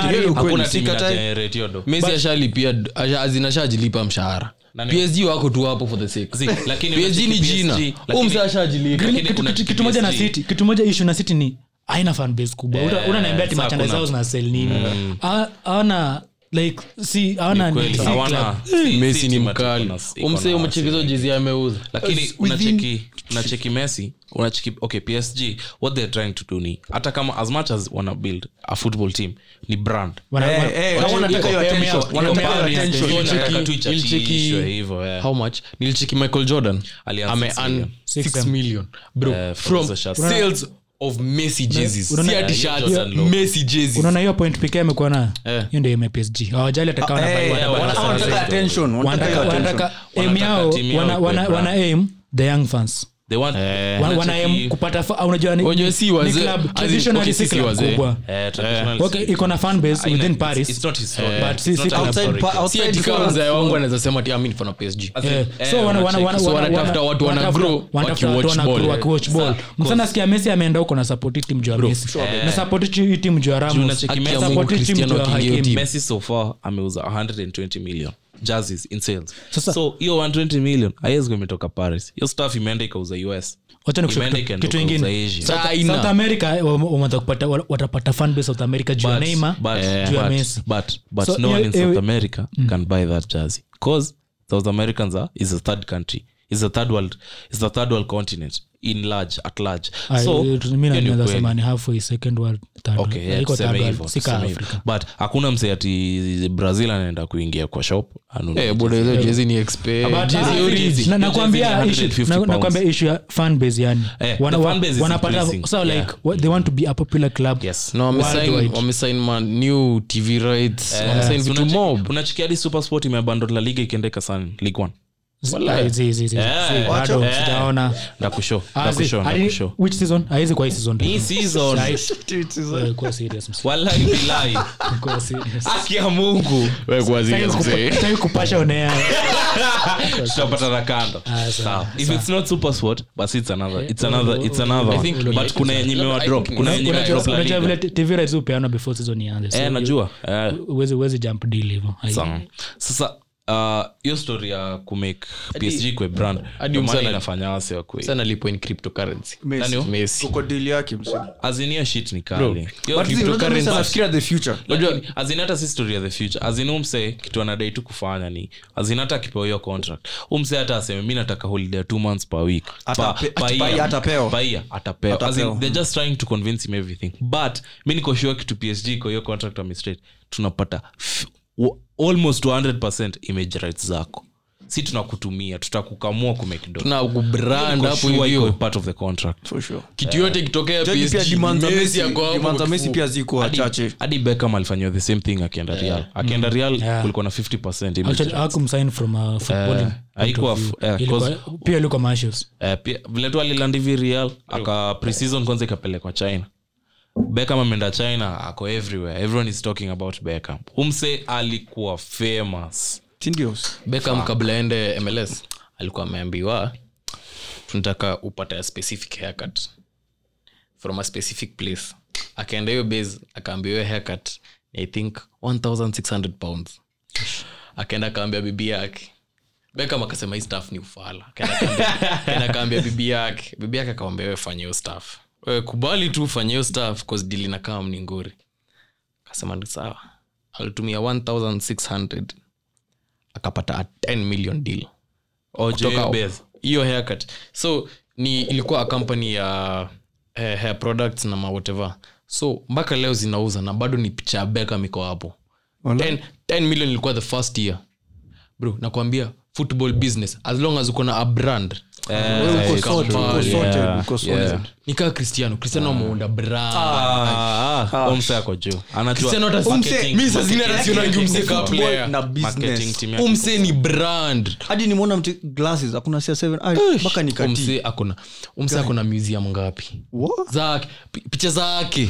wana- generate hiyo do. messi ashalipia asha- azin ashajilipa mshahara Nani? psg wako tu hapo for the sake Zii, lakini PSG ni unacheki jina PSG, Huyu mzee lakini- ashajilipa Lakini Kitu- kuna kitu- kitu moja na PSG. city kitu moja issue na city ni haina fan base kubwa yeah, unaniambia ati saa machandise kuna- zao zina sell nini Ha- hawana like si hawana Kweli, si hawana- club. si- messi si ni timu ati mkali iko na- umse iko na- umchekezo jezi ameuza lakini As within- unacheki unacheki messi unacheki okay psg what they're trying to do ni hata kama as much as wana build a football team ni brand Wana- Eh, wana- eh, wana- wanataka hiyo wana- attention, wana- wanataka wana- hiyo attention. wana- Wanataka Nilicheki- tu ichachishwe nilicheki- hivyo, eh. how much nilicheki michael jordan Alianza ame six earn million. Six 6 M. million bro Eh, from from hizo shirts. sales of messi jerseys unaona- si ati Eh, shirts, Jordan logo. messi jerseys unaona hiyo point pekee amekuwa nayo Eh. hiyo ndio ime psg hawajali atakawa Eh, wana- wanataka wanataka attention, wanataka hiyo attention. wanataka aim Wanataka yao timu yao wana- ikuwe wana- brand. wana aim the young fans they want Eh. Wa- wana Wanacheki- aim kupata fa- au unajua ni- Wajua si ni wazee, club, as in, traditionally okay, si si club wazee. kubwa eh, traditional okay city. iko na fan base Haina- within it's- paris Eh. it's not historic. But Eh, It's si- not si- an outside historic pa- thing. outside si ati kama forum. mzee wangu anaweza sema ati "Ah, amin fana psg As in, Eh, eh, so wana- wana- wanacheki. wana- So wana- wanatafuta wana- watu wana wanatafuta- grow, wanatafuta watu wakiwatch wana grow, ball. wakiwatch ball. Msana nasikia Messi ameenda huko na support hii timu juu ya Messi. Na support hii timu juu ya Ramos. Juu unacheki Na Messi support Mungu, hii timu Cristiano juu ya akiingia Hakim. team. eh, messi so far ameuza 120 million jerseys in sales Sasa- so hiyo 120 million haiwezi kuwa imetoka paris hiyo stuff imeenda ikauza us Wacha nikushow Imeenda kitu- ikaenda kitu ikauza ingine. Asia. Sa- South- China. South America, eh, wa- wa- wanataka kupata- wa- watapata fan base South America juu ya But- Neymar, but- juu ya eh, but- Messi. but- but So, no one in eh, eh, South America can buy that jersey. 'Cause South Americans are- is a third country. Is a third world- is the third world continent in large, at large. Ah, So, eh, mimi hiyo ni naweza ukweli. sema ni halfway, second world, third Okay, world. yeah, Iko tuseme third world, hivyo, si ka tuseme hivyo. Afrika. but hakuna msee ati brazil anaenda kuingia kwa shop anunue. Eh, buda hizo jezi ni But- expensive. ah, Jezi na- hizi. na- nakwambia Jezi ni issue- 150 na- pounds. nakwambia issue ya fan base yani Eh, Wana- the wa- fan base is wanapata increasing. so like Yeah. wa- they want to be a popular club Yes. na wamesign Worldwide. wamesign ma new tv rights wamesign Eh, Si Eh, vitu unacheki- mob unacheki hadi supersport imebando la liga ikiendeka sana league one Zi- ah, zi- zi- zi- zi- bado sijaona ndakusho Ah, zi- ndakusho hadi- ndakusho which season haizi kwa hii season hii season Sai- Eh, kuwa serious, msi- wallahi bilahi kuwa serious. haki ya mungu Sitaki kupasha on air. Yaani tutapatana kando Ah, sawa, Sawa. if it's not super sport but it's another it's another it's another I one. think- but kuna yenye imewa drop kuna yenye imewa Unajua- drop la unajua liga vile tv rights hupeanwa before season ianze so eh najua eh huwezi- huwezi jump deal hivyo. Hai- sawa sasa ah, hiyo story ya kumake psg kwe brand hadi ndio maana Msala- inafanya wase wakwe sana lipo in cryptocurrency Messi. Nani? Messi. Kwa deal yake msimu. azinia shit ni kali Hiyo But zizi, crypto- unajua Messi anafikiria the future Unajua, as in hata si story ya the future azin umse kitu anadai tu kufanya ni azin hata akipewa hiyo contract umse hata aseme mi nataka holiday ya two months per week Ata- Pa- ata- per year. pa- atapewa. Per year, atapewa As in, Atapewa. they're just trying to convince him everything but mi niko sure kitu psg kwa hiyo contract amistrate tunapata f- wa- almost 100 image rights zako si tunakutumia tutakukamua kumake dough. tuna kubrand Kwa hapo sure hivi iko hiyo part of the contract for sure kitu yote ikitokea Judge pia PSG, demands za Messi Messi- ako hapo demands za kwa Messi kifu. pia ziko wachache hadi beckham alifanyiwa the same thing akienda real akienda real Yeah. kulikuwa na 50 Actually, hakumsign from a footballing point Eh, haikuwa of view. f- eh, yeah, Ilikuwa- pia ilikuwa mashes Eh, pia- vile tu aliland hivi real aka preseason kwanza ikapelekwa china beckham ameenda china ako everywhere everyone is talking about beckham humse alikuwa famous sindio beckham kabla aende mls alikuwa ameambiwa tunataka upate a specific haircut from a specific place akaenda hiyo base akaambiwa hiyo haircut ni i think 1600 pounds akaenda akaambia bibi yake beckham akasema hii staff ni ufala Akaenda akaambia- akaenda akaambia bibi yake bibi yake akamwambia wewe fanya hiyo staff wewe kubali tu fanya hiyo staff cause deal inakaa ni ngori akasema ni sawa alitumia 1600 akapata a 10 million deal Kutoka- ojbeth hiyo haircut so ni ilikuwa a company ya eh, hair products na mawhatever so mpaka leo zinauza na bado ni picha ya beckham iko hapo 10, 10 million ilikuwa the first year bro nakwambia football business as long as uko na a brand Eh, uko iko sorted, mbali, uko sorted, yeah, uko yeah. sorted. nikaa cristiano cristiano ameunda brand Ah, ah, Humse ako juu anajua cristiano hata Umse- mi saa zingine hata sionangi umse kaa Football player. na marketing business team yake. umse ni brand hadi nimwona mti glasses hakuna sia 7 mpaka nikati umse akona umse akona museum ngapi What? zake pi- picha zake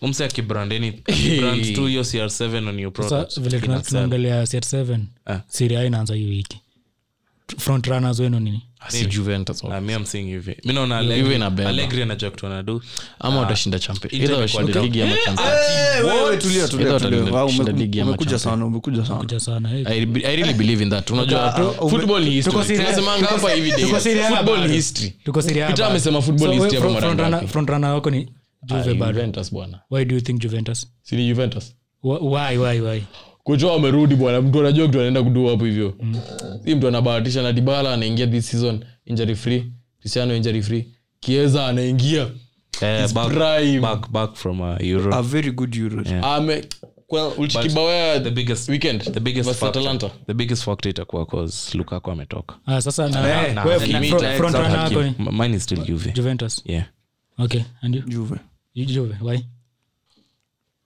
Humse akibrand any- Hey. brand tu hiyo CR7 on your Sasa product, vile tuna- inasell. tunaongelea set 7 Ah. Serie A inaanza hiyo wiki front runners wenu ni si juventus Ah, me I'm saying hivi mi naona Juve Allegri- inabeba. Allegri anajua kitu anadu ama watashinda champion Inter Either imekuwa washinde down. ligi ama champion Eh, Wewe tulia, tulia, Either tulia. watashinda Wa, ume- ligi ama umekuja champion. sana umekuja sana kuja sana eh. I, re- I really believe in that unajua Ah, ah, football ni history. Tuko serious. Tunasemanga hapa hivi days. Tuko serious. Football ni history Tuko Serie A Peter bado. amesema football So, is wewe history front- mara front runner- ngapi? front runner wako ni juve Ah, bado Juventus bwana why do you think juventus si ni juventus Wh- why why why kocha wamerudi bwana mtu anajua kitu anaenda kudua hapo hivyo si mtu anabahatisha na dibala anaingia this season injury free cristiano injury free kieza anaingia Eh, His back- prime. back- back from uh, Euro. a very good euro ame kwa ulichikibawea the biggest- weekend the biggest versus factor- atalanta the biggest factor itakuwa cause lukaku ametoka ah sasa na Eh, wewe na- fro- na- front na- runner wako ni M- mine is still juve juventus yeah okay and you juve You juve why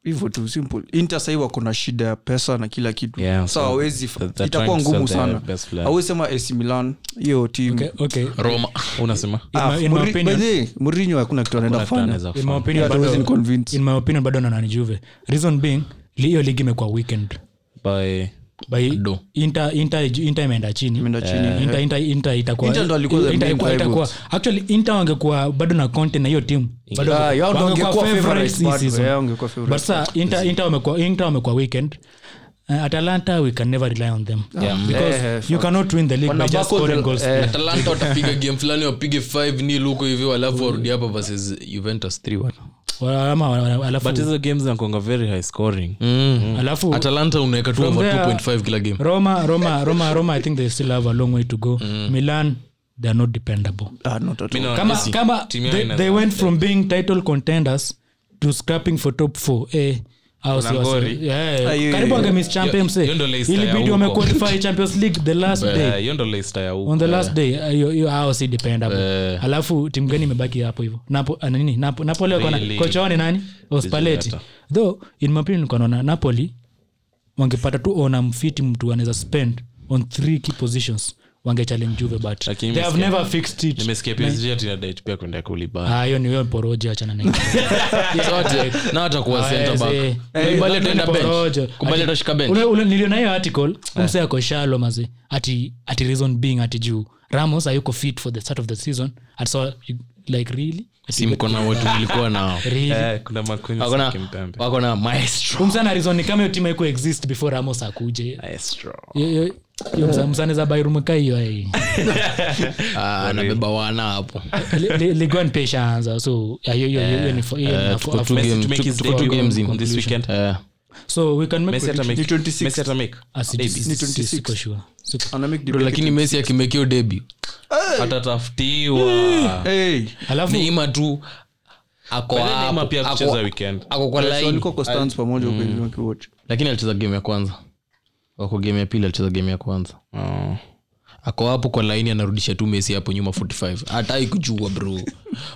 hivyo tu simple inter sahii wako na shida ya pesa na kila kitu Yeah, sa so awezi they're trying itakuwa to sell ngumu their sana best player. awezi sema AC Milan hiyo Ah, timu okay okay roma unasema Ah, In my- in my opinion- mrinyo hakuna kitu anaenda Hakuna kitu anaweza kufanya in kufanya. my opinion Yeah, hatuwezi bado- convince. in my opinion bado na nani juve reason being li- hiyo ligi imekuwa weekend By- by Do. inter inter inter imeenda chini Imeenda chini. Inter- Inter- Inter itakuwa- Inter ndo alikuwa the Inter main itakuwa- rivals. itakuwa- actually Inter wangekuwa bado na conte na hiyo timu Bado Ah, wange- yao ndo wangekuwa wangekuwa favorites favorites, hii bado, season. yeah, wangekuwa But favorites. sasa, Inter- Inter wamekuwa- Inter wamekuwa weekend Uh, atalanta we can never rely on them because Eh, eh, you cannot win the league by just Wanabako scoring the- goals eh, atalanta watapiga game fulani wapige 5 nil huko hivi alafu warudi hapa versus juventus 3 wana Wa- ama wa- wa- alafu- but hizo games zinakuanga very high scoring alafu atalanta unaweka tu From over there- 2.5 kila game roma roma roma roma i think they still have a long way to go Mm. milan they are not dependable Ah, not at all. Mi naona kama, Messi, kama timu yao they, ina- they went from being title contenders to scrapping for top 4 eh au si- Kuna ngori. Yeah, Ah, hiyo- karibu angemis champions eh. hiyo ndo Leicester ya ilibidi huko. wamequalify champions league the last Eh, day hiyo ndo Leicester ya huko. on the last day eh, hiyo- hiyo hao si dependable Eh. alafu timu gani imebaki hapo hivyo napo ah, nini napo napoli wako na- Really? kocha wao ni nani Or Spalletti. Giulietta. though in my opinion nilikuwa naona napoli wangepata tu ona mfiti mtu anaweza spend on three key positions wangechallenge juve but Lakini they have nimesikia- never fixed it nimesikia PSG ati inadai pia kuenda kulibana Ah, hiyo ni wewe poroja achana na hiyo. Zote, na watakuwa Ah, yes, eh. kubali Eh, ataenda bench poroja. kubali Ati- atashika bench Ule- ule niliona hiyo article mse ako shalo maze ati ati reason being ati juu ramos hayuko fit for the start of the season ati so like really si mkona wote nilikuwa nao really Eh, kuna makunywa wakona kimpembe. wakona maestro msa na reason ni kama hiyo timu haiko exist before ramos akuje msaneza bairumuka hiyo eh. Ah, anabeba wana hapo Li- li- ligo ni pesha anza so yeah, hiyo- hiyo- hiyo- hiyo ni fo- hiyo ni afo- tuko afo- two Messi game- to make tuko- his tuko two debut games in. on this weekend. Eh, so we can make Messi ata prediction- make- Ni 26. Messi ata make. Ah, sijui, Maybe. si- si- siko sure. Siko- Ana make the bro, big lakini messi akimekio debi Mm. uh, atatafutiwa picture. Hey, alafu neima tu ako By the way, Neymar hapo, pia ako- kucheza weekend. ako kwa so line walikuwa kwa stands pamoja Mm. huko hivi wakiwatch. lakini alicheza game ya kwanza wako game ya pili alicheza game ya kwanza Oh. ako hapo kwa laini anarudisha tu mesi hapo nyuma 45 hatai kujua bro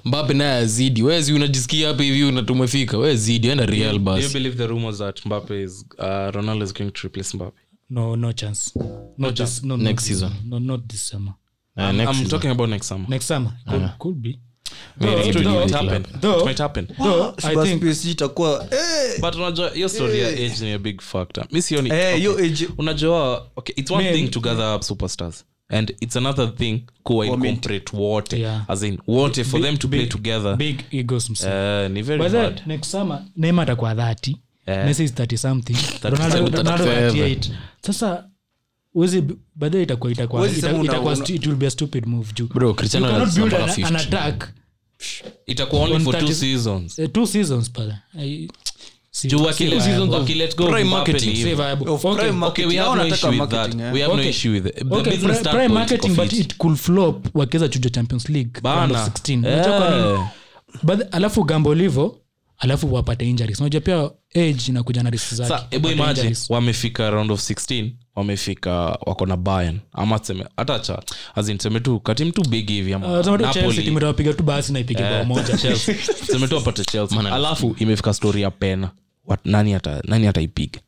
mbape naye azidi wezi unajisikia hapa hivi unatumefika we zidi enda real Do you bas believe the rumors that Mbappe is uh, Ronaldo is going to replace Mbappe? no no chance no this, no, Next no, season. no, not this summer Uh, next I'm season. talking about next summer. next summer could, could be Maybe it, it will might happen. happen. Though- it might happen. though i Bas think PSG itakuwa eh, But unajua hiyo story ya age ni a big factor. Mi sioni. eh, hiyo okay. age- Unajua okay, it's one Maybe. thing to gather up superstars and it's another thing kuwa incorporate wote Yeah. as in wote for Big- them to play big- together. big egos msi Eh, ni very By the way, bad. next summer neymar atakuwa 30 Eh. messi is 30 something something, ronaldo Ronaldo 37. 38 sasa wezi badhe itakuwa itakuwa Huwezi sema ita- una- itakuwa una- stu- it will be a stupid move juu Bro, Cristiano You cannot build anasambala an, an 50. attack Itakuwa only on for two 30 seasons. uh, two seasons pala I- si- Juu si wakile- viable. wakilet go Prime Mbappe marketing. ni Si hivyo. viable. Of Okay, prime Okay, we marketing. have Hao no wanataka issue with that. marketing, eh. We have no Okay. issue with it. The Okay, business pri- standpoint prime marketing of but it. it could flop wakiweza chuja champions league round Bana. of 16 Unajua kwa nini? Eh. But- alafu gambo livo alafu wapate injuries unajua pia age inakuja na risk zake sa hebu Wapate imagine injuries. wamefika round of 16 wamefika wako na bayan ama seme hata cha azin seme tu katim tu big hivi ama Uh, tomato Napoli, Chelsea, timu itawapiga tu basi na ipige bao moja eh, Chelsea. seme tu wapate Chelsea. alafu imefika story ya pena Wat- nani ata- nani ataipiga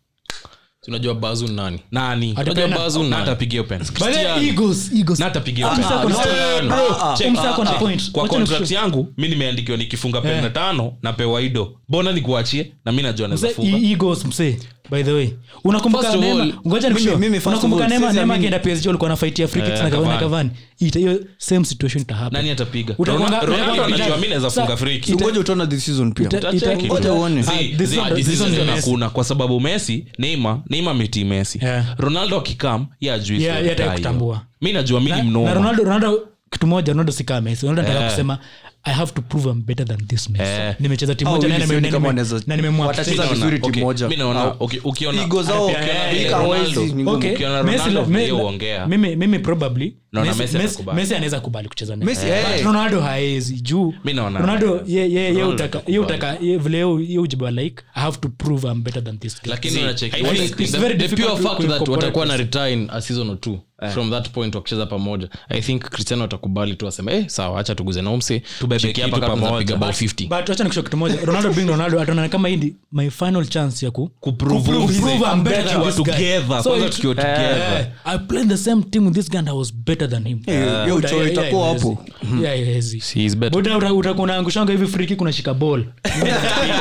tunajua bazu ni nani nani Ati Unajua Pena- Bazu na atapigia pena By the way, Eagles, Eagles. na atapigia Ah, pena. msako na- Cristiano. bro, Ah, check, msako na ah, point. kwa Wacha contract nikushu- yangu mi nimeandikiwa nikifunga pena Eh. tano napewa ido bona nikuachie na mi najua naweza Mse- funga E- Eagles, mse by the way unakumbuka First of Neymar- all, ngoja mimi- nikushow. mimi first Unakumbuka of all, Neymar- siwezi Neymar amini. akienda PSG alikuwa anafaitia free kicks Eh, na Cavani- na Cavani. Cavani. Ita- hiyo same situation ita happen. nani atapiga Utakwanga- Ronaldo- Ronaldo utakwanga- anajua mi naweza Sa- funga free kick. So ngoja utaona this season pia Ita- Utacheck ita- it. Ngoja uone. See, Ah, this the- one- the this season one is hakuna, kwa sababu messi neymar neymar ameti messi Yeah. ronaldo akikam ye ajui Yeah, story yeah, tayo. atakutambua. mi najua mi ni Na- na mnoma Ronaldo- Ronaldo kitu moja ronaldo sikaa mesi ronaldo anataka Eh. kusema i have to prove I'm better than this Messi. Eh. nimecheza timu Hao moja na hivi nime- sioni na kama nime- wanaweza- na nimemwacha. watacheza Naona- vizuri timu okay, moja. mi naona- Au- okay, ukiona- Igo zao ukiona eh, vile ika Ronaldo- wazi ni ngumu. Okay, ukiona Messi Ronaldo la- me- vile huongea. mimi- mimi probably Naona Messi- Messi Messi- atakubali. Messi anaweza kubali kucheza naye. Messi, eh. But Ronaldo haezi juu Mi naona Ronaldo anaweza. ye- ye- ye Ronaldo utaka- atakubali. ye utaka- ye vile ye- ye ujibu like I have to prove I'm better than this guy. Lakini See, unacheki, I what think is- it's very the difficult pure to- fact to that incorporate watakuwa na this. retire a season or two Eh. from that point wakicheza pamoja i think cristiano atakubali tu aseme eh, sawa hacha tuguze naumse Tubebe kitu pamoja." piga bao 50 But wacha nikushow kitu moja ronaldo being ronaldo ataonana kama hii ni my final chance ya ku Kuprove kuprove who's I'm it. better than Tukiwa this guy. together, kwanza it- tukiwa together. Eh, I played the same team with this guy and I was better than him. Eh, Yeah, yo, cho yeah, itakuwa yeah, hapo. haiwezi. Yeah, haiwezi. He is better. Buda, uta- utakuwa unaangushanga hivi free kick unashika ball.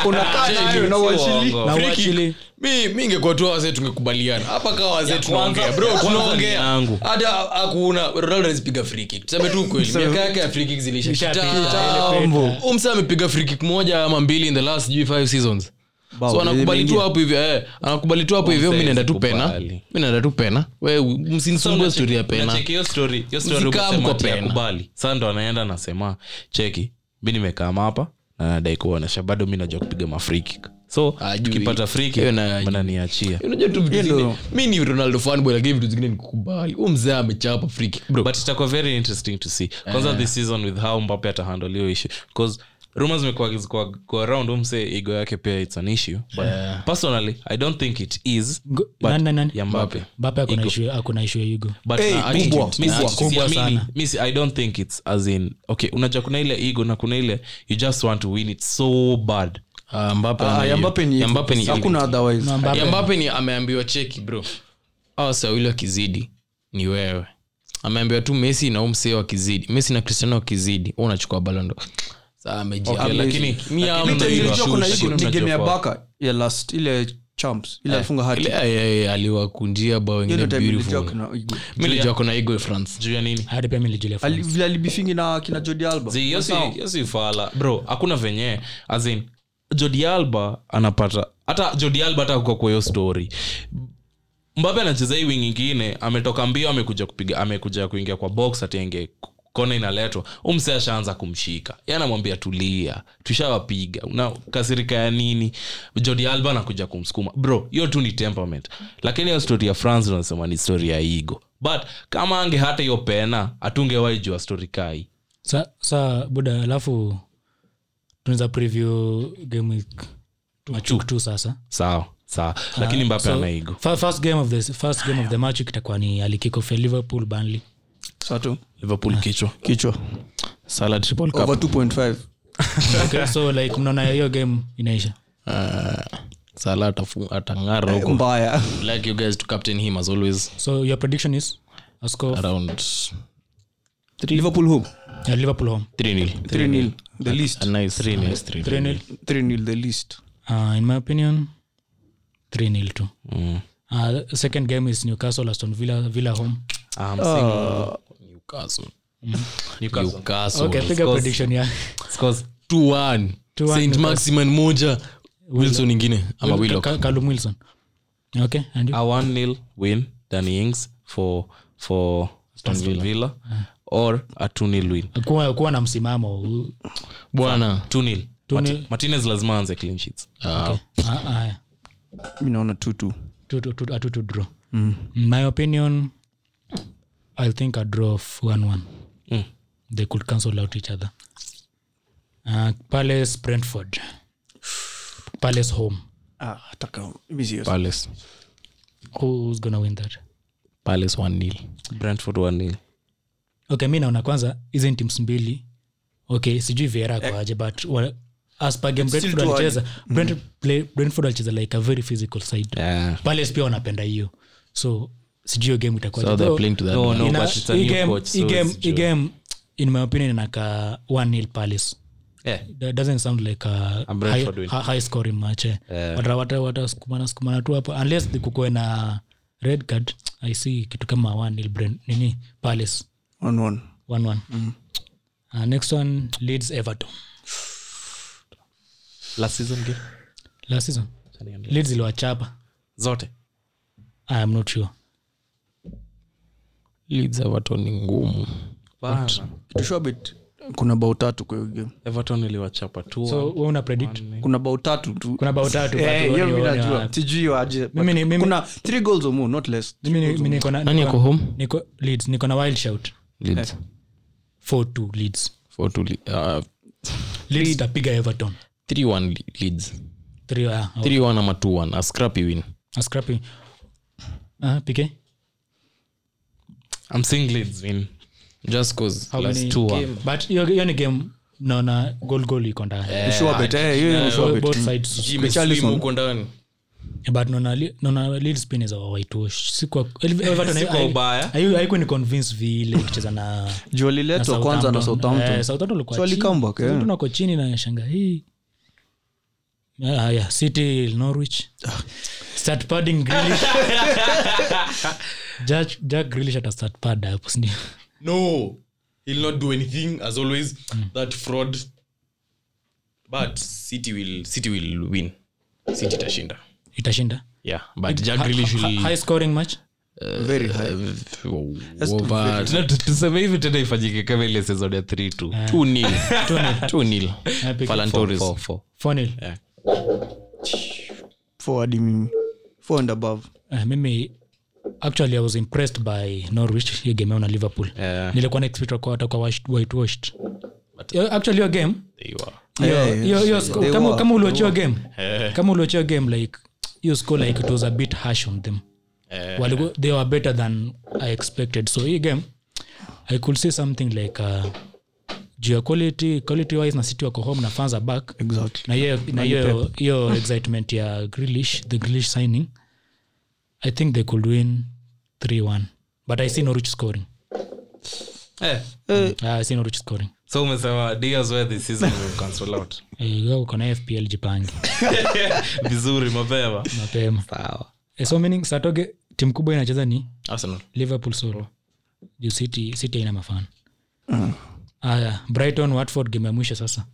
unakaa nayo na uachilie. Uongo. Na Free uachilie. kick. mi mi ingekuwa tu wazee tungekubaliana hapa kawa wazee tunaongea bro kwanza tunaongea ni yangu. hata hakuna ronaldo anazipiga free kick tuseme tu kweli miaka yake ya free kick zilisha Ishapita, kitambo ilipita. umsa ah, um, amepiga free kick moja ama mbili in the last sijui five seasons Bao, so anakubali tu imeingia. hapo hivyo eh, anakubali tu hapo hivyo mi naenda tu pena Sikubali. mi naenda tu pena we msinisumbue stori ya pena Unacheki hiyo story- hiyo story Msikaa umesema mko ati pena. hakubali. Sasa ndo anaenda nasema cheki mi nimekama hapa na nadai kuonesha bado mi najua kupiga mafriki so Ajui. tukipata friki Hiyo nayo ajui. mnaniachia unajua tu vitu Hiyo zingine- ndo- mi ni ronaldo fanboy lakini vitu zingine ni kukubali u mzee amechapa free kick bro but itakuwa very interesting to see kwanza this season with how mbape atahandle hiyo issue because rumors zimekuwa zikuwa kwa round umse igo yake pia it's an issue but Yeah. personally i don't think it is Ngo- but nani, nani, nani? ya mbape Mbappe akona issue- akona issue ya ego. but Hey, na attitude, kubwa, mi si- kubwa, siamini. kubwa sana. Mi si- i don't think it's as in okay unajua kuna ile ego na kuna ile you just want to win it so bad Ah, Mbappe ana Ah, hiyo. ya Mbappe ni- Ya Mbappe ni hakuna otherwise. Na Mbappe- Ya Mbappe ni ameambiwa cheki bro awa sawili wakizidi ni wewe ameambiwa tu messi na umsee wakizidi messi na cristiano wakizidi Wewe unachukua balondo saa amejia Okay, lakini amazing. mi Mimi hamna tayari hiyo nilijua kuna shusha. issue, Lakini game ya unajua Barca ya last ile champs ile alifunga hat Ile- eh, eh, aliwakundia bao hiyo ingine ndio time beautiful. nilijua kuna Igo. mi nilijua kuna Eagle France juu ya nini hadi pia milijulia Ali- vile alibifingi na kina Jordi Alba Zii, hiyo si- Sawa. hiyo si fala bro hakuna venye as in jodi alba anapata hata jodi alba hata kwa kwa hiyo story mbabe anacheza hii wing ingine ametoka mbio amekuja kupiga amekuja kuingia kwa box atenge kona inaletwa umse ashaanza kumshika ye anamwambia tulia tushawapiga unakasirika ya nini jodi alba anakuja kumsukuma bro hiyo tu ni temperament lakini hiyo story ya france unasema ni story ya igo but kama ange hata hiyo pena atungewahi jua story kai sa, sa buda alafu tunaweza preview game week machuk tu sasa sawa sawa Ah, lakini mbape anaigo Fa- first game of the first game of the match itakuwa ni alikiko for liverpool banley satu liverpool kichwa kichwa Salah triple cap. over 2.5 okay, so like mnaona hiyo game inaisha Ah, Salah atafu- atang'ara huko. Eh, mbaya I'd like you guys to captain him as always so your prediction is a score around liverpool home ya liverpool home 3 nil 3 nil the least a nice 3 nil 3 3 nil 3 nil the least uh, in my opinion 3 nil tu Mm. uh, second game is newcastle aston villa villa home Ah, I'm Mm. saying Newcastle Newcastle okay piga prediction ya scores 2-1 2-1 Saint Maximin moja wilson ingine ama Willock. Ka- Callum wilson okay and you? a 1 nil win danny ings for for aston villa or a 2 nil win kuwa, kuwa na msimamo u- bwana 2 nil Two Mart- nil. martinez lazima aanze clean sheets ah, ah, ah, yeah. mi naona 2-2 to, to, to, to, to draw in my opinion i think a draw of 1-1 Mm. they could cancel out each other uh, palace brentford palace home ah ataka mi sio Palace. Who, who's gonna win that Palace 1 nil brentford 1 nil okay mi naona kwanza hizi ni teams mbili okay sijui viera kwaje but wa- as per game brentford too alicheza Brent, play, brentford alicheza like a very physical side yeah. palace pia wanapenda hiyo so sijui hiyo game itakuwa so they're playing to that no, no, Ina- but it's a hii new game- coach, so hii game- it's hii true. game, in my opinion inaka one nil palace Yeah. that doesn't sound like a A high, Brentford win. hi- high scoring match eh. Wata- wata- watasukumana sukumana tu hapo unless kukoe na red card i see kitu kama one nil Brent- nini palace 1-1 one one uh, next one leads everton last season game last season leads iliwachapa zote i am not sure Leeds Everton ni ngumu Tushua bet kuna bao tatu kwa hiyo game everton iliwachapa tu so wewe una predict kuna bao tatu tu kuna bao tatu Eh, watu hiyo wani- mi wani- najua. Sijui waje, but Mimi ni- mimi- kuna three goals or more not less mimi ni- mimi niko na nani niko- ako home niko leads niko na wild shout Leeds. 4-2 leads 4-2 Le- ah, leads itapiga everton 3-1 Le- Leeds. Three, ah, oh, 3-1 ama 2-1 a scrappy win a scrappy ah, pk i'm saying leeds win just cause How last many two ah. one. game? but hiyo hiyo ni game naona goal goal iko ndani Tushua bet, eh, hiyo ni tushua Bo- bet. both sides Richarlison. huko ndani but naona li- naona leads pia inaweza wawaitosh si kwa everton Si kwa hai- ubaya. hai- haikuwa ni convince vile kucheza na Juu waliletwa kwanza na Southampton. Eh, Southampton walikuwa So wali chini. come back, eh. Southampton wako chini na shanga hii Ah, yeah. city norwich start padding Grealish. Jack- Jack Grealish ata start pad hapo sindio no he'll not do anything as always that fraud but city will city will win city itashinda itashinda yeah but jack Ha- Grealish ha- will high scoring match Very high. over tuseme hivi tena ifanyike kama ile sezon ya 3 tu 2 nil 2 nil Epic. Falan Torres 4 nil. Four hadi mimi. Four and above. Eh, mimi actually i was impressed by norwich hiyo game yao na liverpool Yeah. nilikuwa na expect kwa watakuwa whitewashed Yo- Eh, actually hiyo game There you are. Yeah, hiyo- yeah. hiyo- hiyo sco- Eh, They kama were- kama uliwachia game kama uliwachia game like hiyo score like it was a bit harsh on them Waliku, they were better than i expected so hii game i could see something like uh, juu ya quality quality wise na city wako home na fans are back Exactly. na hiyo na hiyo hiyo excitement ya Grealish, the Grealish signing i think they could win 3-1 but i see norwich scoring eh, uh, i see norwich scoring so umesema dias where the season will cancel out Eh, go kona fpl jipange vizuri mapema mapema Eh, so meaning satoge timu kubwa inacheza ni arsenal liverpool solo juu city city aina mafana Ah. aya brighton watford game ya mwisho sasa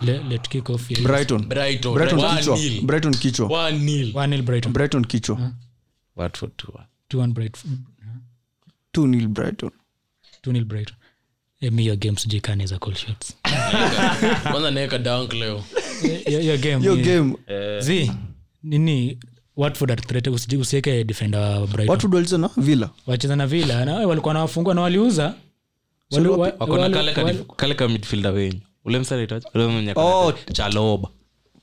Le, let kick off ya- Brighton. brighton Brighton One kichwa. nil. Brighton kichwa. One nil. 1-0 brighton Brighton kichwa. 2-1 brighton 2-0 Brighton. 2-0 brighton Eh, mi hiyo game sijui kani za call shots kwanza naeka dunk leo Hiyo- hiyo game Hiyo ni- game, Eh. Zii, nini watford atrete usieke defenda wa brighton Watford walicheza na Villa. wacheza na vila na eh, walikuwa nawafungua na waliuza Wali- wa- wakona wali- kale ka- wali- kale ka midfielder wenyu ule msanaitaja ule mwenye ako Oh. na- chaloba oh,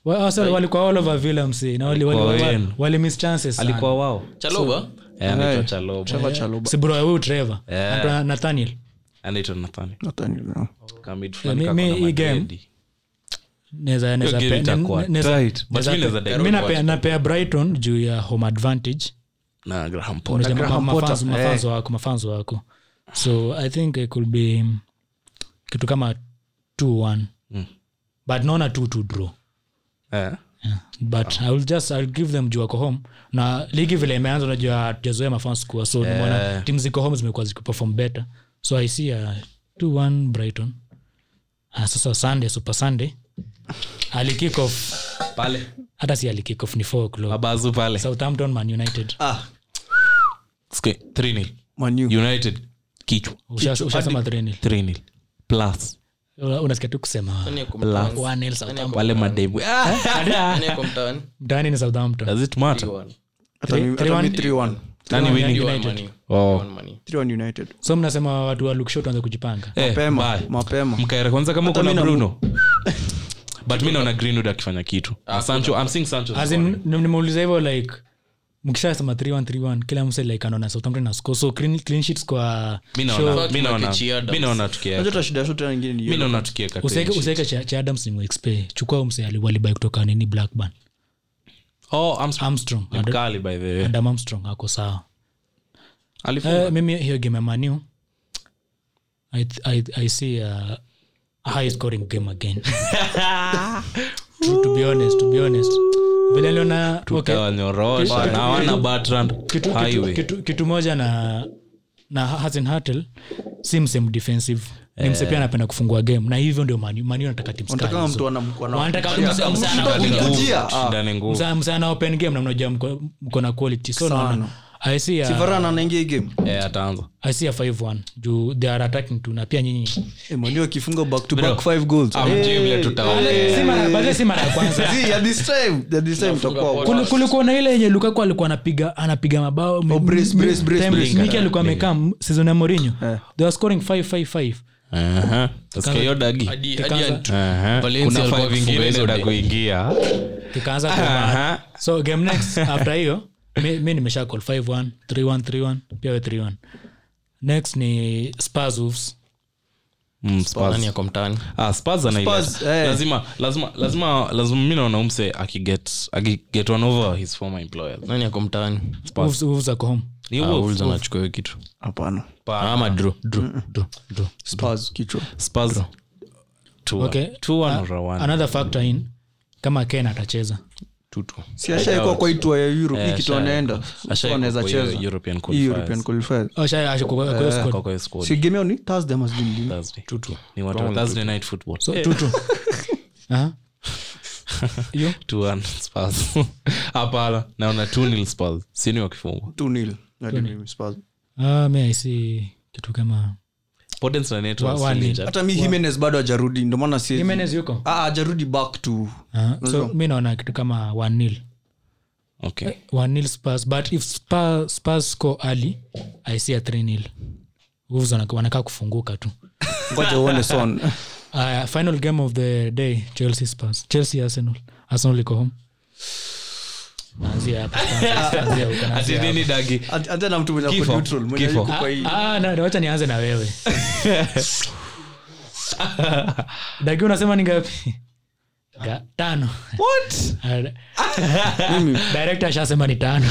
wa- wa- sorry, walikuwa all over villa msi na wali- wali- Walikuwa wali- wenu. wali miss chances sana. alikuwa wao chalova Eh, anaitwa Eh, Chaloba. Trevor Chaloba. sibroawu trevor Yeah. Anaitwa nathaniel anaitwa Nathaniel. Nathaniel, no. Ka mid fulani Mi- kako mi- na hii game- madedi. Neza- neza game pe- itakuwa ne- neza- tight, but neza mi pe- neza mi direct napea- watch. napea brighton juu ya home advantage na Graham Potter. Unajua ma- Graham ma- Potter, mafans- eh. mafans wako mafans wako so i think it could be mm, kitu kama 2-1 Mm. but naona 2 to draw Eh. Yeah. but i will just I'll give them juu ako home na ligi vile imeanza unajua hatujazoea mafans kuwa so nimeona timu ziko home zimekuwa zikiperform better so i see uh, 2-1 brighton Ah, sasa sunday super sunday alikikof pale hata si alikikof ni 4 o'clock mabazu pale southampton man united Ske- 3-0. Man U. united kichwa Usha- ushasema 3-0 3-0. plus Una- unasikia tu kusema plus one nil Southampton. wale madebu Ah, Eh? mtaani ni southampton does it matter Hata mi- hata 3-1. mi 3-1. Nani winning? Oh. 3-1 United. 3-1. so mnasema watu wa lukshot anza kujipanga Eh, Mapema, bye. mapema. mkaere kwanza kama uko Hata na mi na- bruno but mi naona greenwood akifanya kitu Ah. Na sancho i'm seeing sancho As in, nim- nimeuliza hivyo like mkishasema 3131 kila mse like anaona southampton na score so clean, clean sheets kwa mi naona Fuck mi naona Makichi Adams. mi naona tukieka Unajua hata shida yetu tena nyingine ni mi naona tukieka usiweke clean sheet. usiweke cha, cha adams ni mwexpe chukua huyo mse ali- walibai kutoka nini blackburn oh Armstrong. armstrong Ni mkali by the way adam armstrong ako sawa alifunga eh, mimi hiyo game ya maniu I, th- I, i see uh, a high scoring game again to, to be honest to be honest vile aliona okay, kawanyorosha Kitu- na wana kitu- batrand kitu, kitu, highway kitu, kitu moja na na Hasan Hartel si msem defensive ni mse pia anapenda kufungua game na hivyo ndio mani mani anataka timu Wanataka scary, mtu so- anamku- anamku- wanataka mtu mse- mse ana- Ndani Kujia. nguvu, Ah. ndani nguvu. mse- mse ana open game na mnajua mko- mko na quality so Sana. naona I see a- Si Varane anaingia hii game Eh, ataanza I see a 5-1 juu they are attacking two na pia nyinyi Eh, Man U akifunga back to Bro. Ah, back five goals. Eh, Amjui vile tutaongea. Si mara- but Eh. si mara ya kwanza see, at this time- at this time itakuwa- Kuli- kulikuwa na ile yenye lukaku alikuwa anapiga anapiga mabao mi- brace, mi- brace, brace, time brace. miki alikuwa amekaa m- season ya morinho they were scoring 555 Aha. Sasa hiyo dagi Aha. Valencia kuna alikuwa five ingine akifunga hizo inaenda day. kuingia kikaanza kuwa- so game next after hiyo mi, mi nimesha call 5-1 3-1 3-1 pia we 3-1 next ni Spurs Wolves. Mm, Spurs. Ah, Spurs anaileta. Spurs, eh. lazima lazima lazima lazima mi naona umse akiget akiget one over his former employers Wolves- Wolves ako home Ni Ah, Wolves. anachukua hiyo kitu Hapana. Pa- ama draw, draw. Draw, draw. Spurs, kichwa. Spurs. Two one. Okay. Two one or a one. another factor in kama ken atacheza Two, two. Si ashaekwa kwa itua ya Europe, hii Eh, kitu asha- anaenda. ashaekwa Anaweza kwa cheza. hiyo European Hii qualifiers. European qualifiers. Oh, sha- asha- kwa- kwa- kwa hiyo squad. Kwa- kwa squad. Si game yao ni Thursday ama sijui ni lini? Thursday. Ni watu wa Thursday night football. Eh, So, two, two. Aha. Hiyo? Two one Spurs. Hapana, naona two nil Spurs. Sini wakifungwa. 2-0. Hadi mimi Spurs. Ah, mi I see kitu kama Potence na Neto Wa- are wa- still ni- injured. hata mi Jimenez bado ajarudi ndomana Jimenez yuko ajarudi Ah, back to Ah, so mi naona kitu kama 1-0. Eh, Okay. one nil spurs but if spurs, spurs score early i see a 3 nil wolves wanaka- wanakaa kufunguka tu ngoja uone son uh, final game of the day chelsea spurs chelsea arsenal arsenal iko home Naanzia hapa, naanzia- naanzia huko, Ati naanzia hapa. nini dagi? hata na mtu mwenye ako Kifo. neutral, mwenye Kifo. yuko kwa hii Ah, na- na wacha nianze na wewe dagi unasema ni ngapi Ga- tano Ah, Mimi, Ah, director ashasema ni tano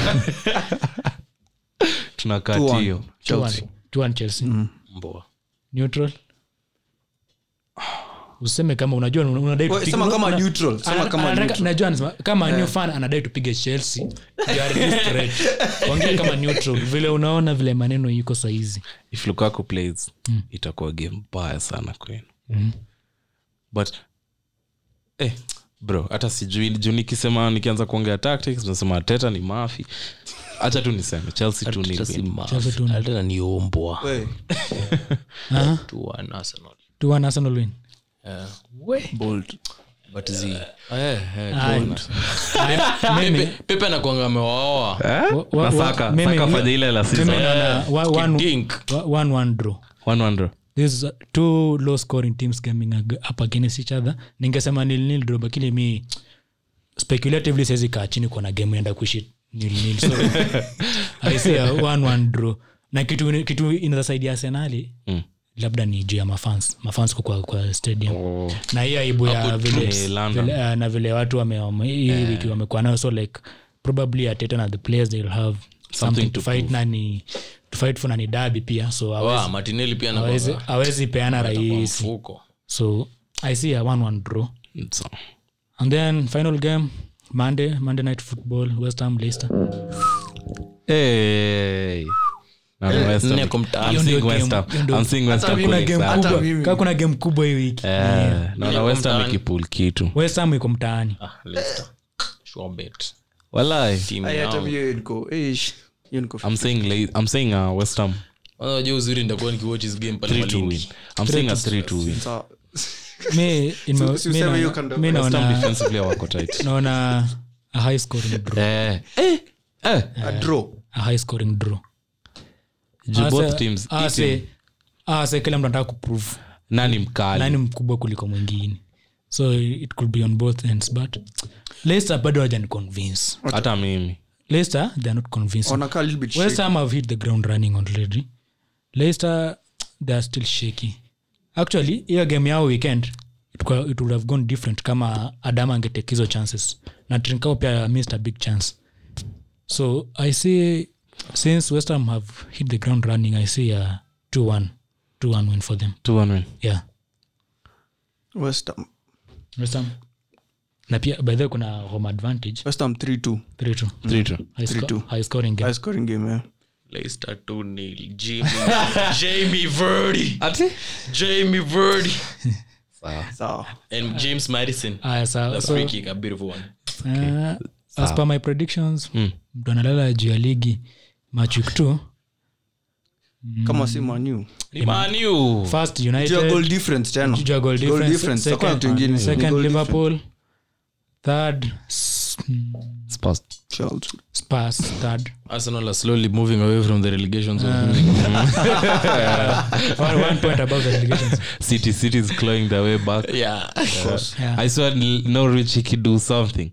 Tunakati 2-1, hiyo. Chelsea. Mm. 2-1 Chelsea. Mboa. neutral useme kama unajua una- unadai Wewe, kupiga- sema una- kama una- neutral, sema ana- kama anataka- neutral. Eh. najua anasema, kama new fan anadai tupige chelsea you are desperate. ongea kama neutral vile unaona vile maneno yuko saizi if lukaku plays itakuwa game mbaya sana kwenu but eh, bro hata sijui juu nikisema nikianza kuongea tactics nasema teta ni mafi hacha tu niseme chelsea tu ni Chelsea tu- Arteta ni ombwa. we, Aha, Two, one, Arsenal. 2-1 Arsenal win. Eh, bold. but zi- eh, eh, Aya. gold. Aya, mimi- Pepe- pepe anakuanga amewaoa wa- wa- wa- nasaka mimi- Eh? saka mi- fanya ile la mimi season naona wa- one- Kidink. wa- one- one draw one one draw These are two low scoring teams coming ag- up against each other ningesema nilnil draw lakini mi speculatively siwezi kaa chini kuona game enda kushi nil nil so i say a one one draw na kitu ingine- kitu inazasaidia arsenali mm. labda ni juu ya mafans mafans kwa, kwa stadium oh. na hiyo aibu ya Hapo vile, troops, London. vile, uh, na vile watu wame- wame- hii wiki wamekuwa nayo so like probably ateta na the players they'll have something, to, Oh, fight na ni to fight for na ni dabi pia so hawezi- Wa, martinelli pia anakuwa hawezi- hawezi peana rahisi mfuko so i see a 1-1 draw So, and then final game monday monday night football west ham leicester na West Ham. nne kwa mta- I'm Eh, Hiyo ndio seeing West game- Ham. hiyo ndio- I'm seeing West Ham mimi na pulling game sana. kubwa. Kubwa- mimi. kaa kuna game kubwa hii wiki Eh, naona Ndio West Ham mtaani. ikipull kitu west ham iko mtaani Ah, Leicester. Sure bet. Walai. Timu Ay, hata yangu. mimi hiyo niko- eish, hiyo niko- I'm saying Le- I'm saying, uh, West Ham Kwanza unajua uzuri nitakuwa nikiwatch this game pale three to Malindi. win. I'm saying a three to win. Sawa. Mi- ime- si mi useme naona- hiyo kando- mi West Ham naona- defensively wako tight. naona a high scoring draw, Eh, eh, eh. A draw. a high scoring draw Ju- Ase- both teams, hii ase- ase kila mtu anataka kuprove nani mkali nani mkubwa kuliko mwingine so it could be on both ends but leicester bado hajani convince hata mimi leicester they are not convinced Wanakaa little bit West Ham have hit the ground running already. Leicester they are still shaky. Actually, hiyo game yao weekend it, kwa, it would have gone different kama Adama angetake hizo chances. Na Trinkao pia missed a big chance. So I see since West Ham have hit the ground running, I see a 2-1 2-1 win for them. 2-1 win. Yeah. shaky. West Ham- West Ham na pia by the way kuna home advantage West Ham 3-2. 3-2. 3-2. High, sco- 3-2. high scoring game. High scoring game, eh. Leicester 2-0. Jamie- Jamie Vardy. Ati? Jamie Vardy. Sawa. And James Madison. Aya, sawa. That's Ah, So, free kick, a beautiful one. Uh, as per my predictions mtu analala juu ya ligi machik t Mm. kama si manu Ni Man U. first Juu ya goal united difference tena juu ya goal difference, difference, second- hakuna kitu ingine. Ni second goal liverpool third s- mm, Spurs. Chelsea. spurs third Arsenal are slowly moving away from the relegation Ah, zone. One- one point above the relegations. City- City is clawing their way back. Yeah. Yeah. I swear Norwich ikido something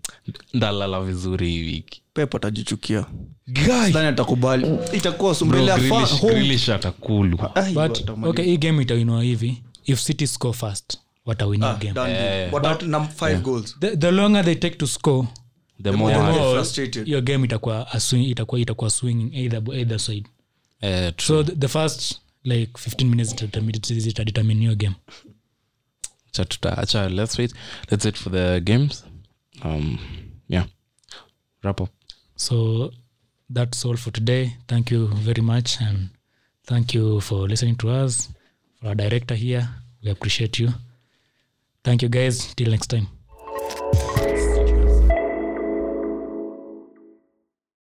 ndalala vizuri hii wiki pep atajichukia Guy. Sidhani atakubali itakuwa Bro, sumbele Grealish- Grealish atakulu but okay hii game itainua hivi if city score first watawin hii game Eh, the, the longer they take to score the more hiyo game itakuwa a swing, itakuwa itakuwa swinging either, either side eh, tr- so the, the first like 15 minutes itadetermine- itadetermine hiyo game acha tuta- acha, let's wait let's wait for the games um yeah wrap up So that's all for today. Thank you very much. And thank you for listening to us. For our director here, we appreciate you. Thank you guys. Till next time.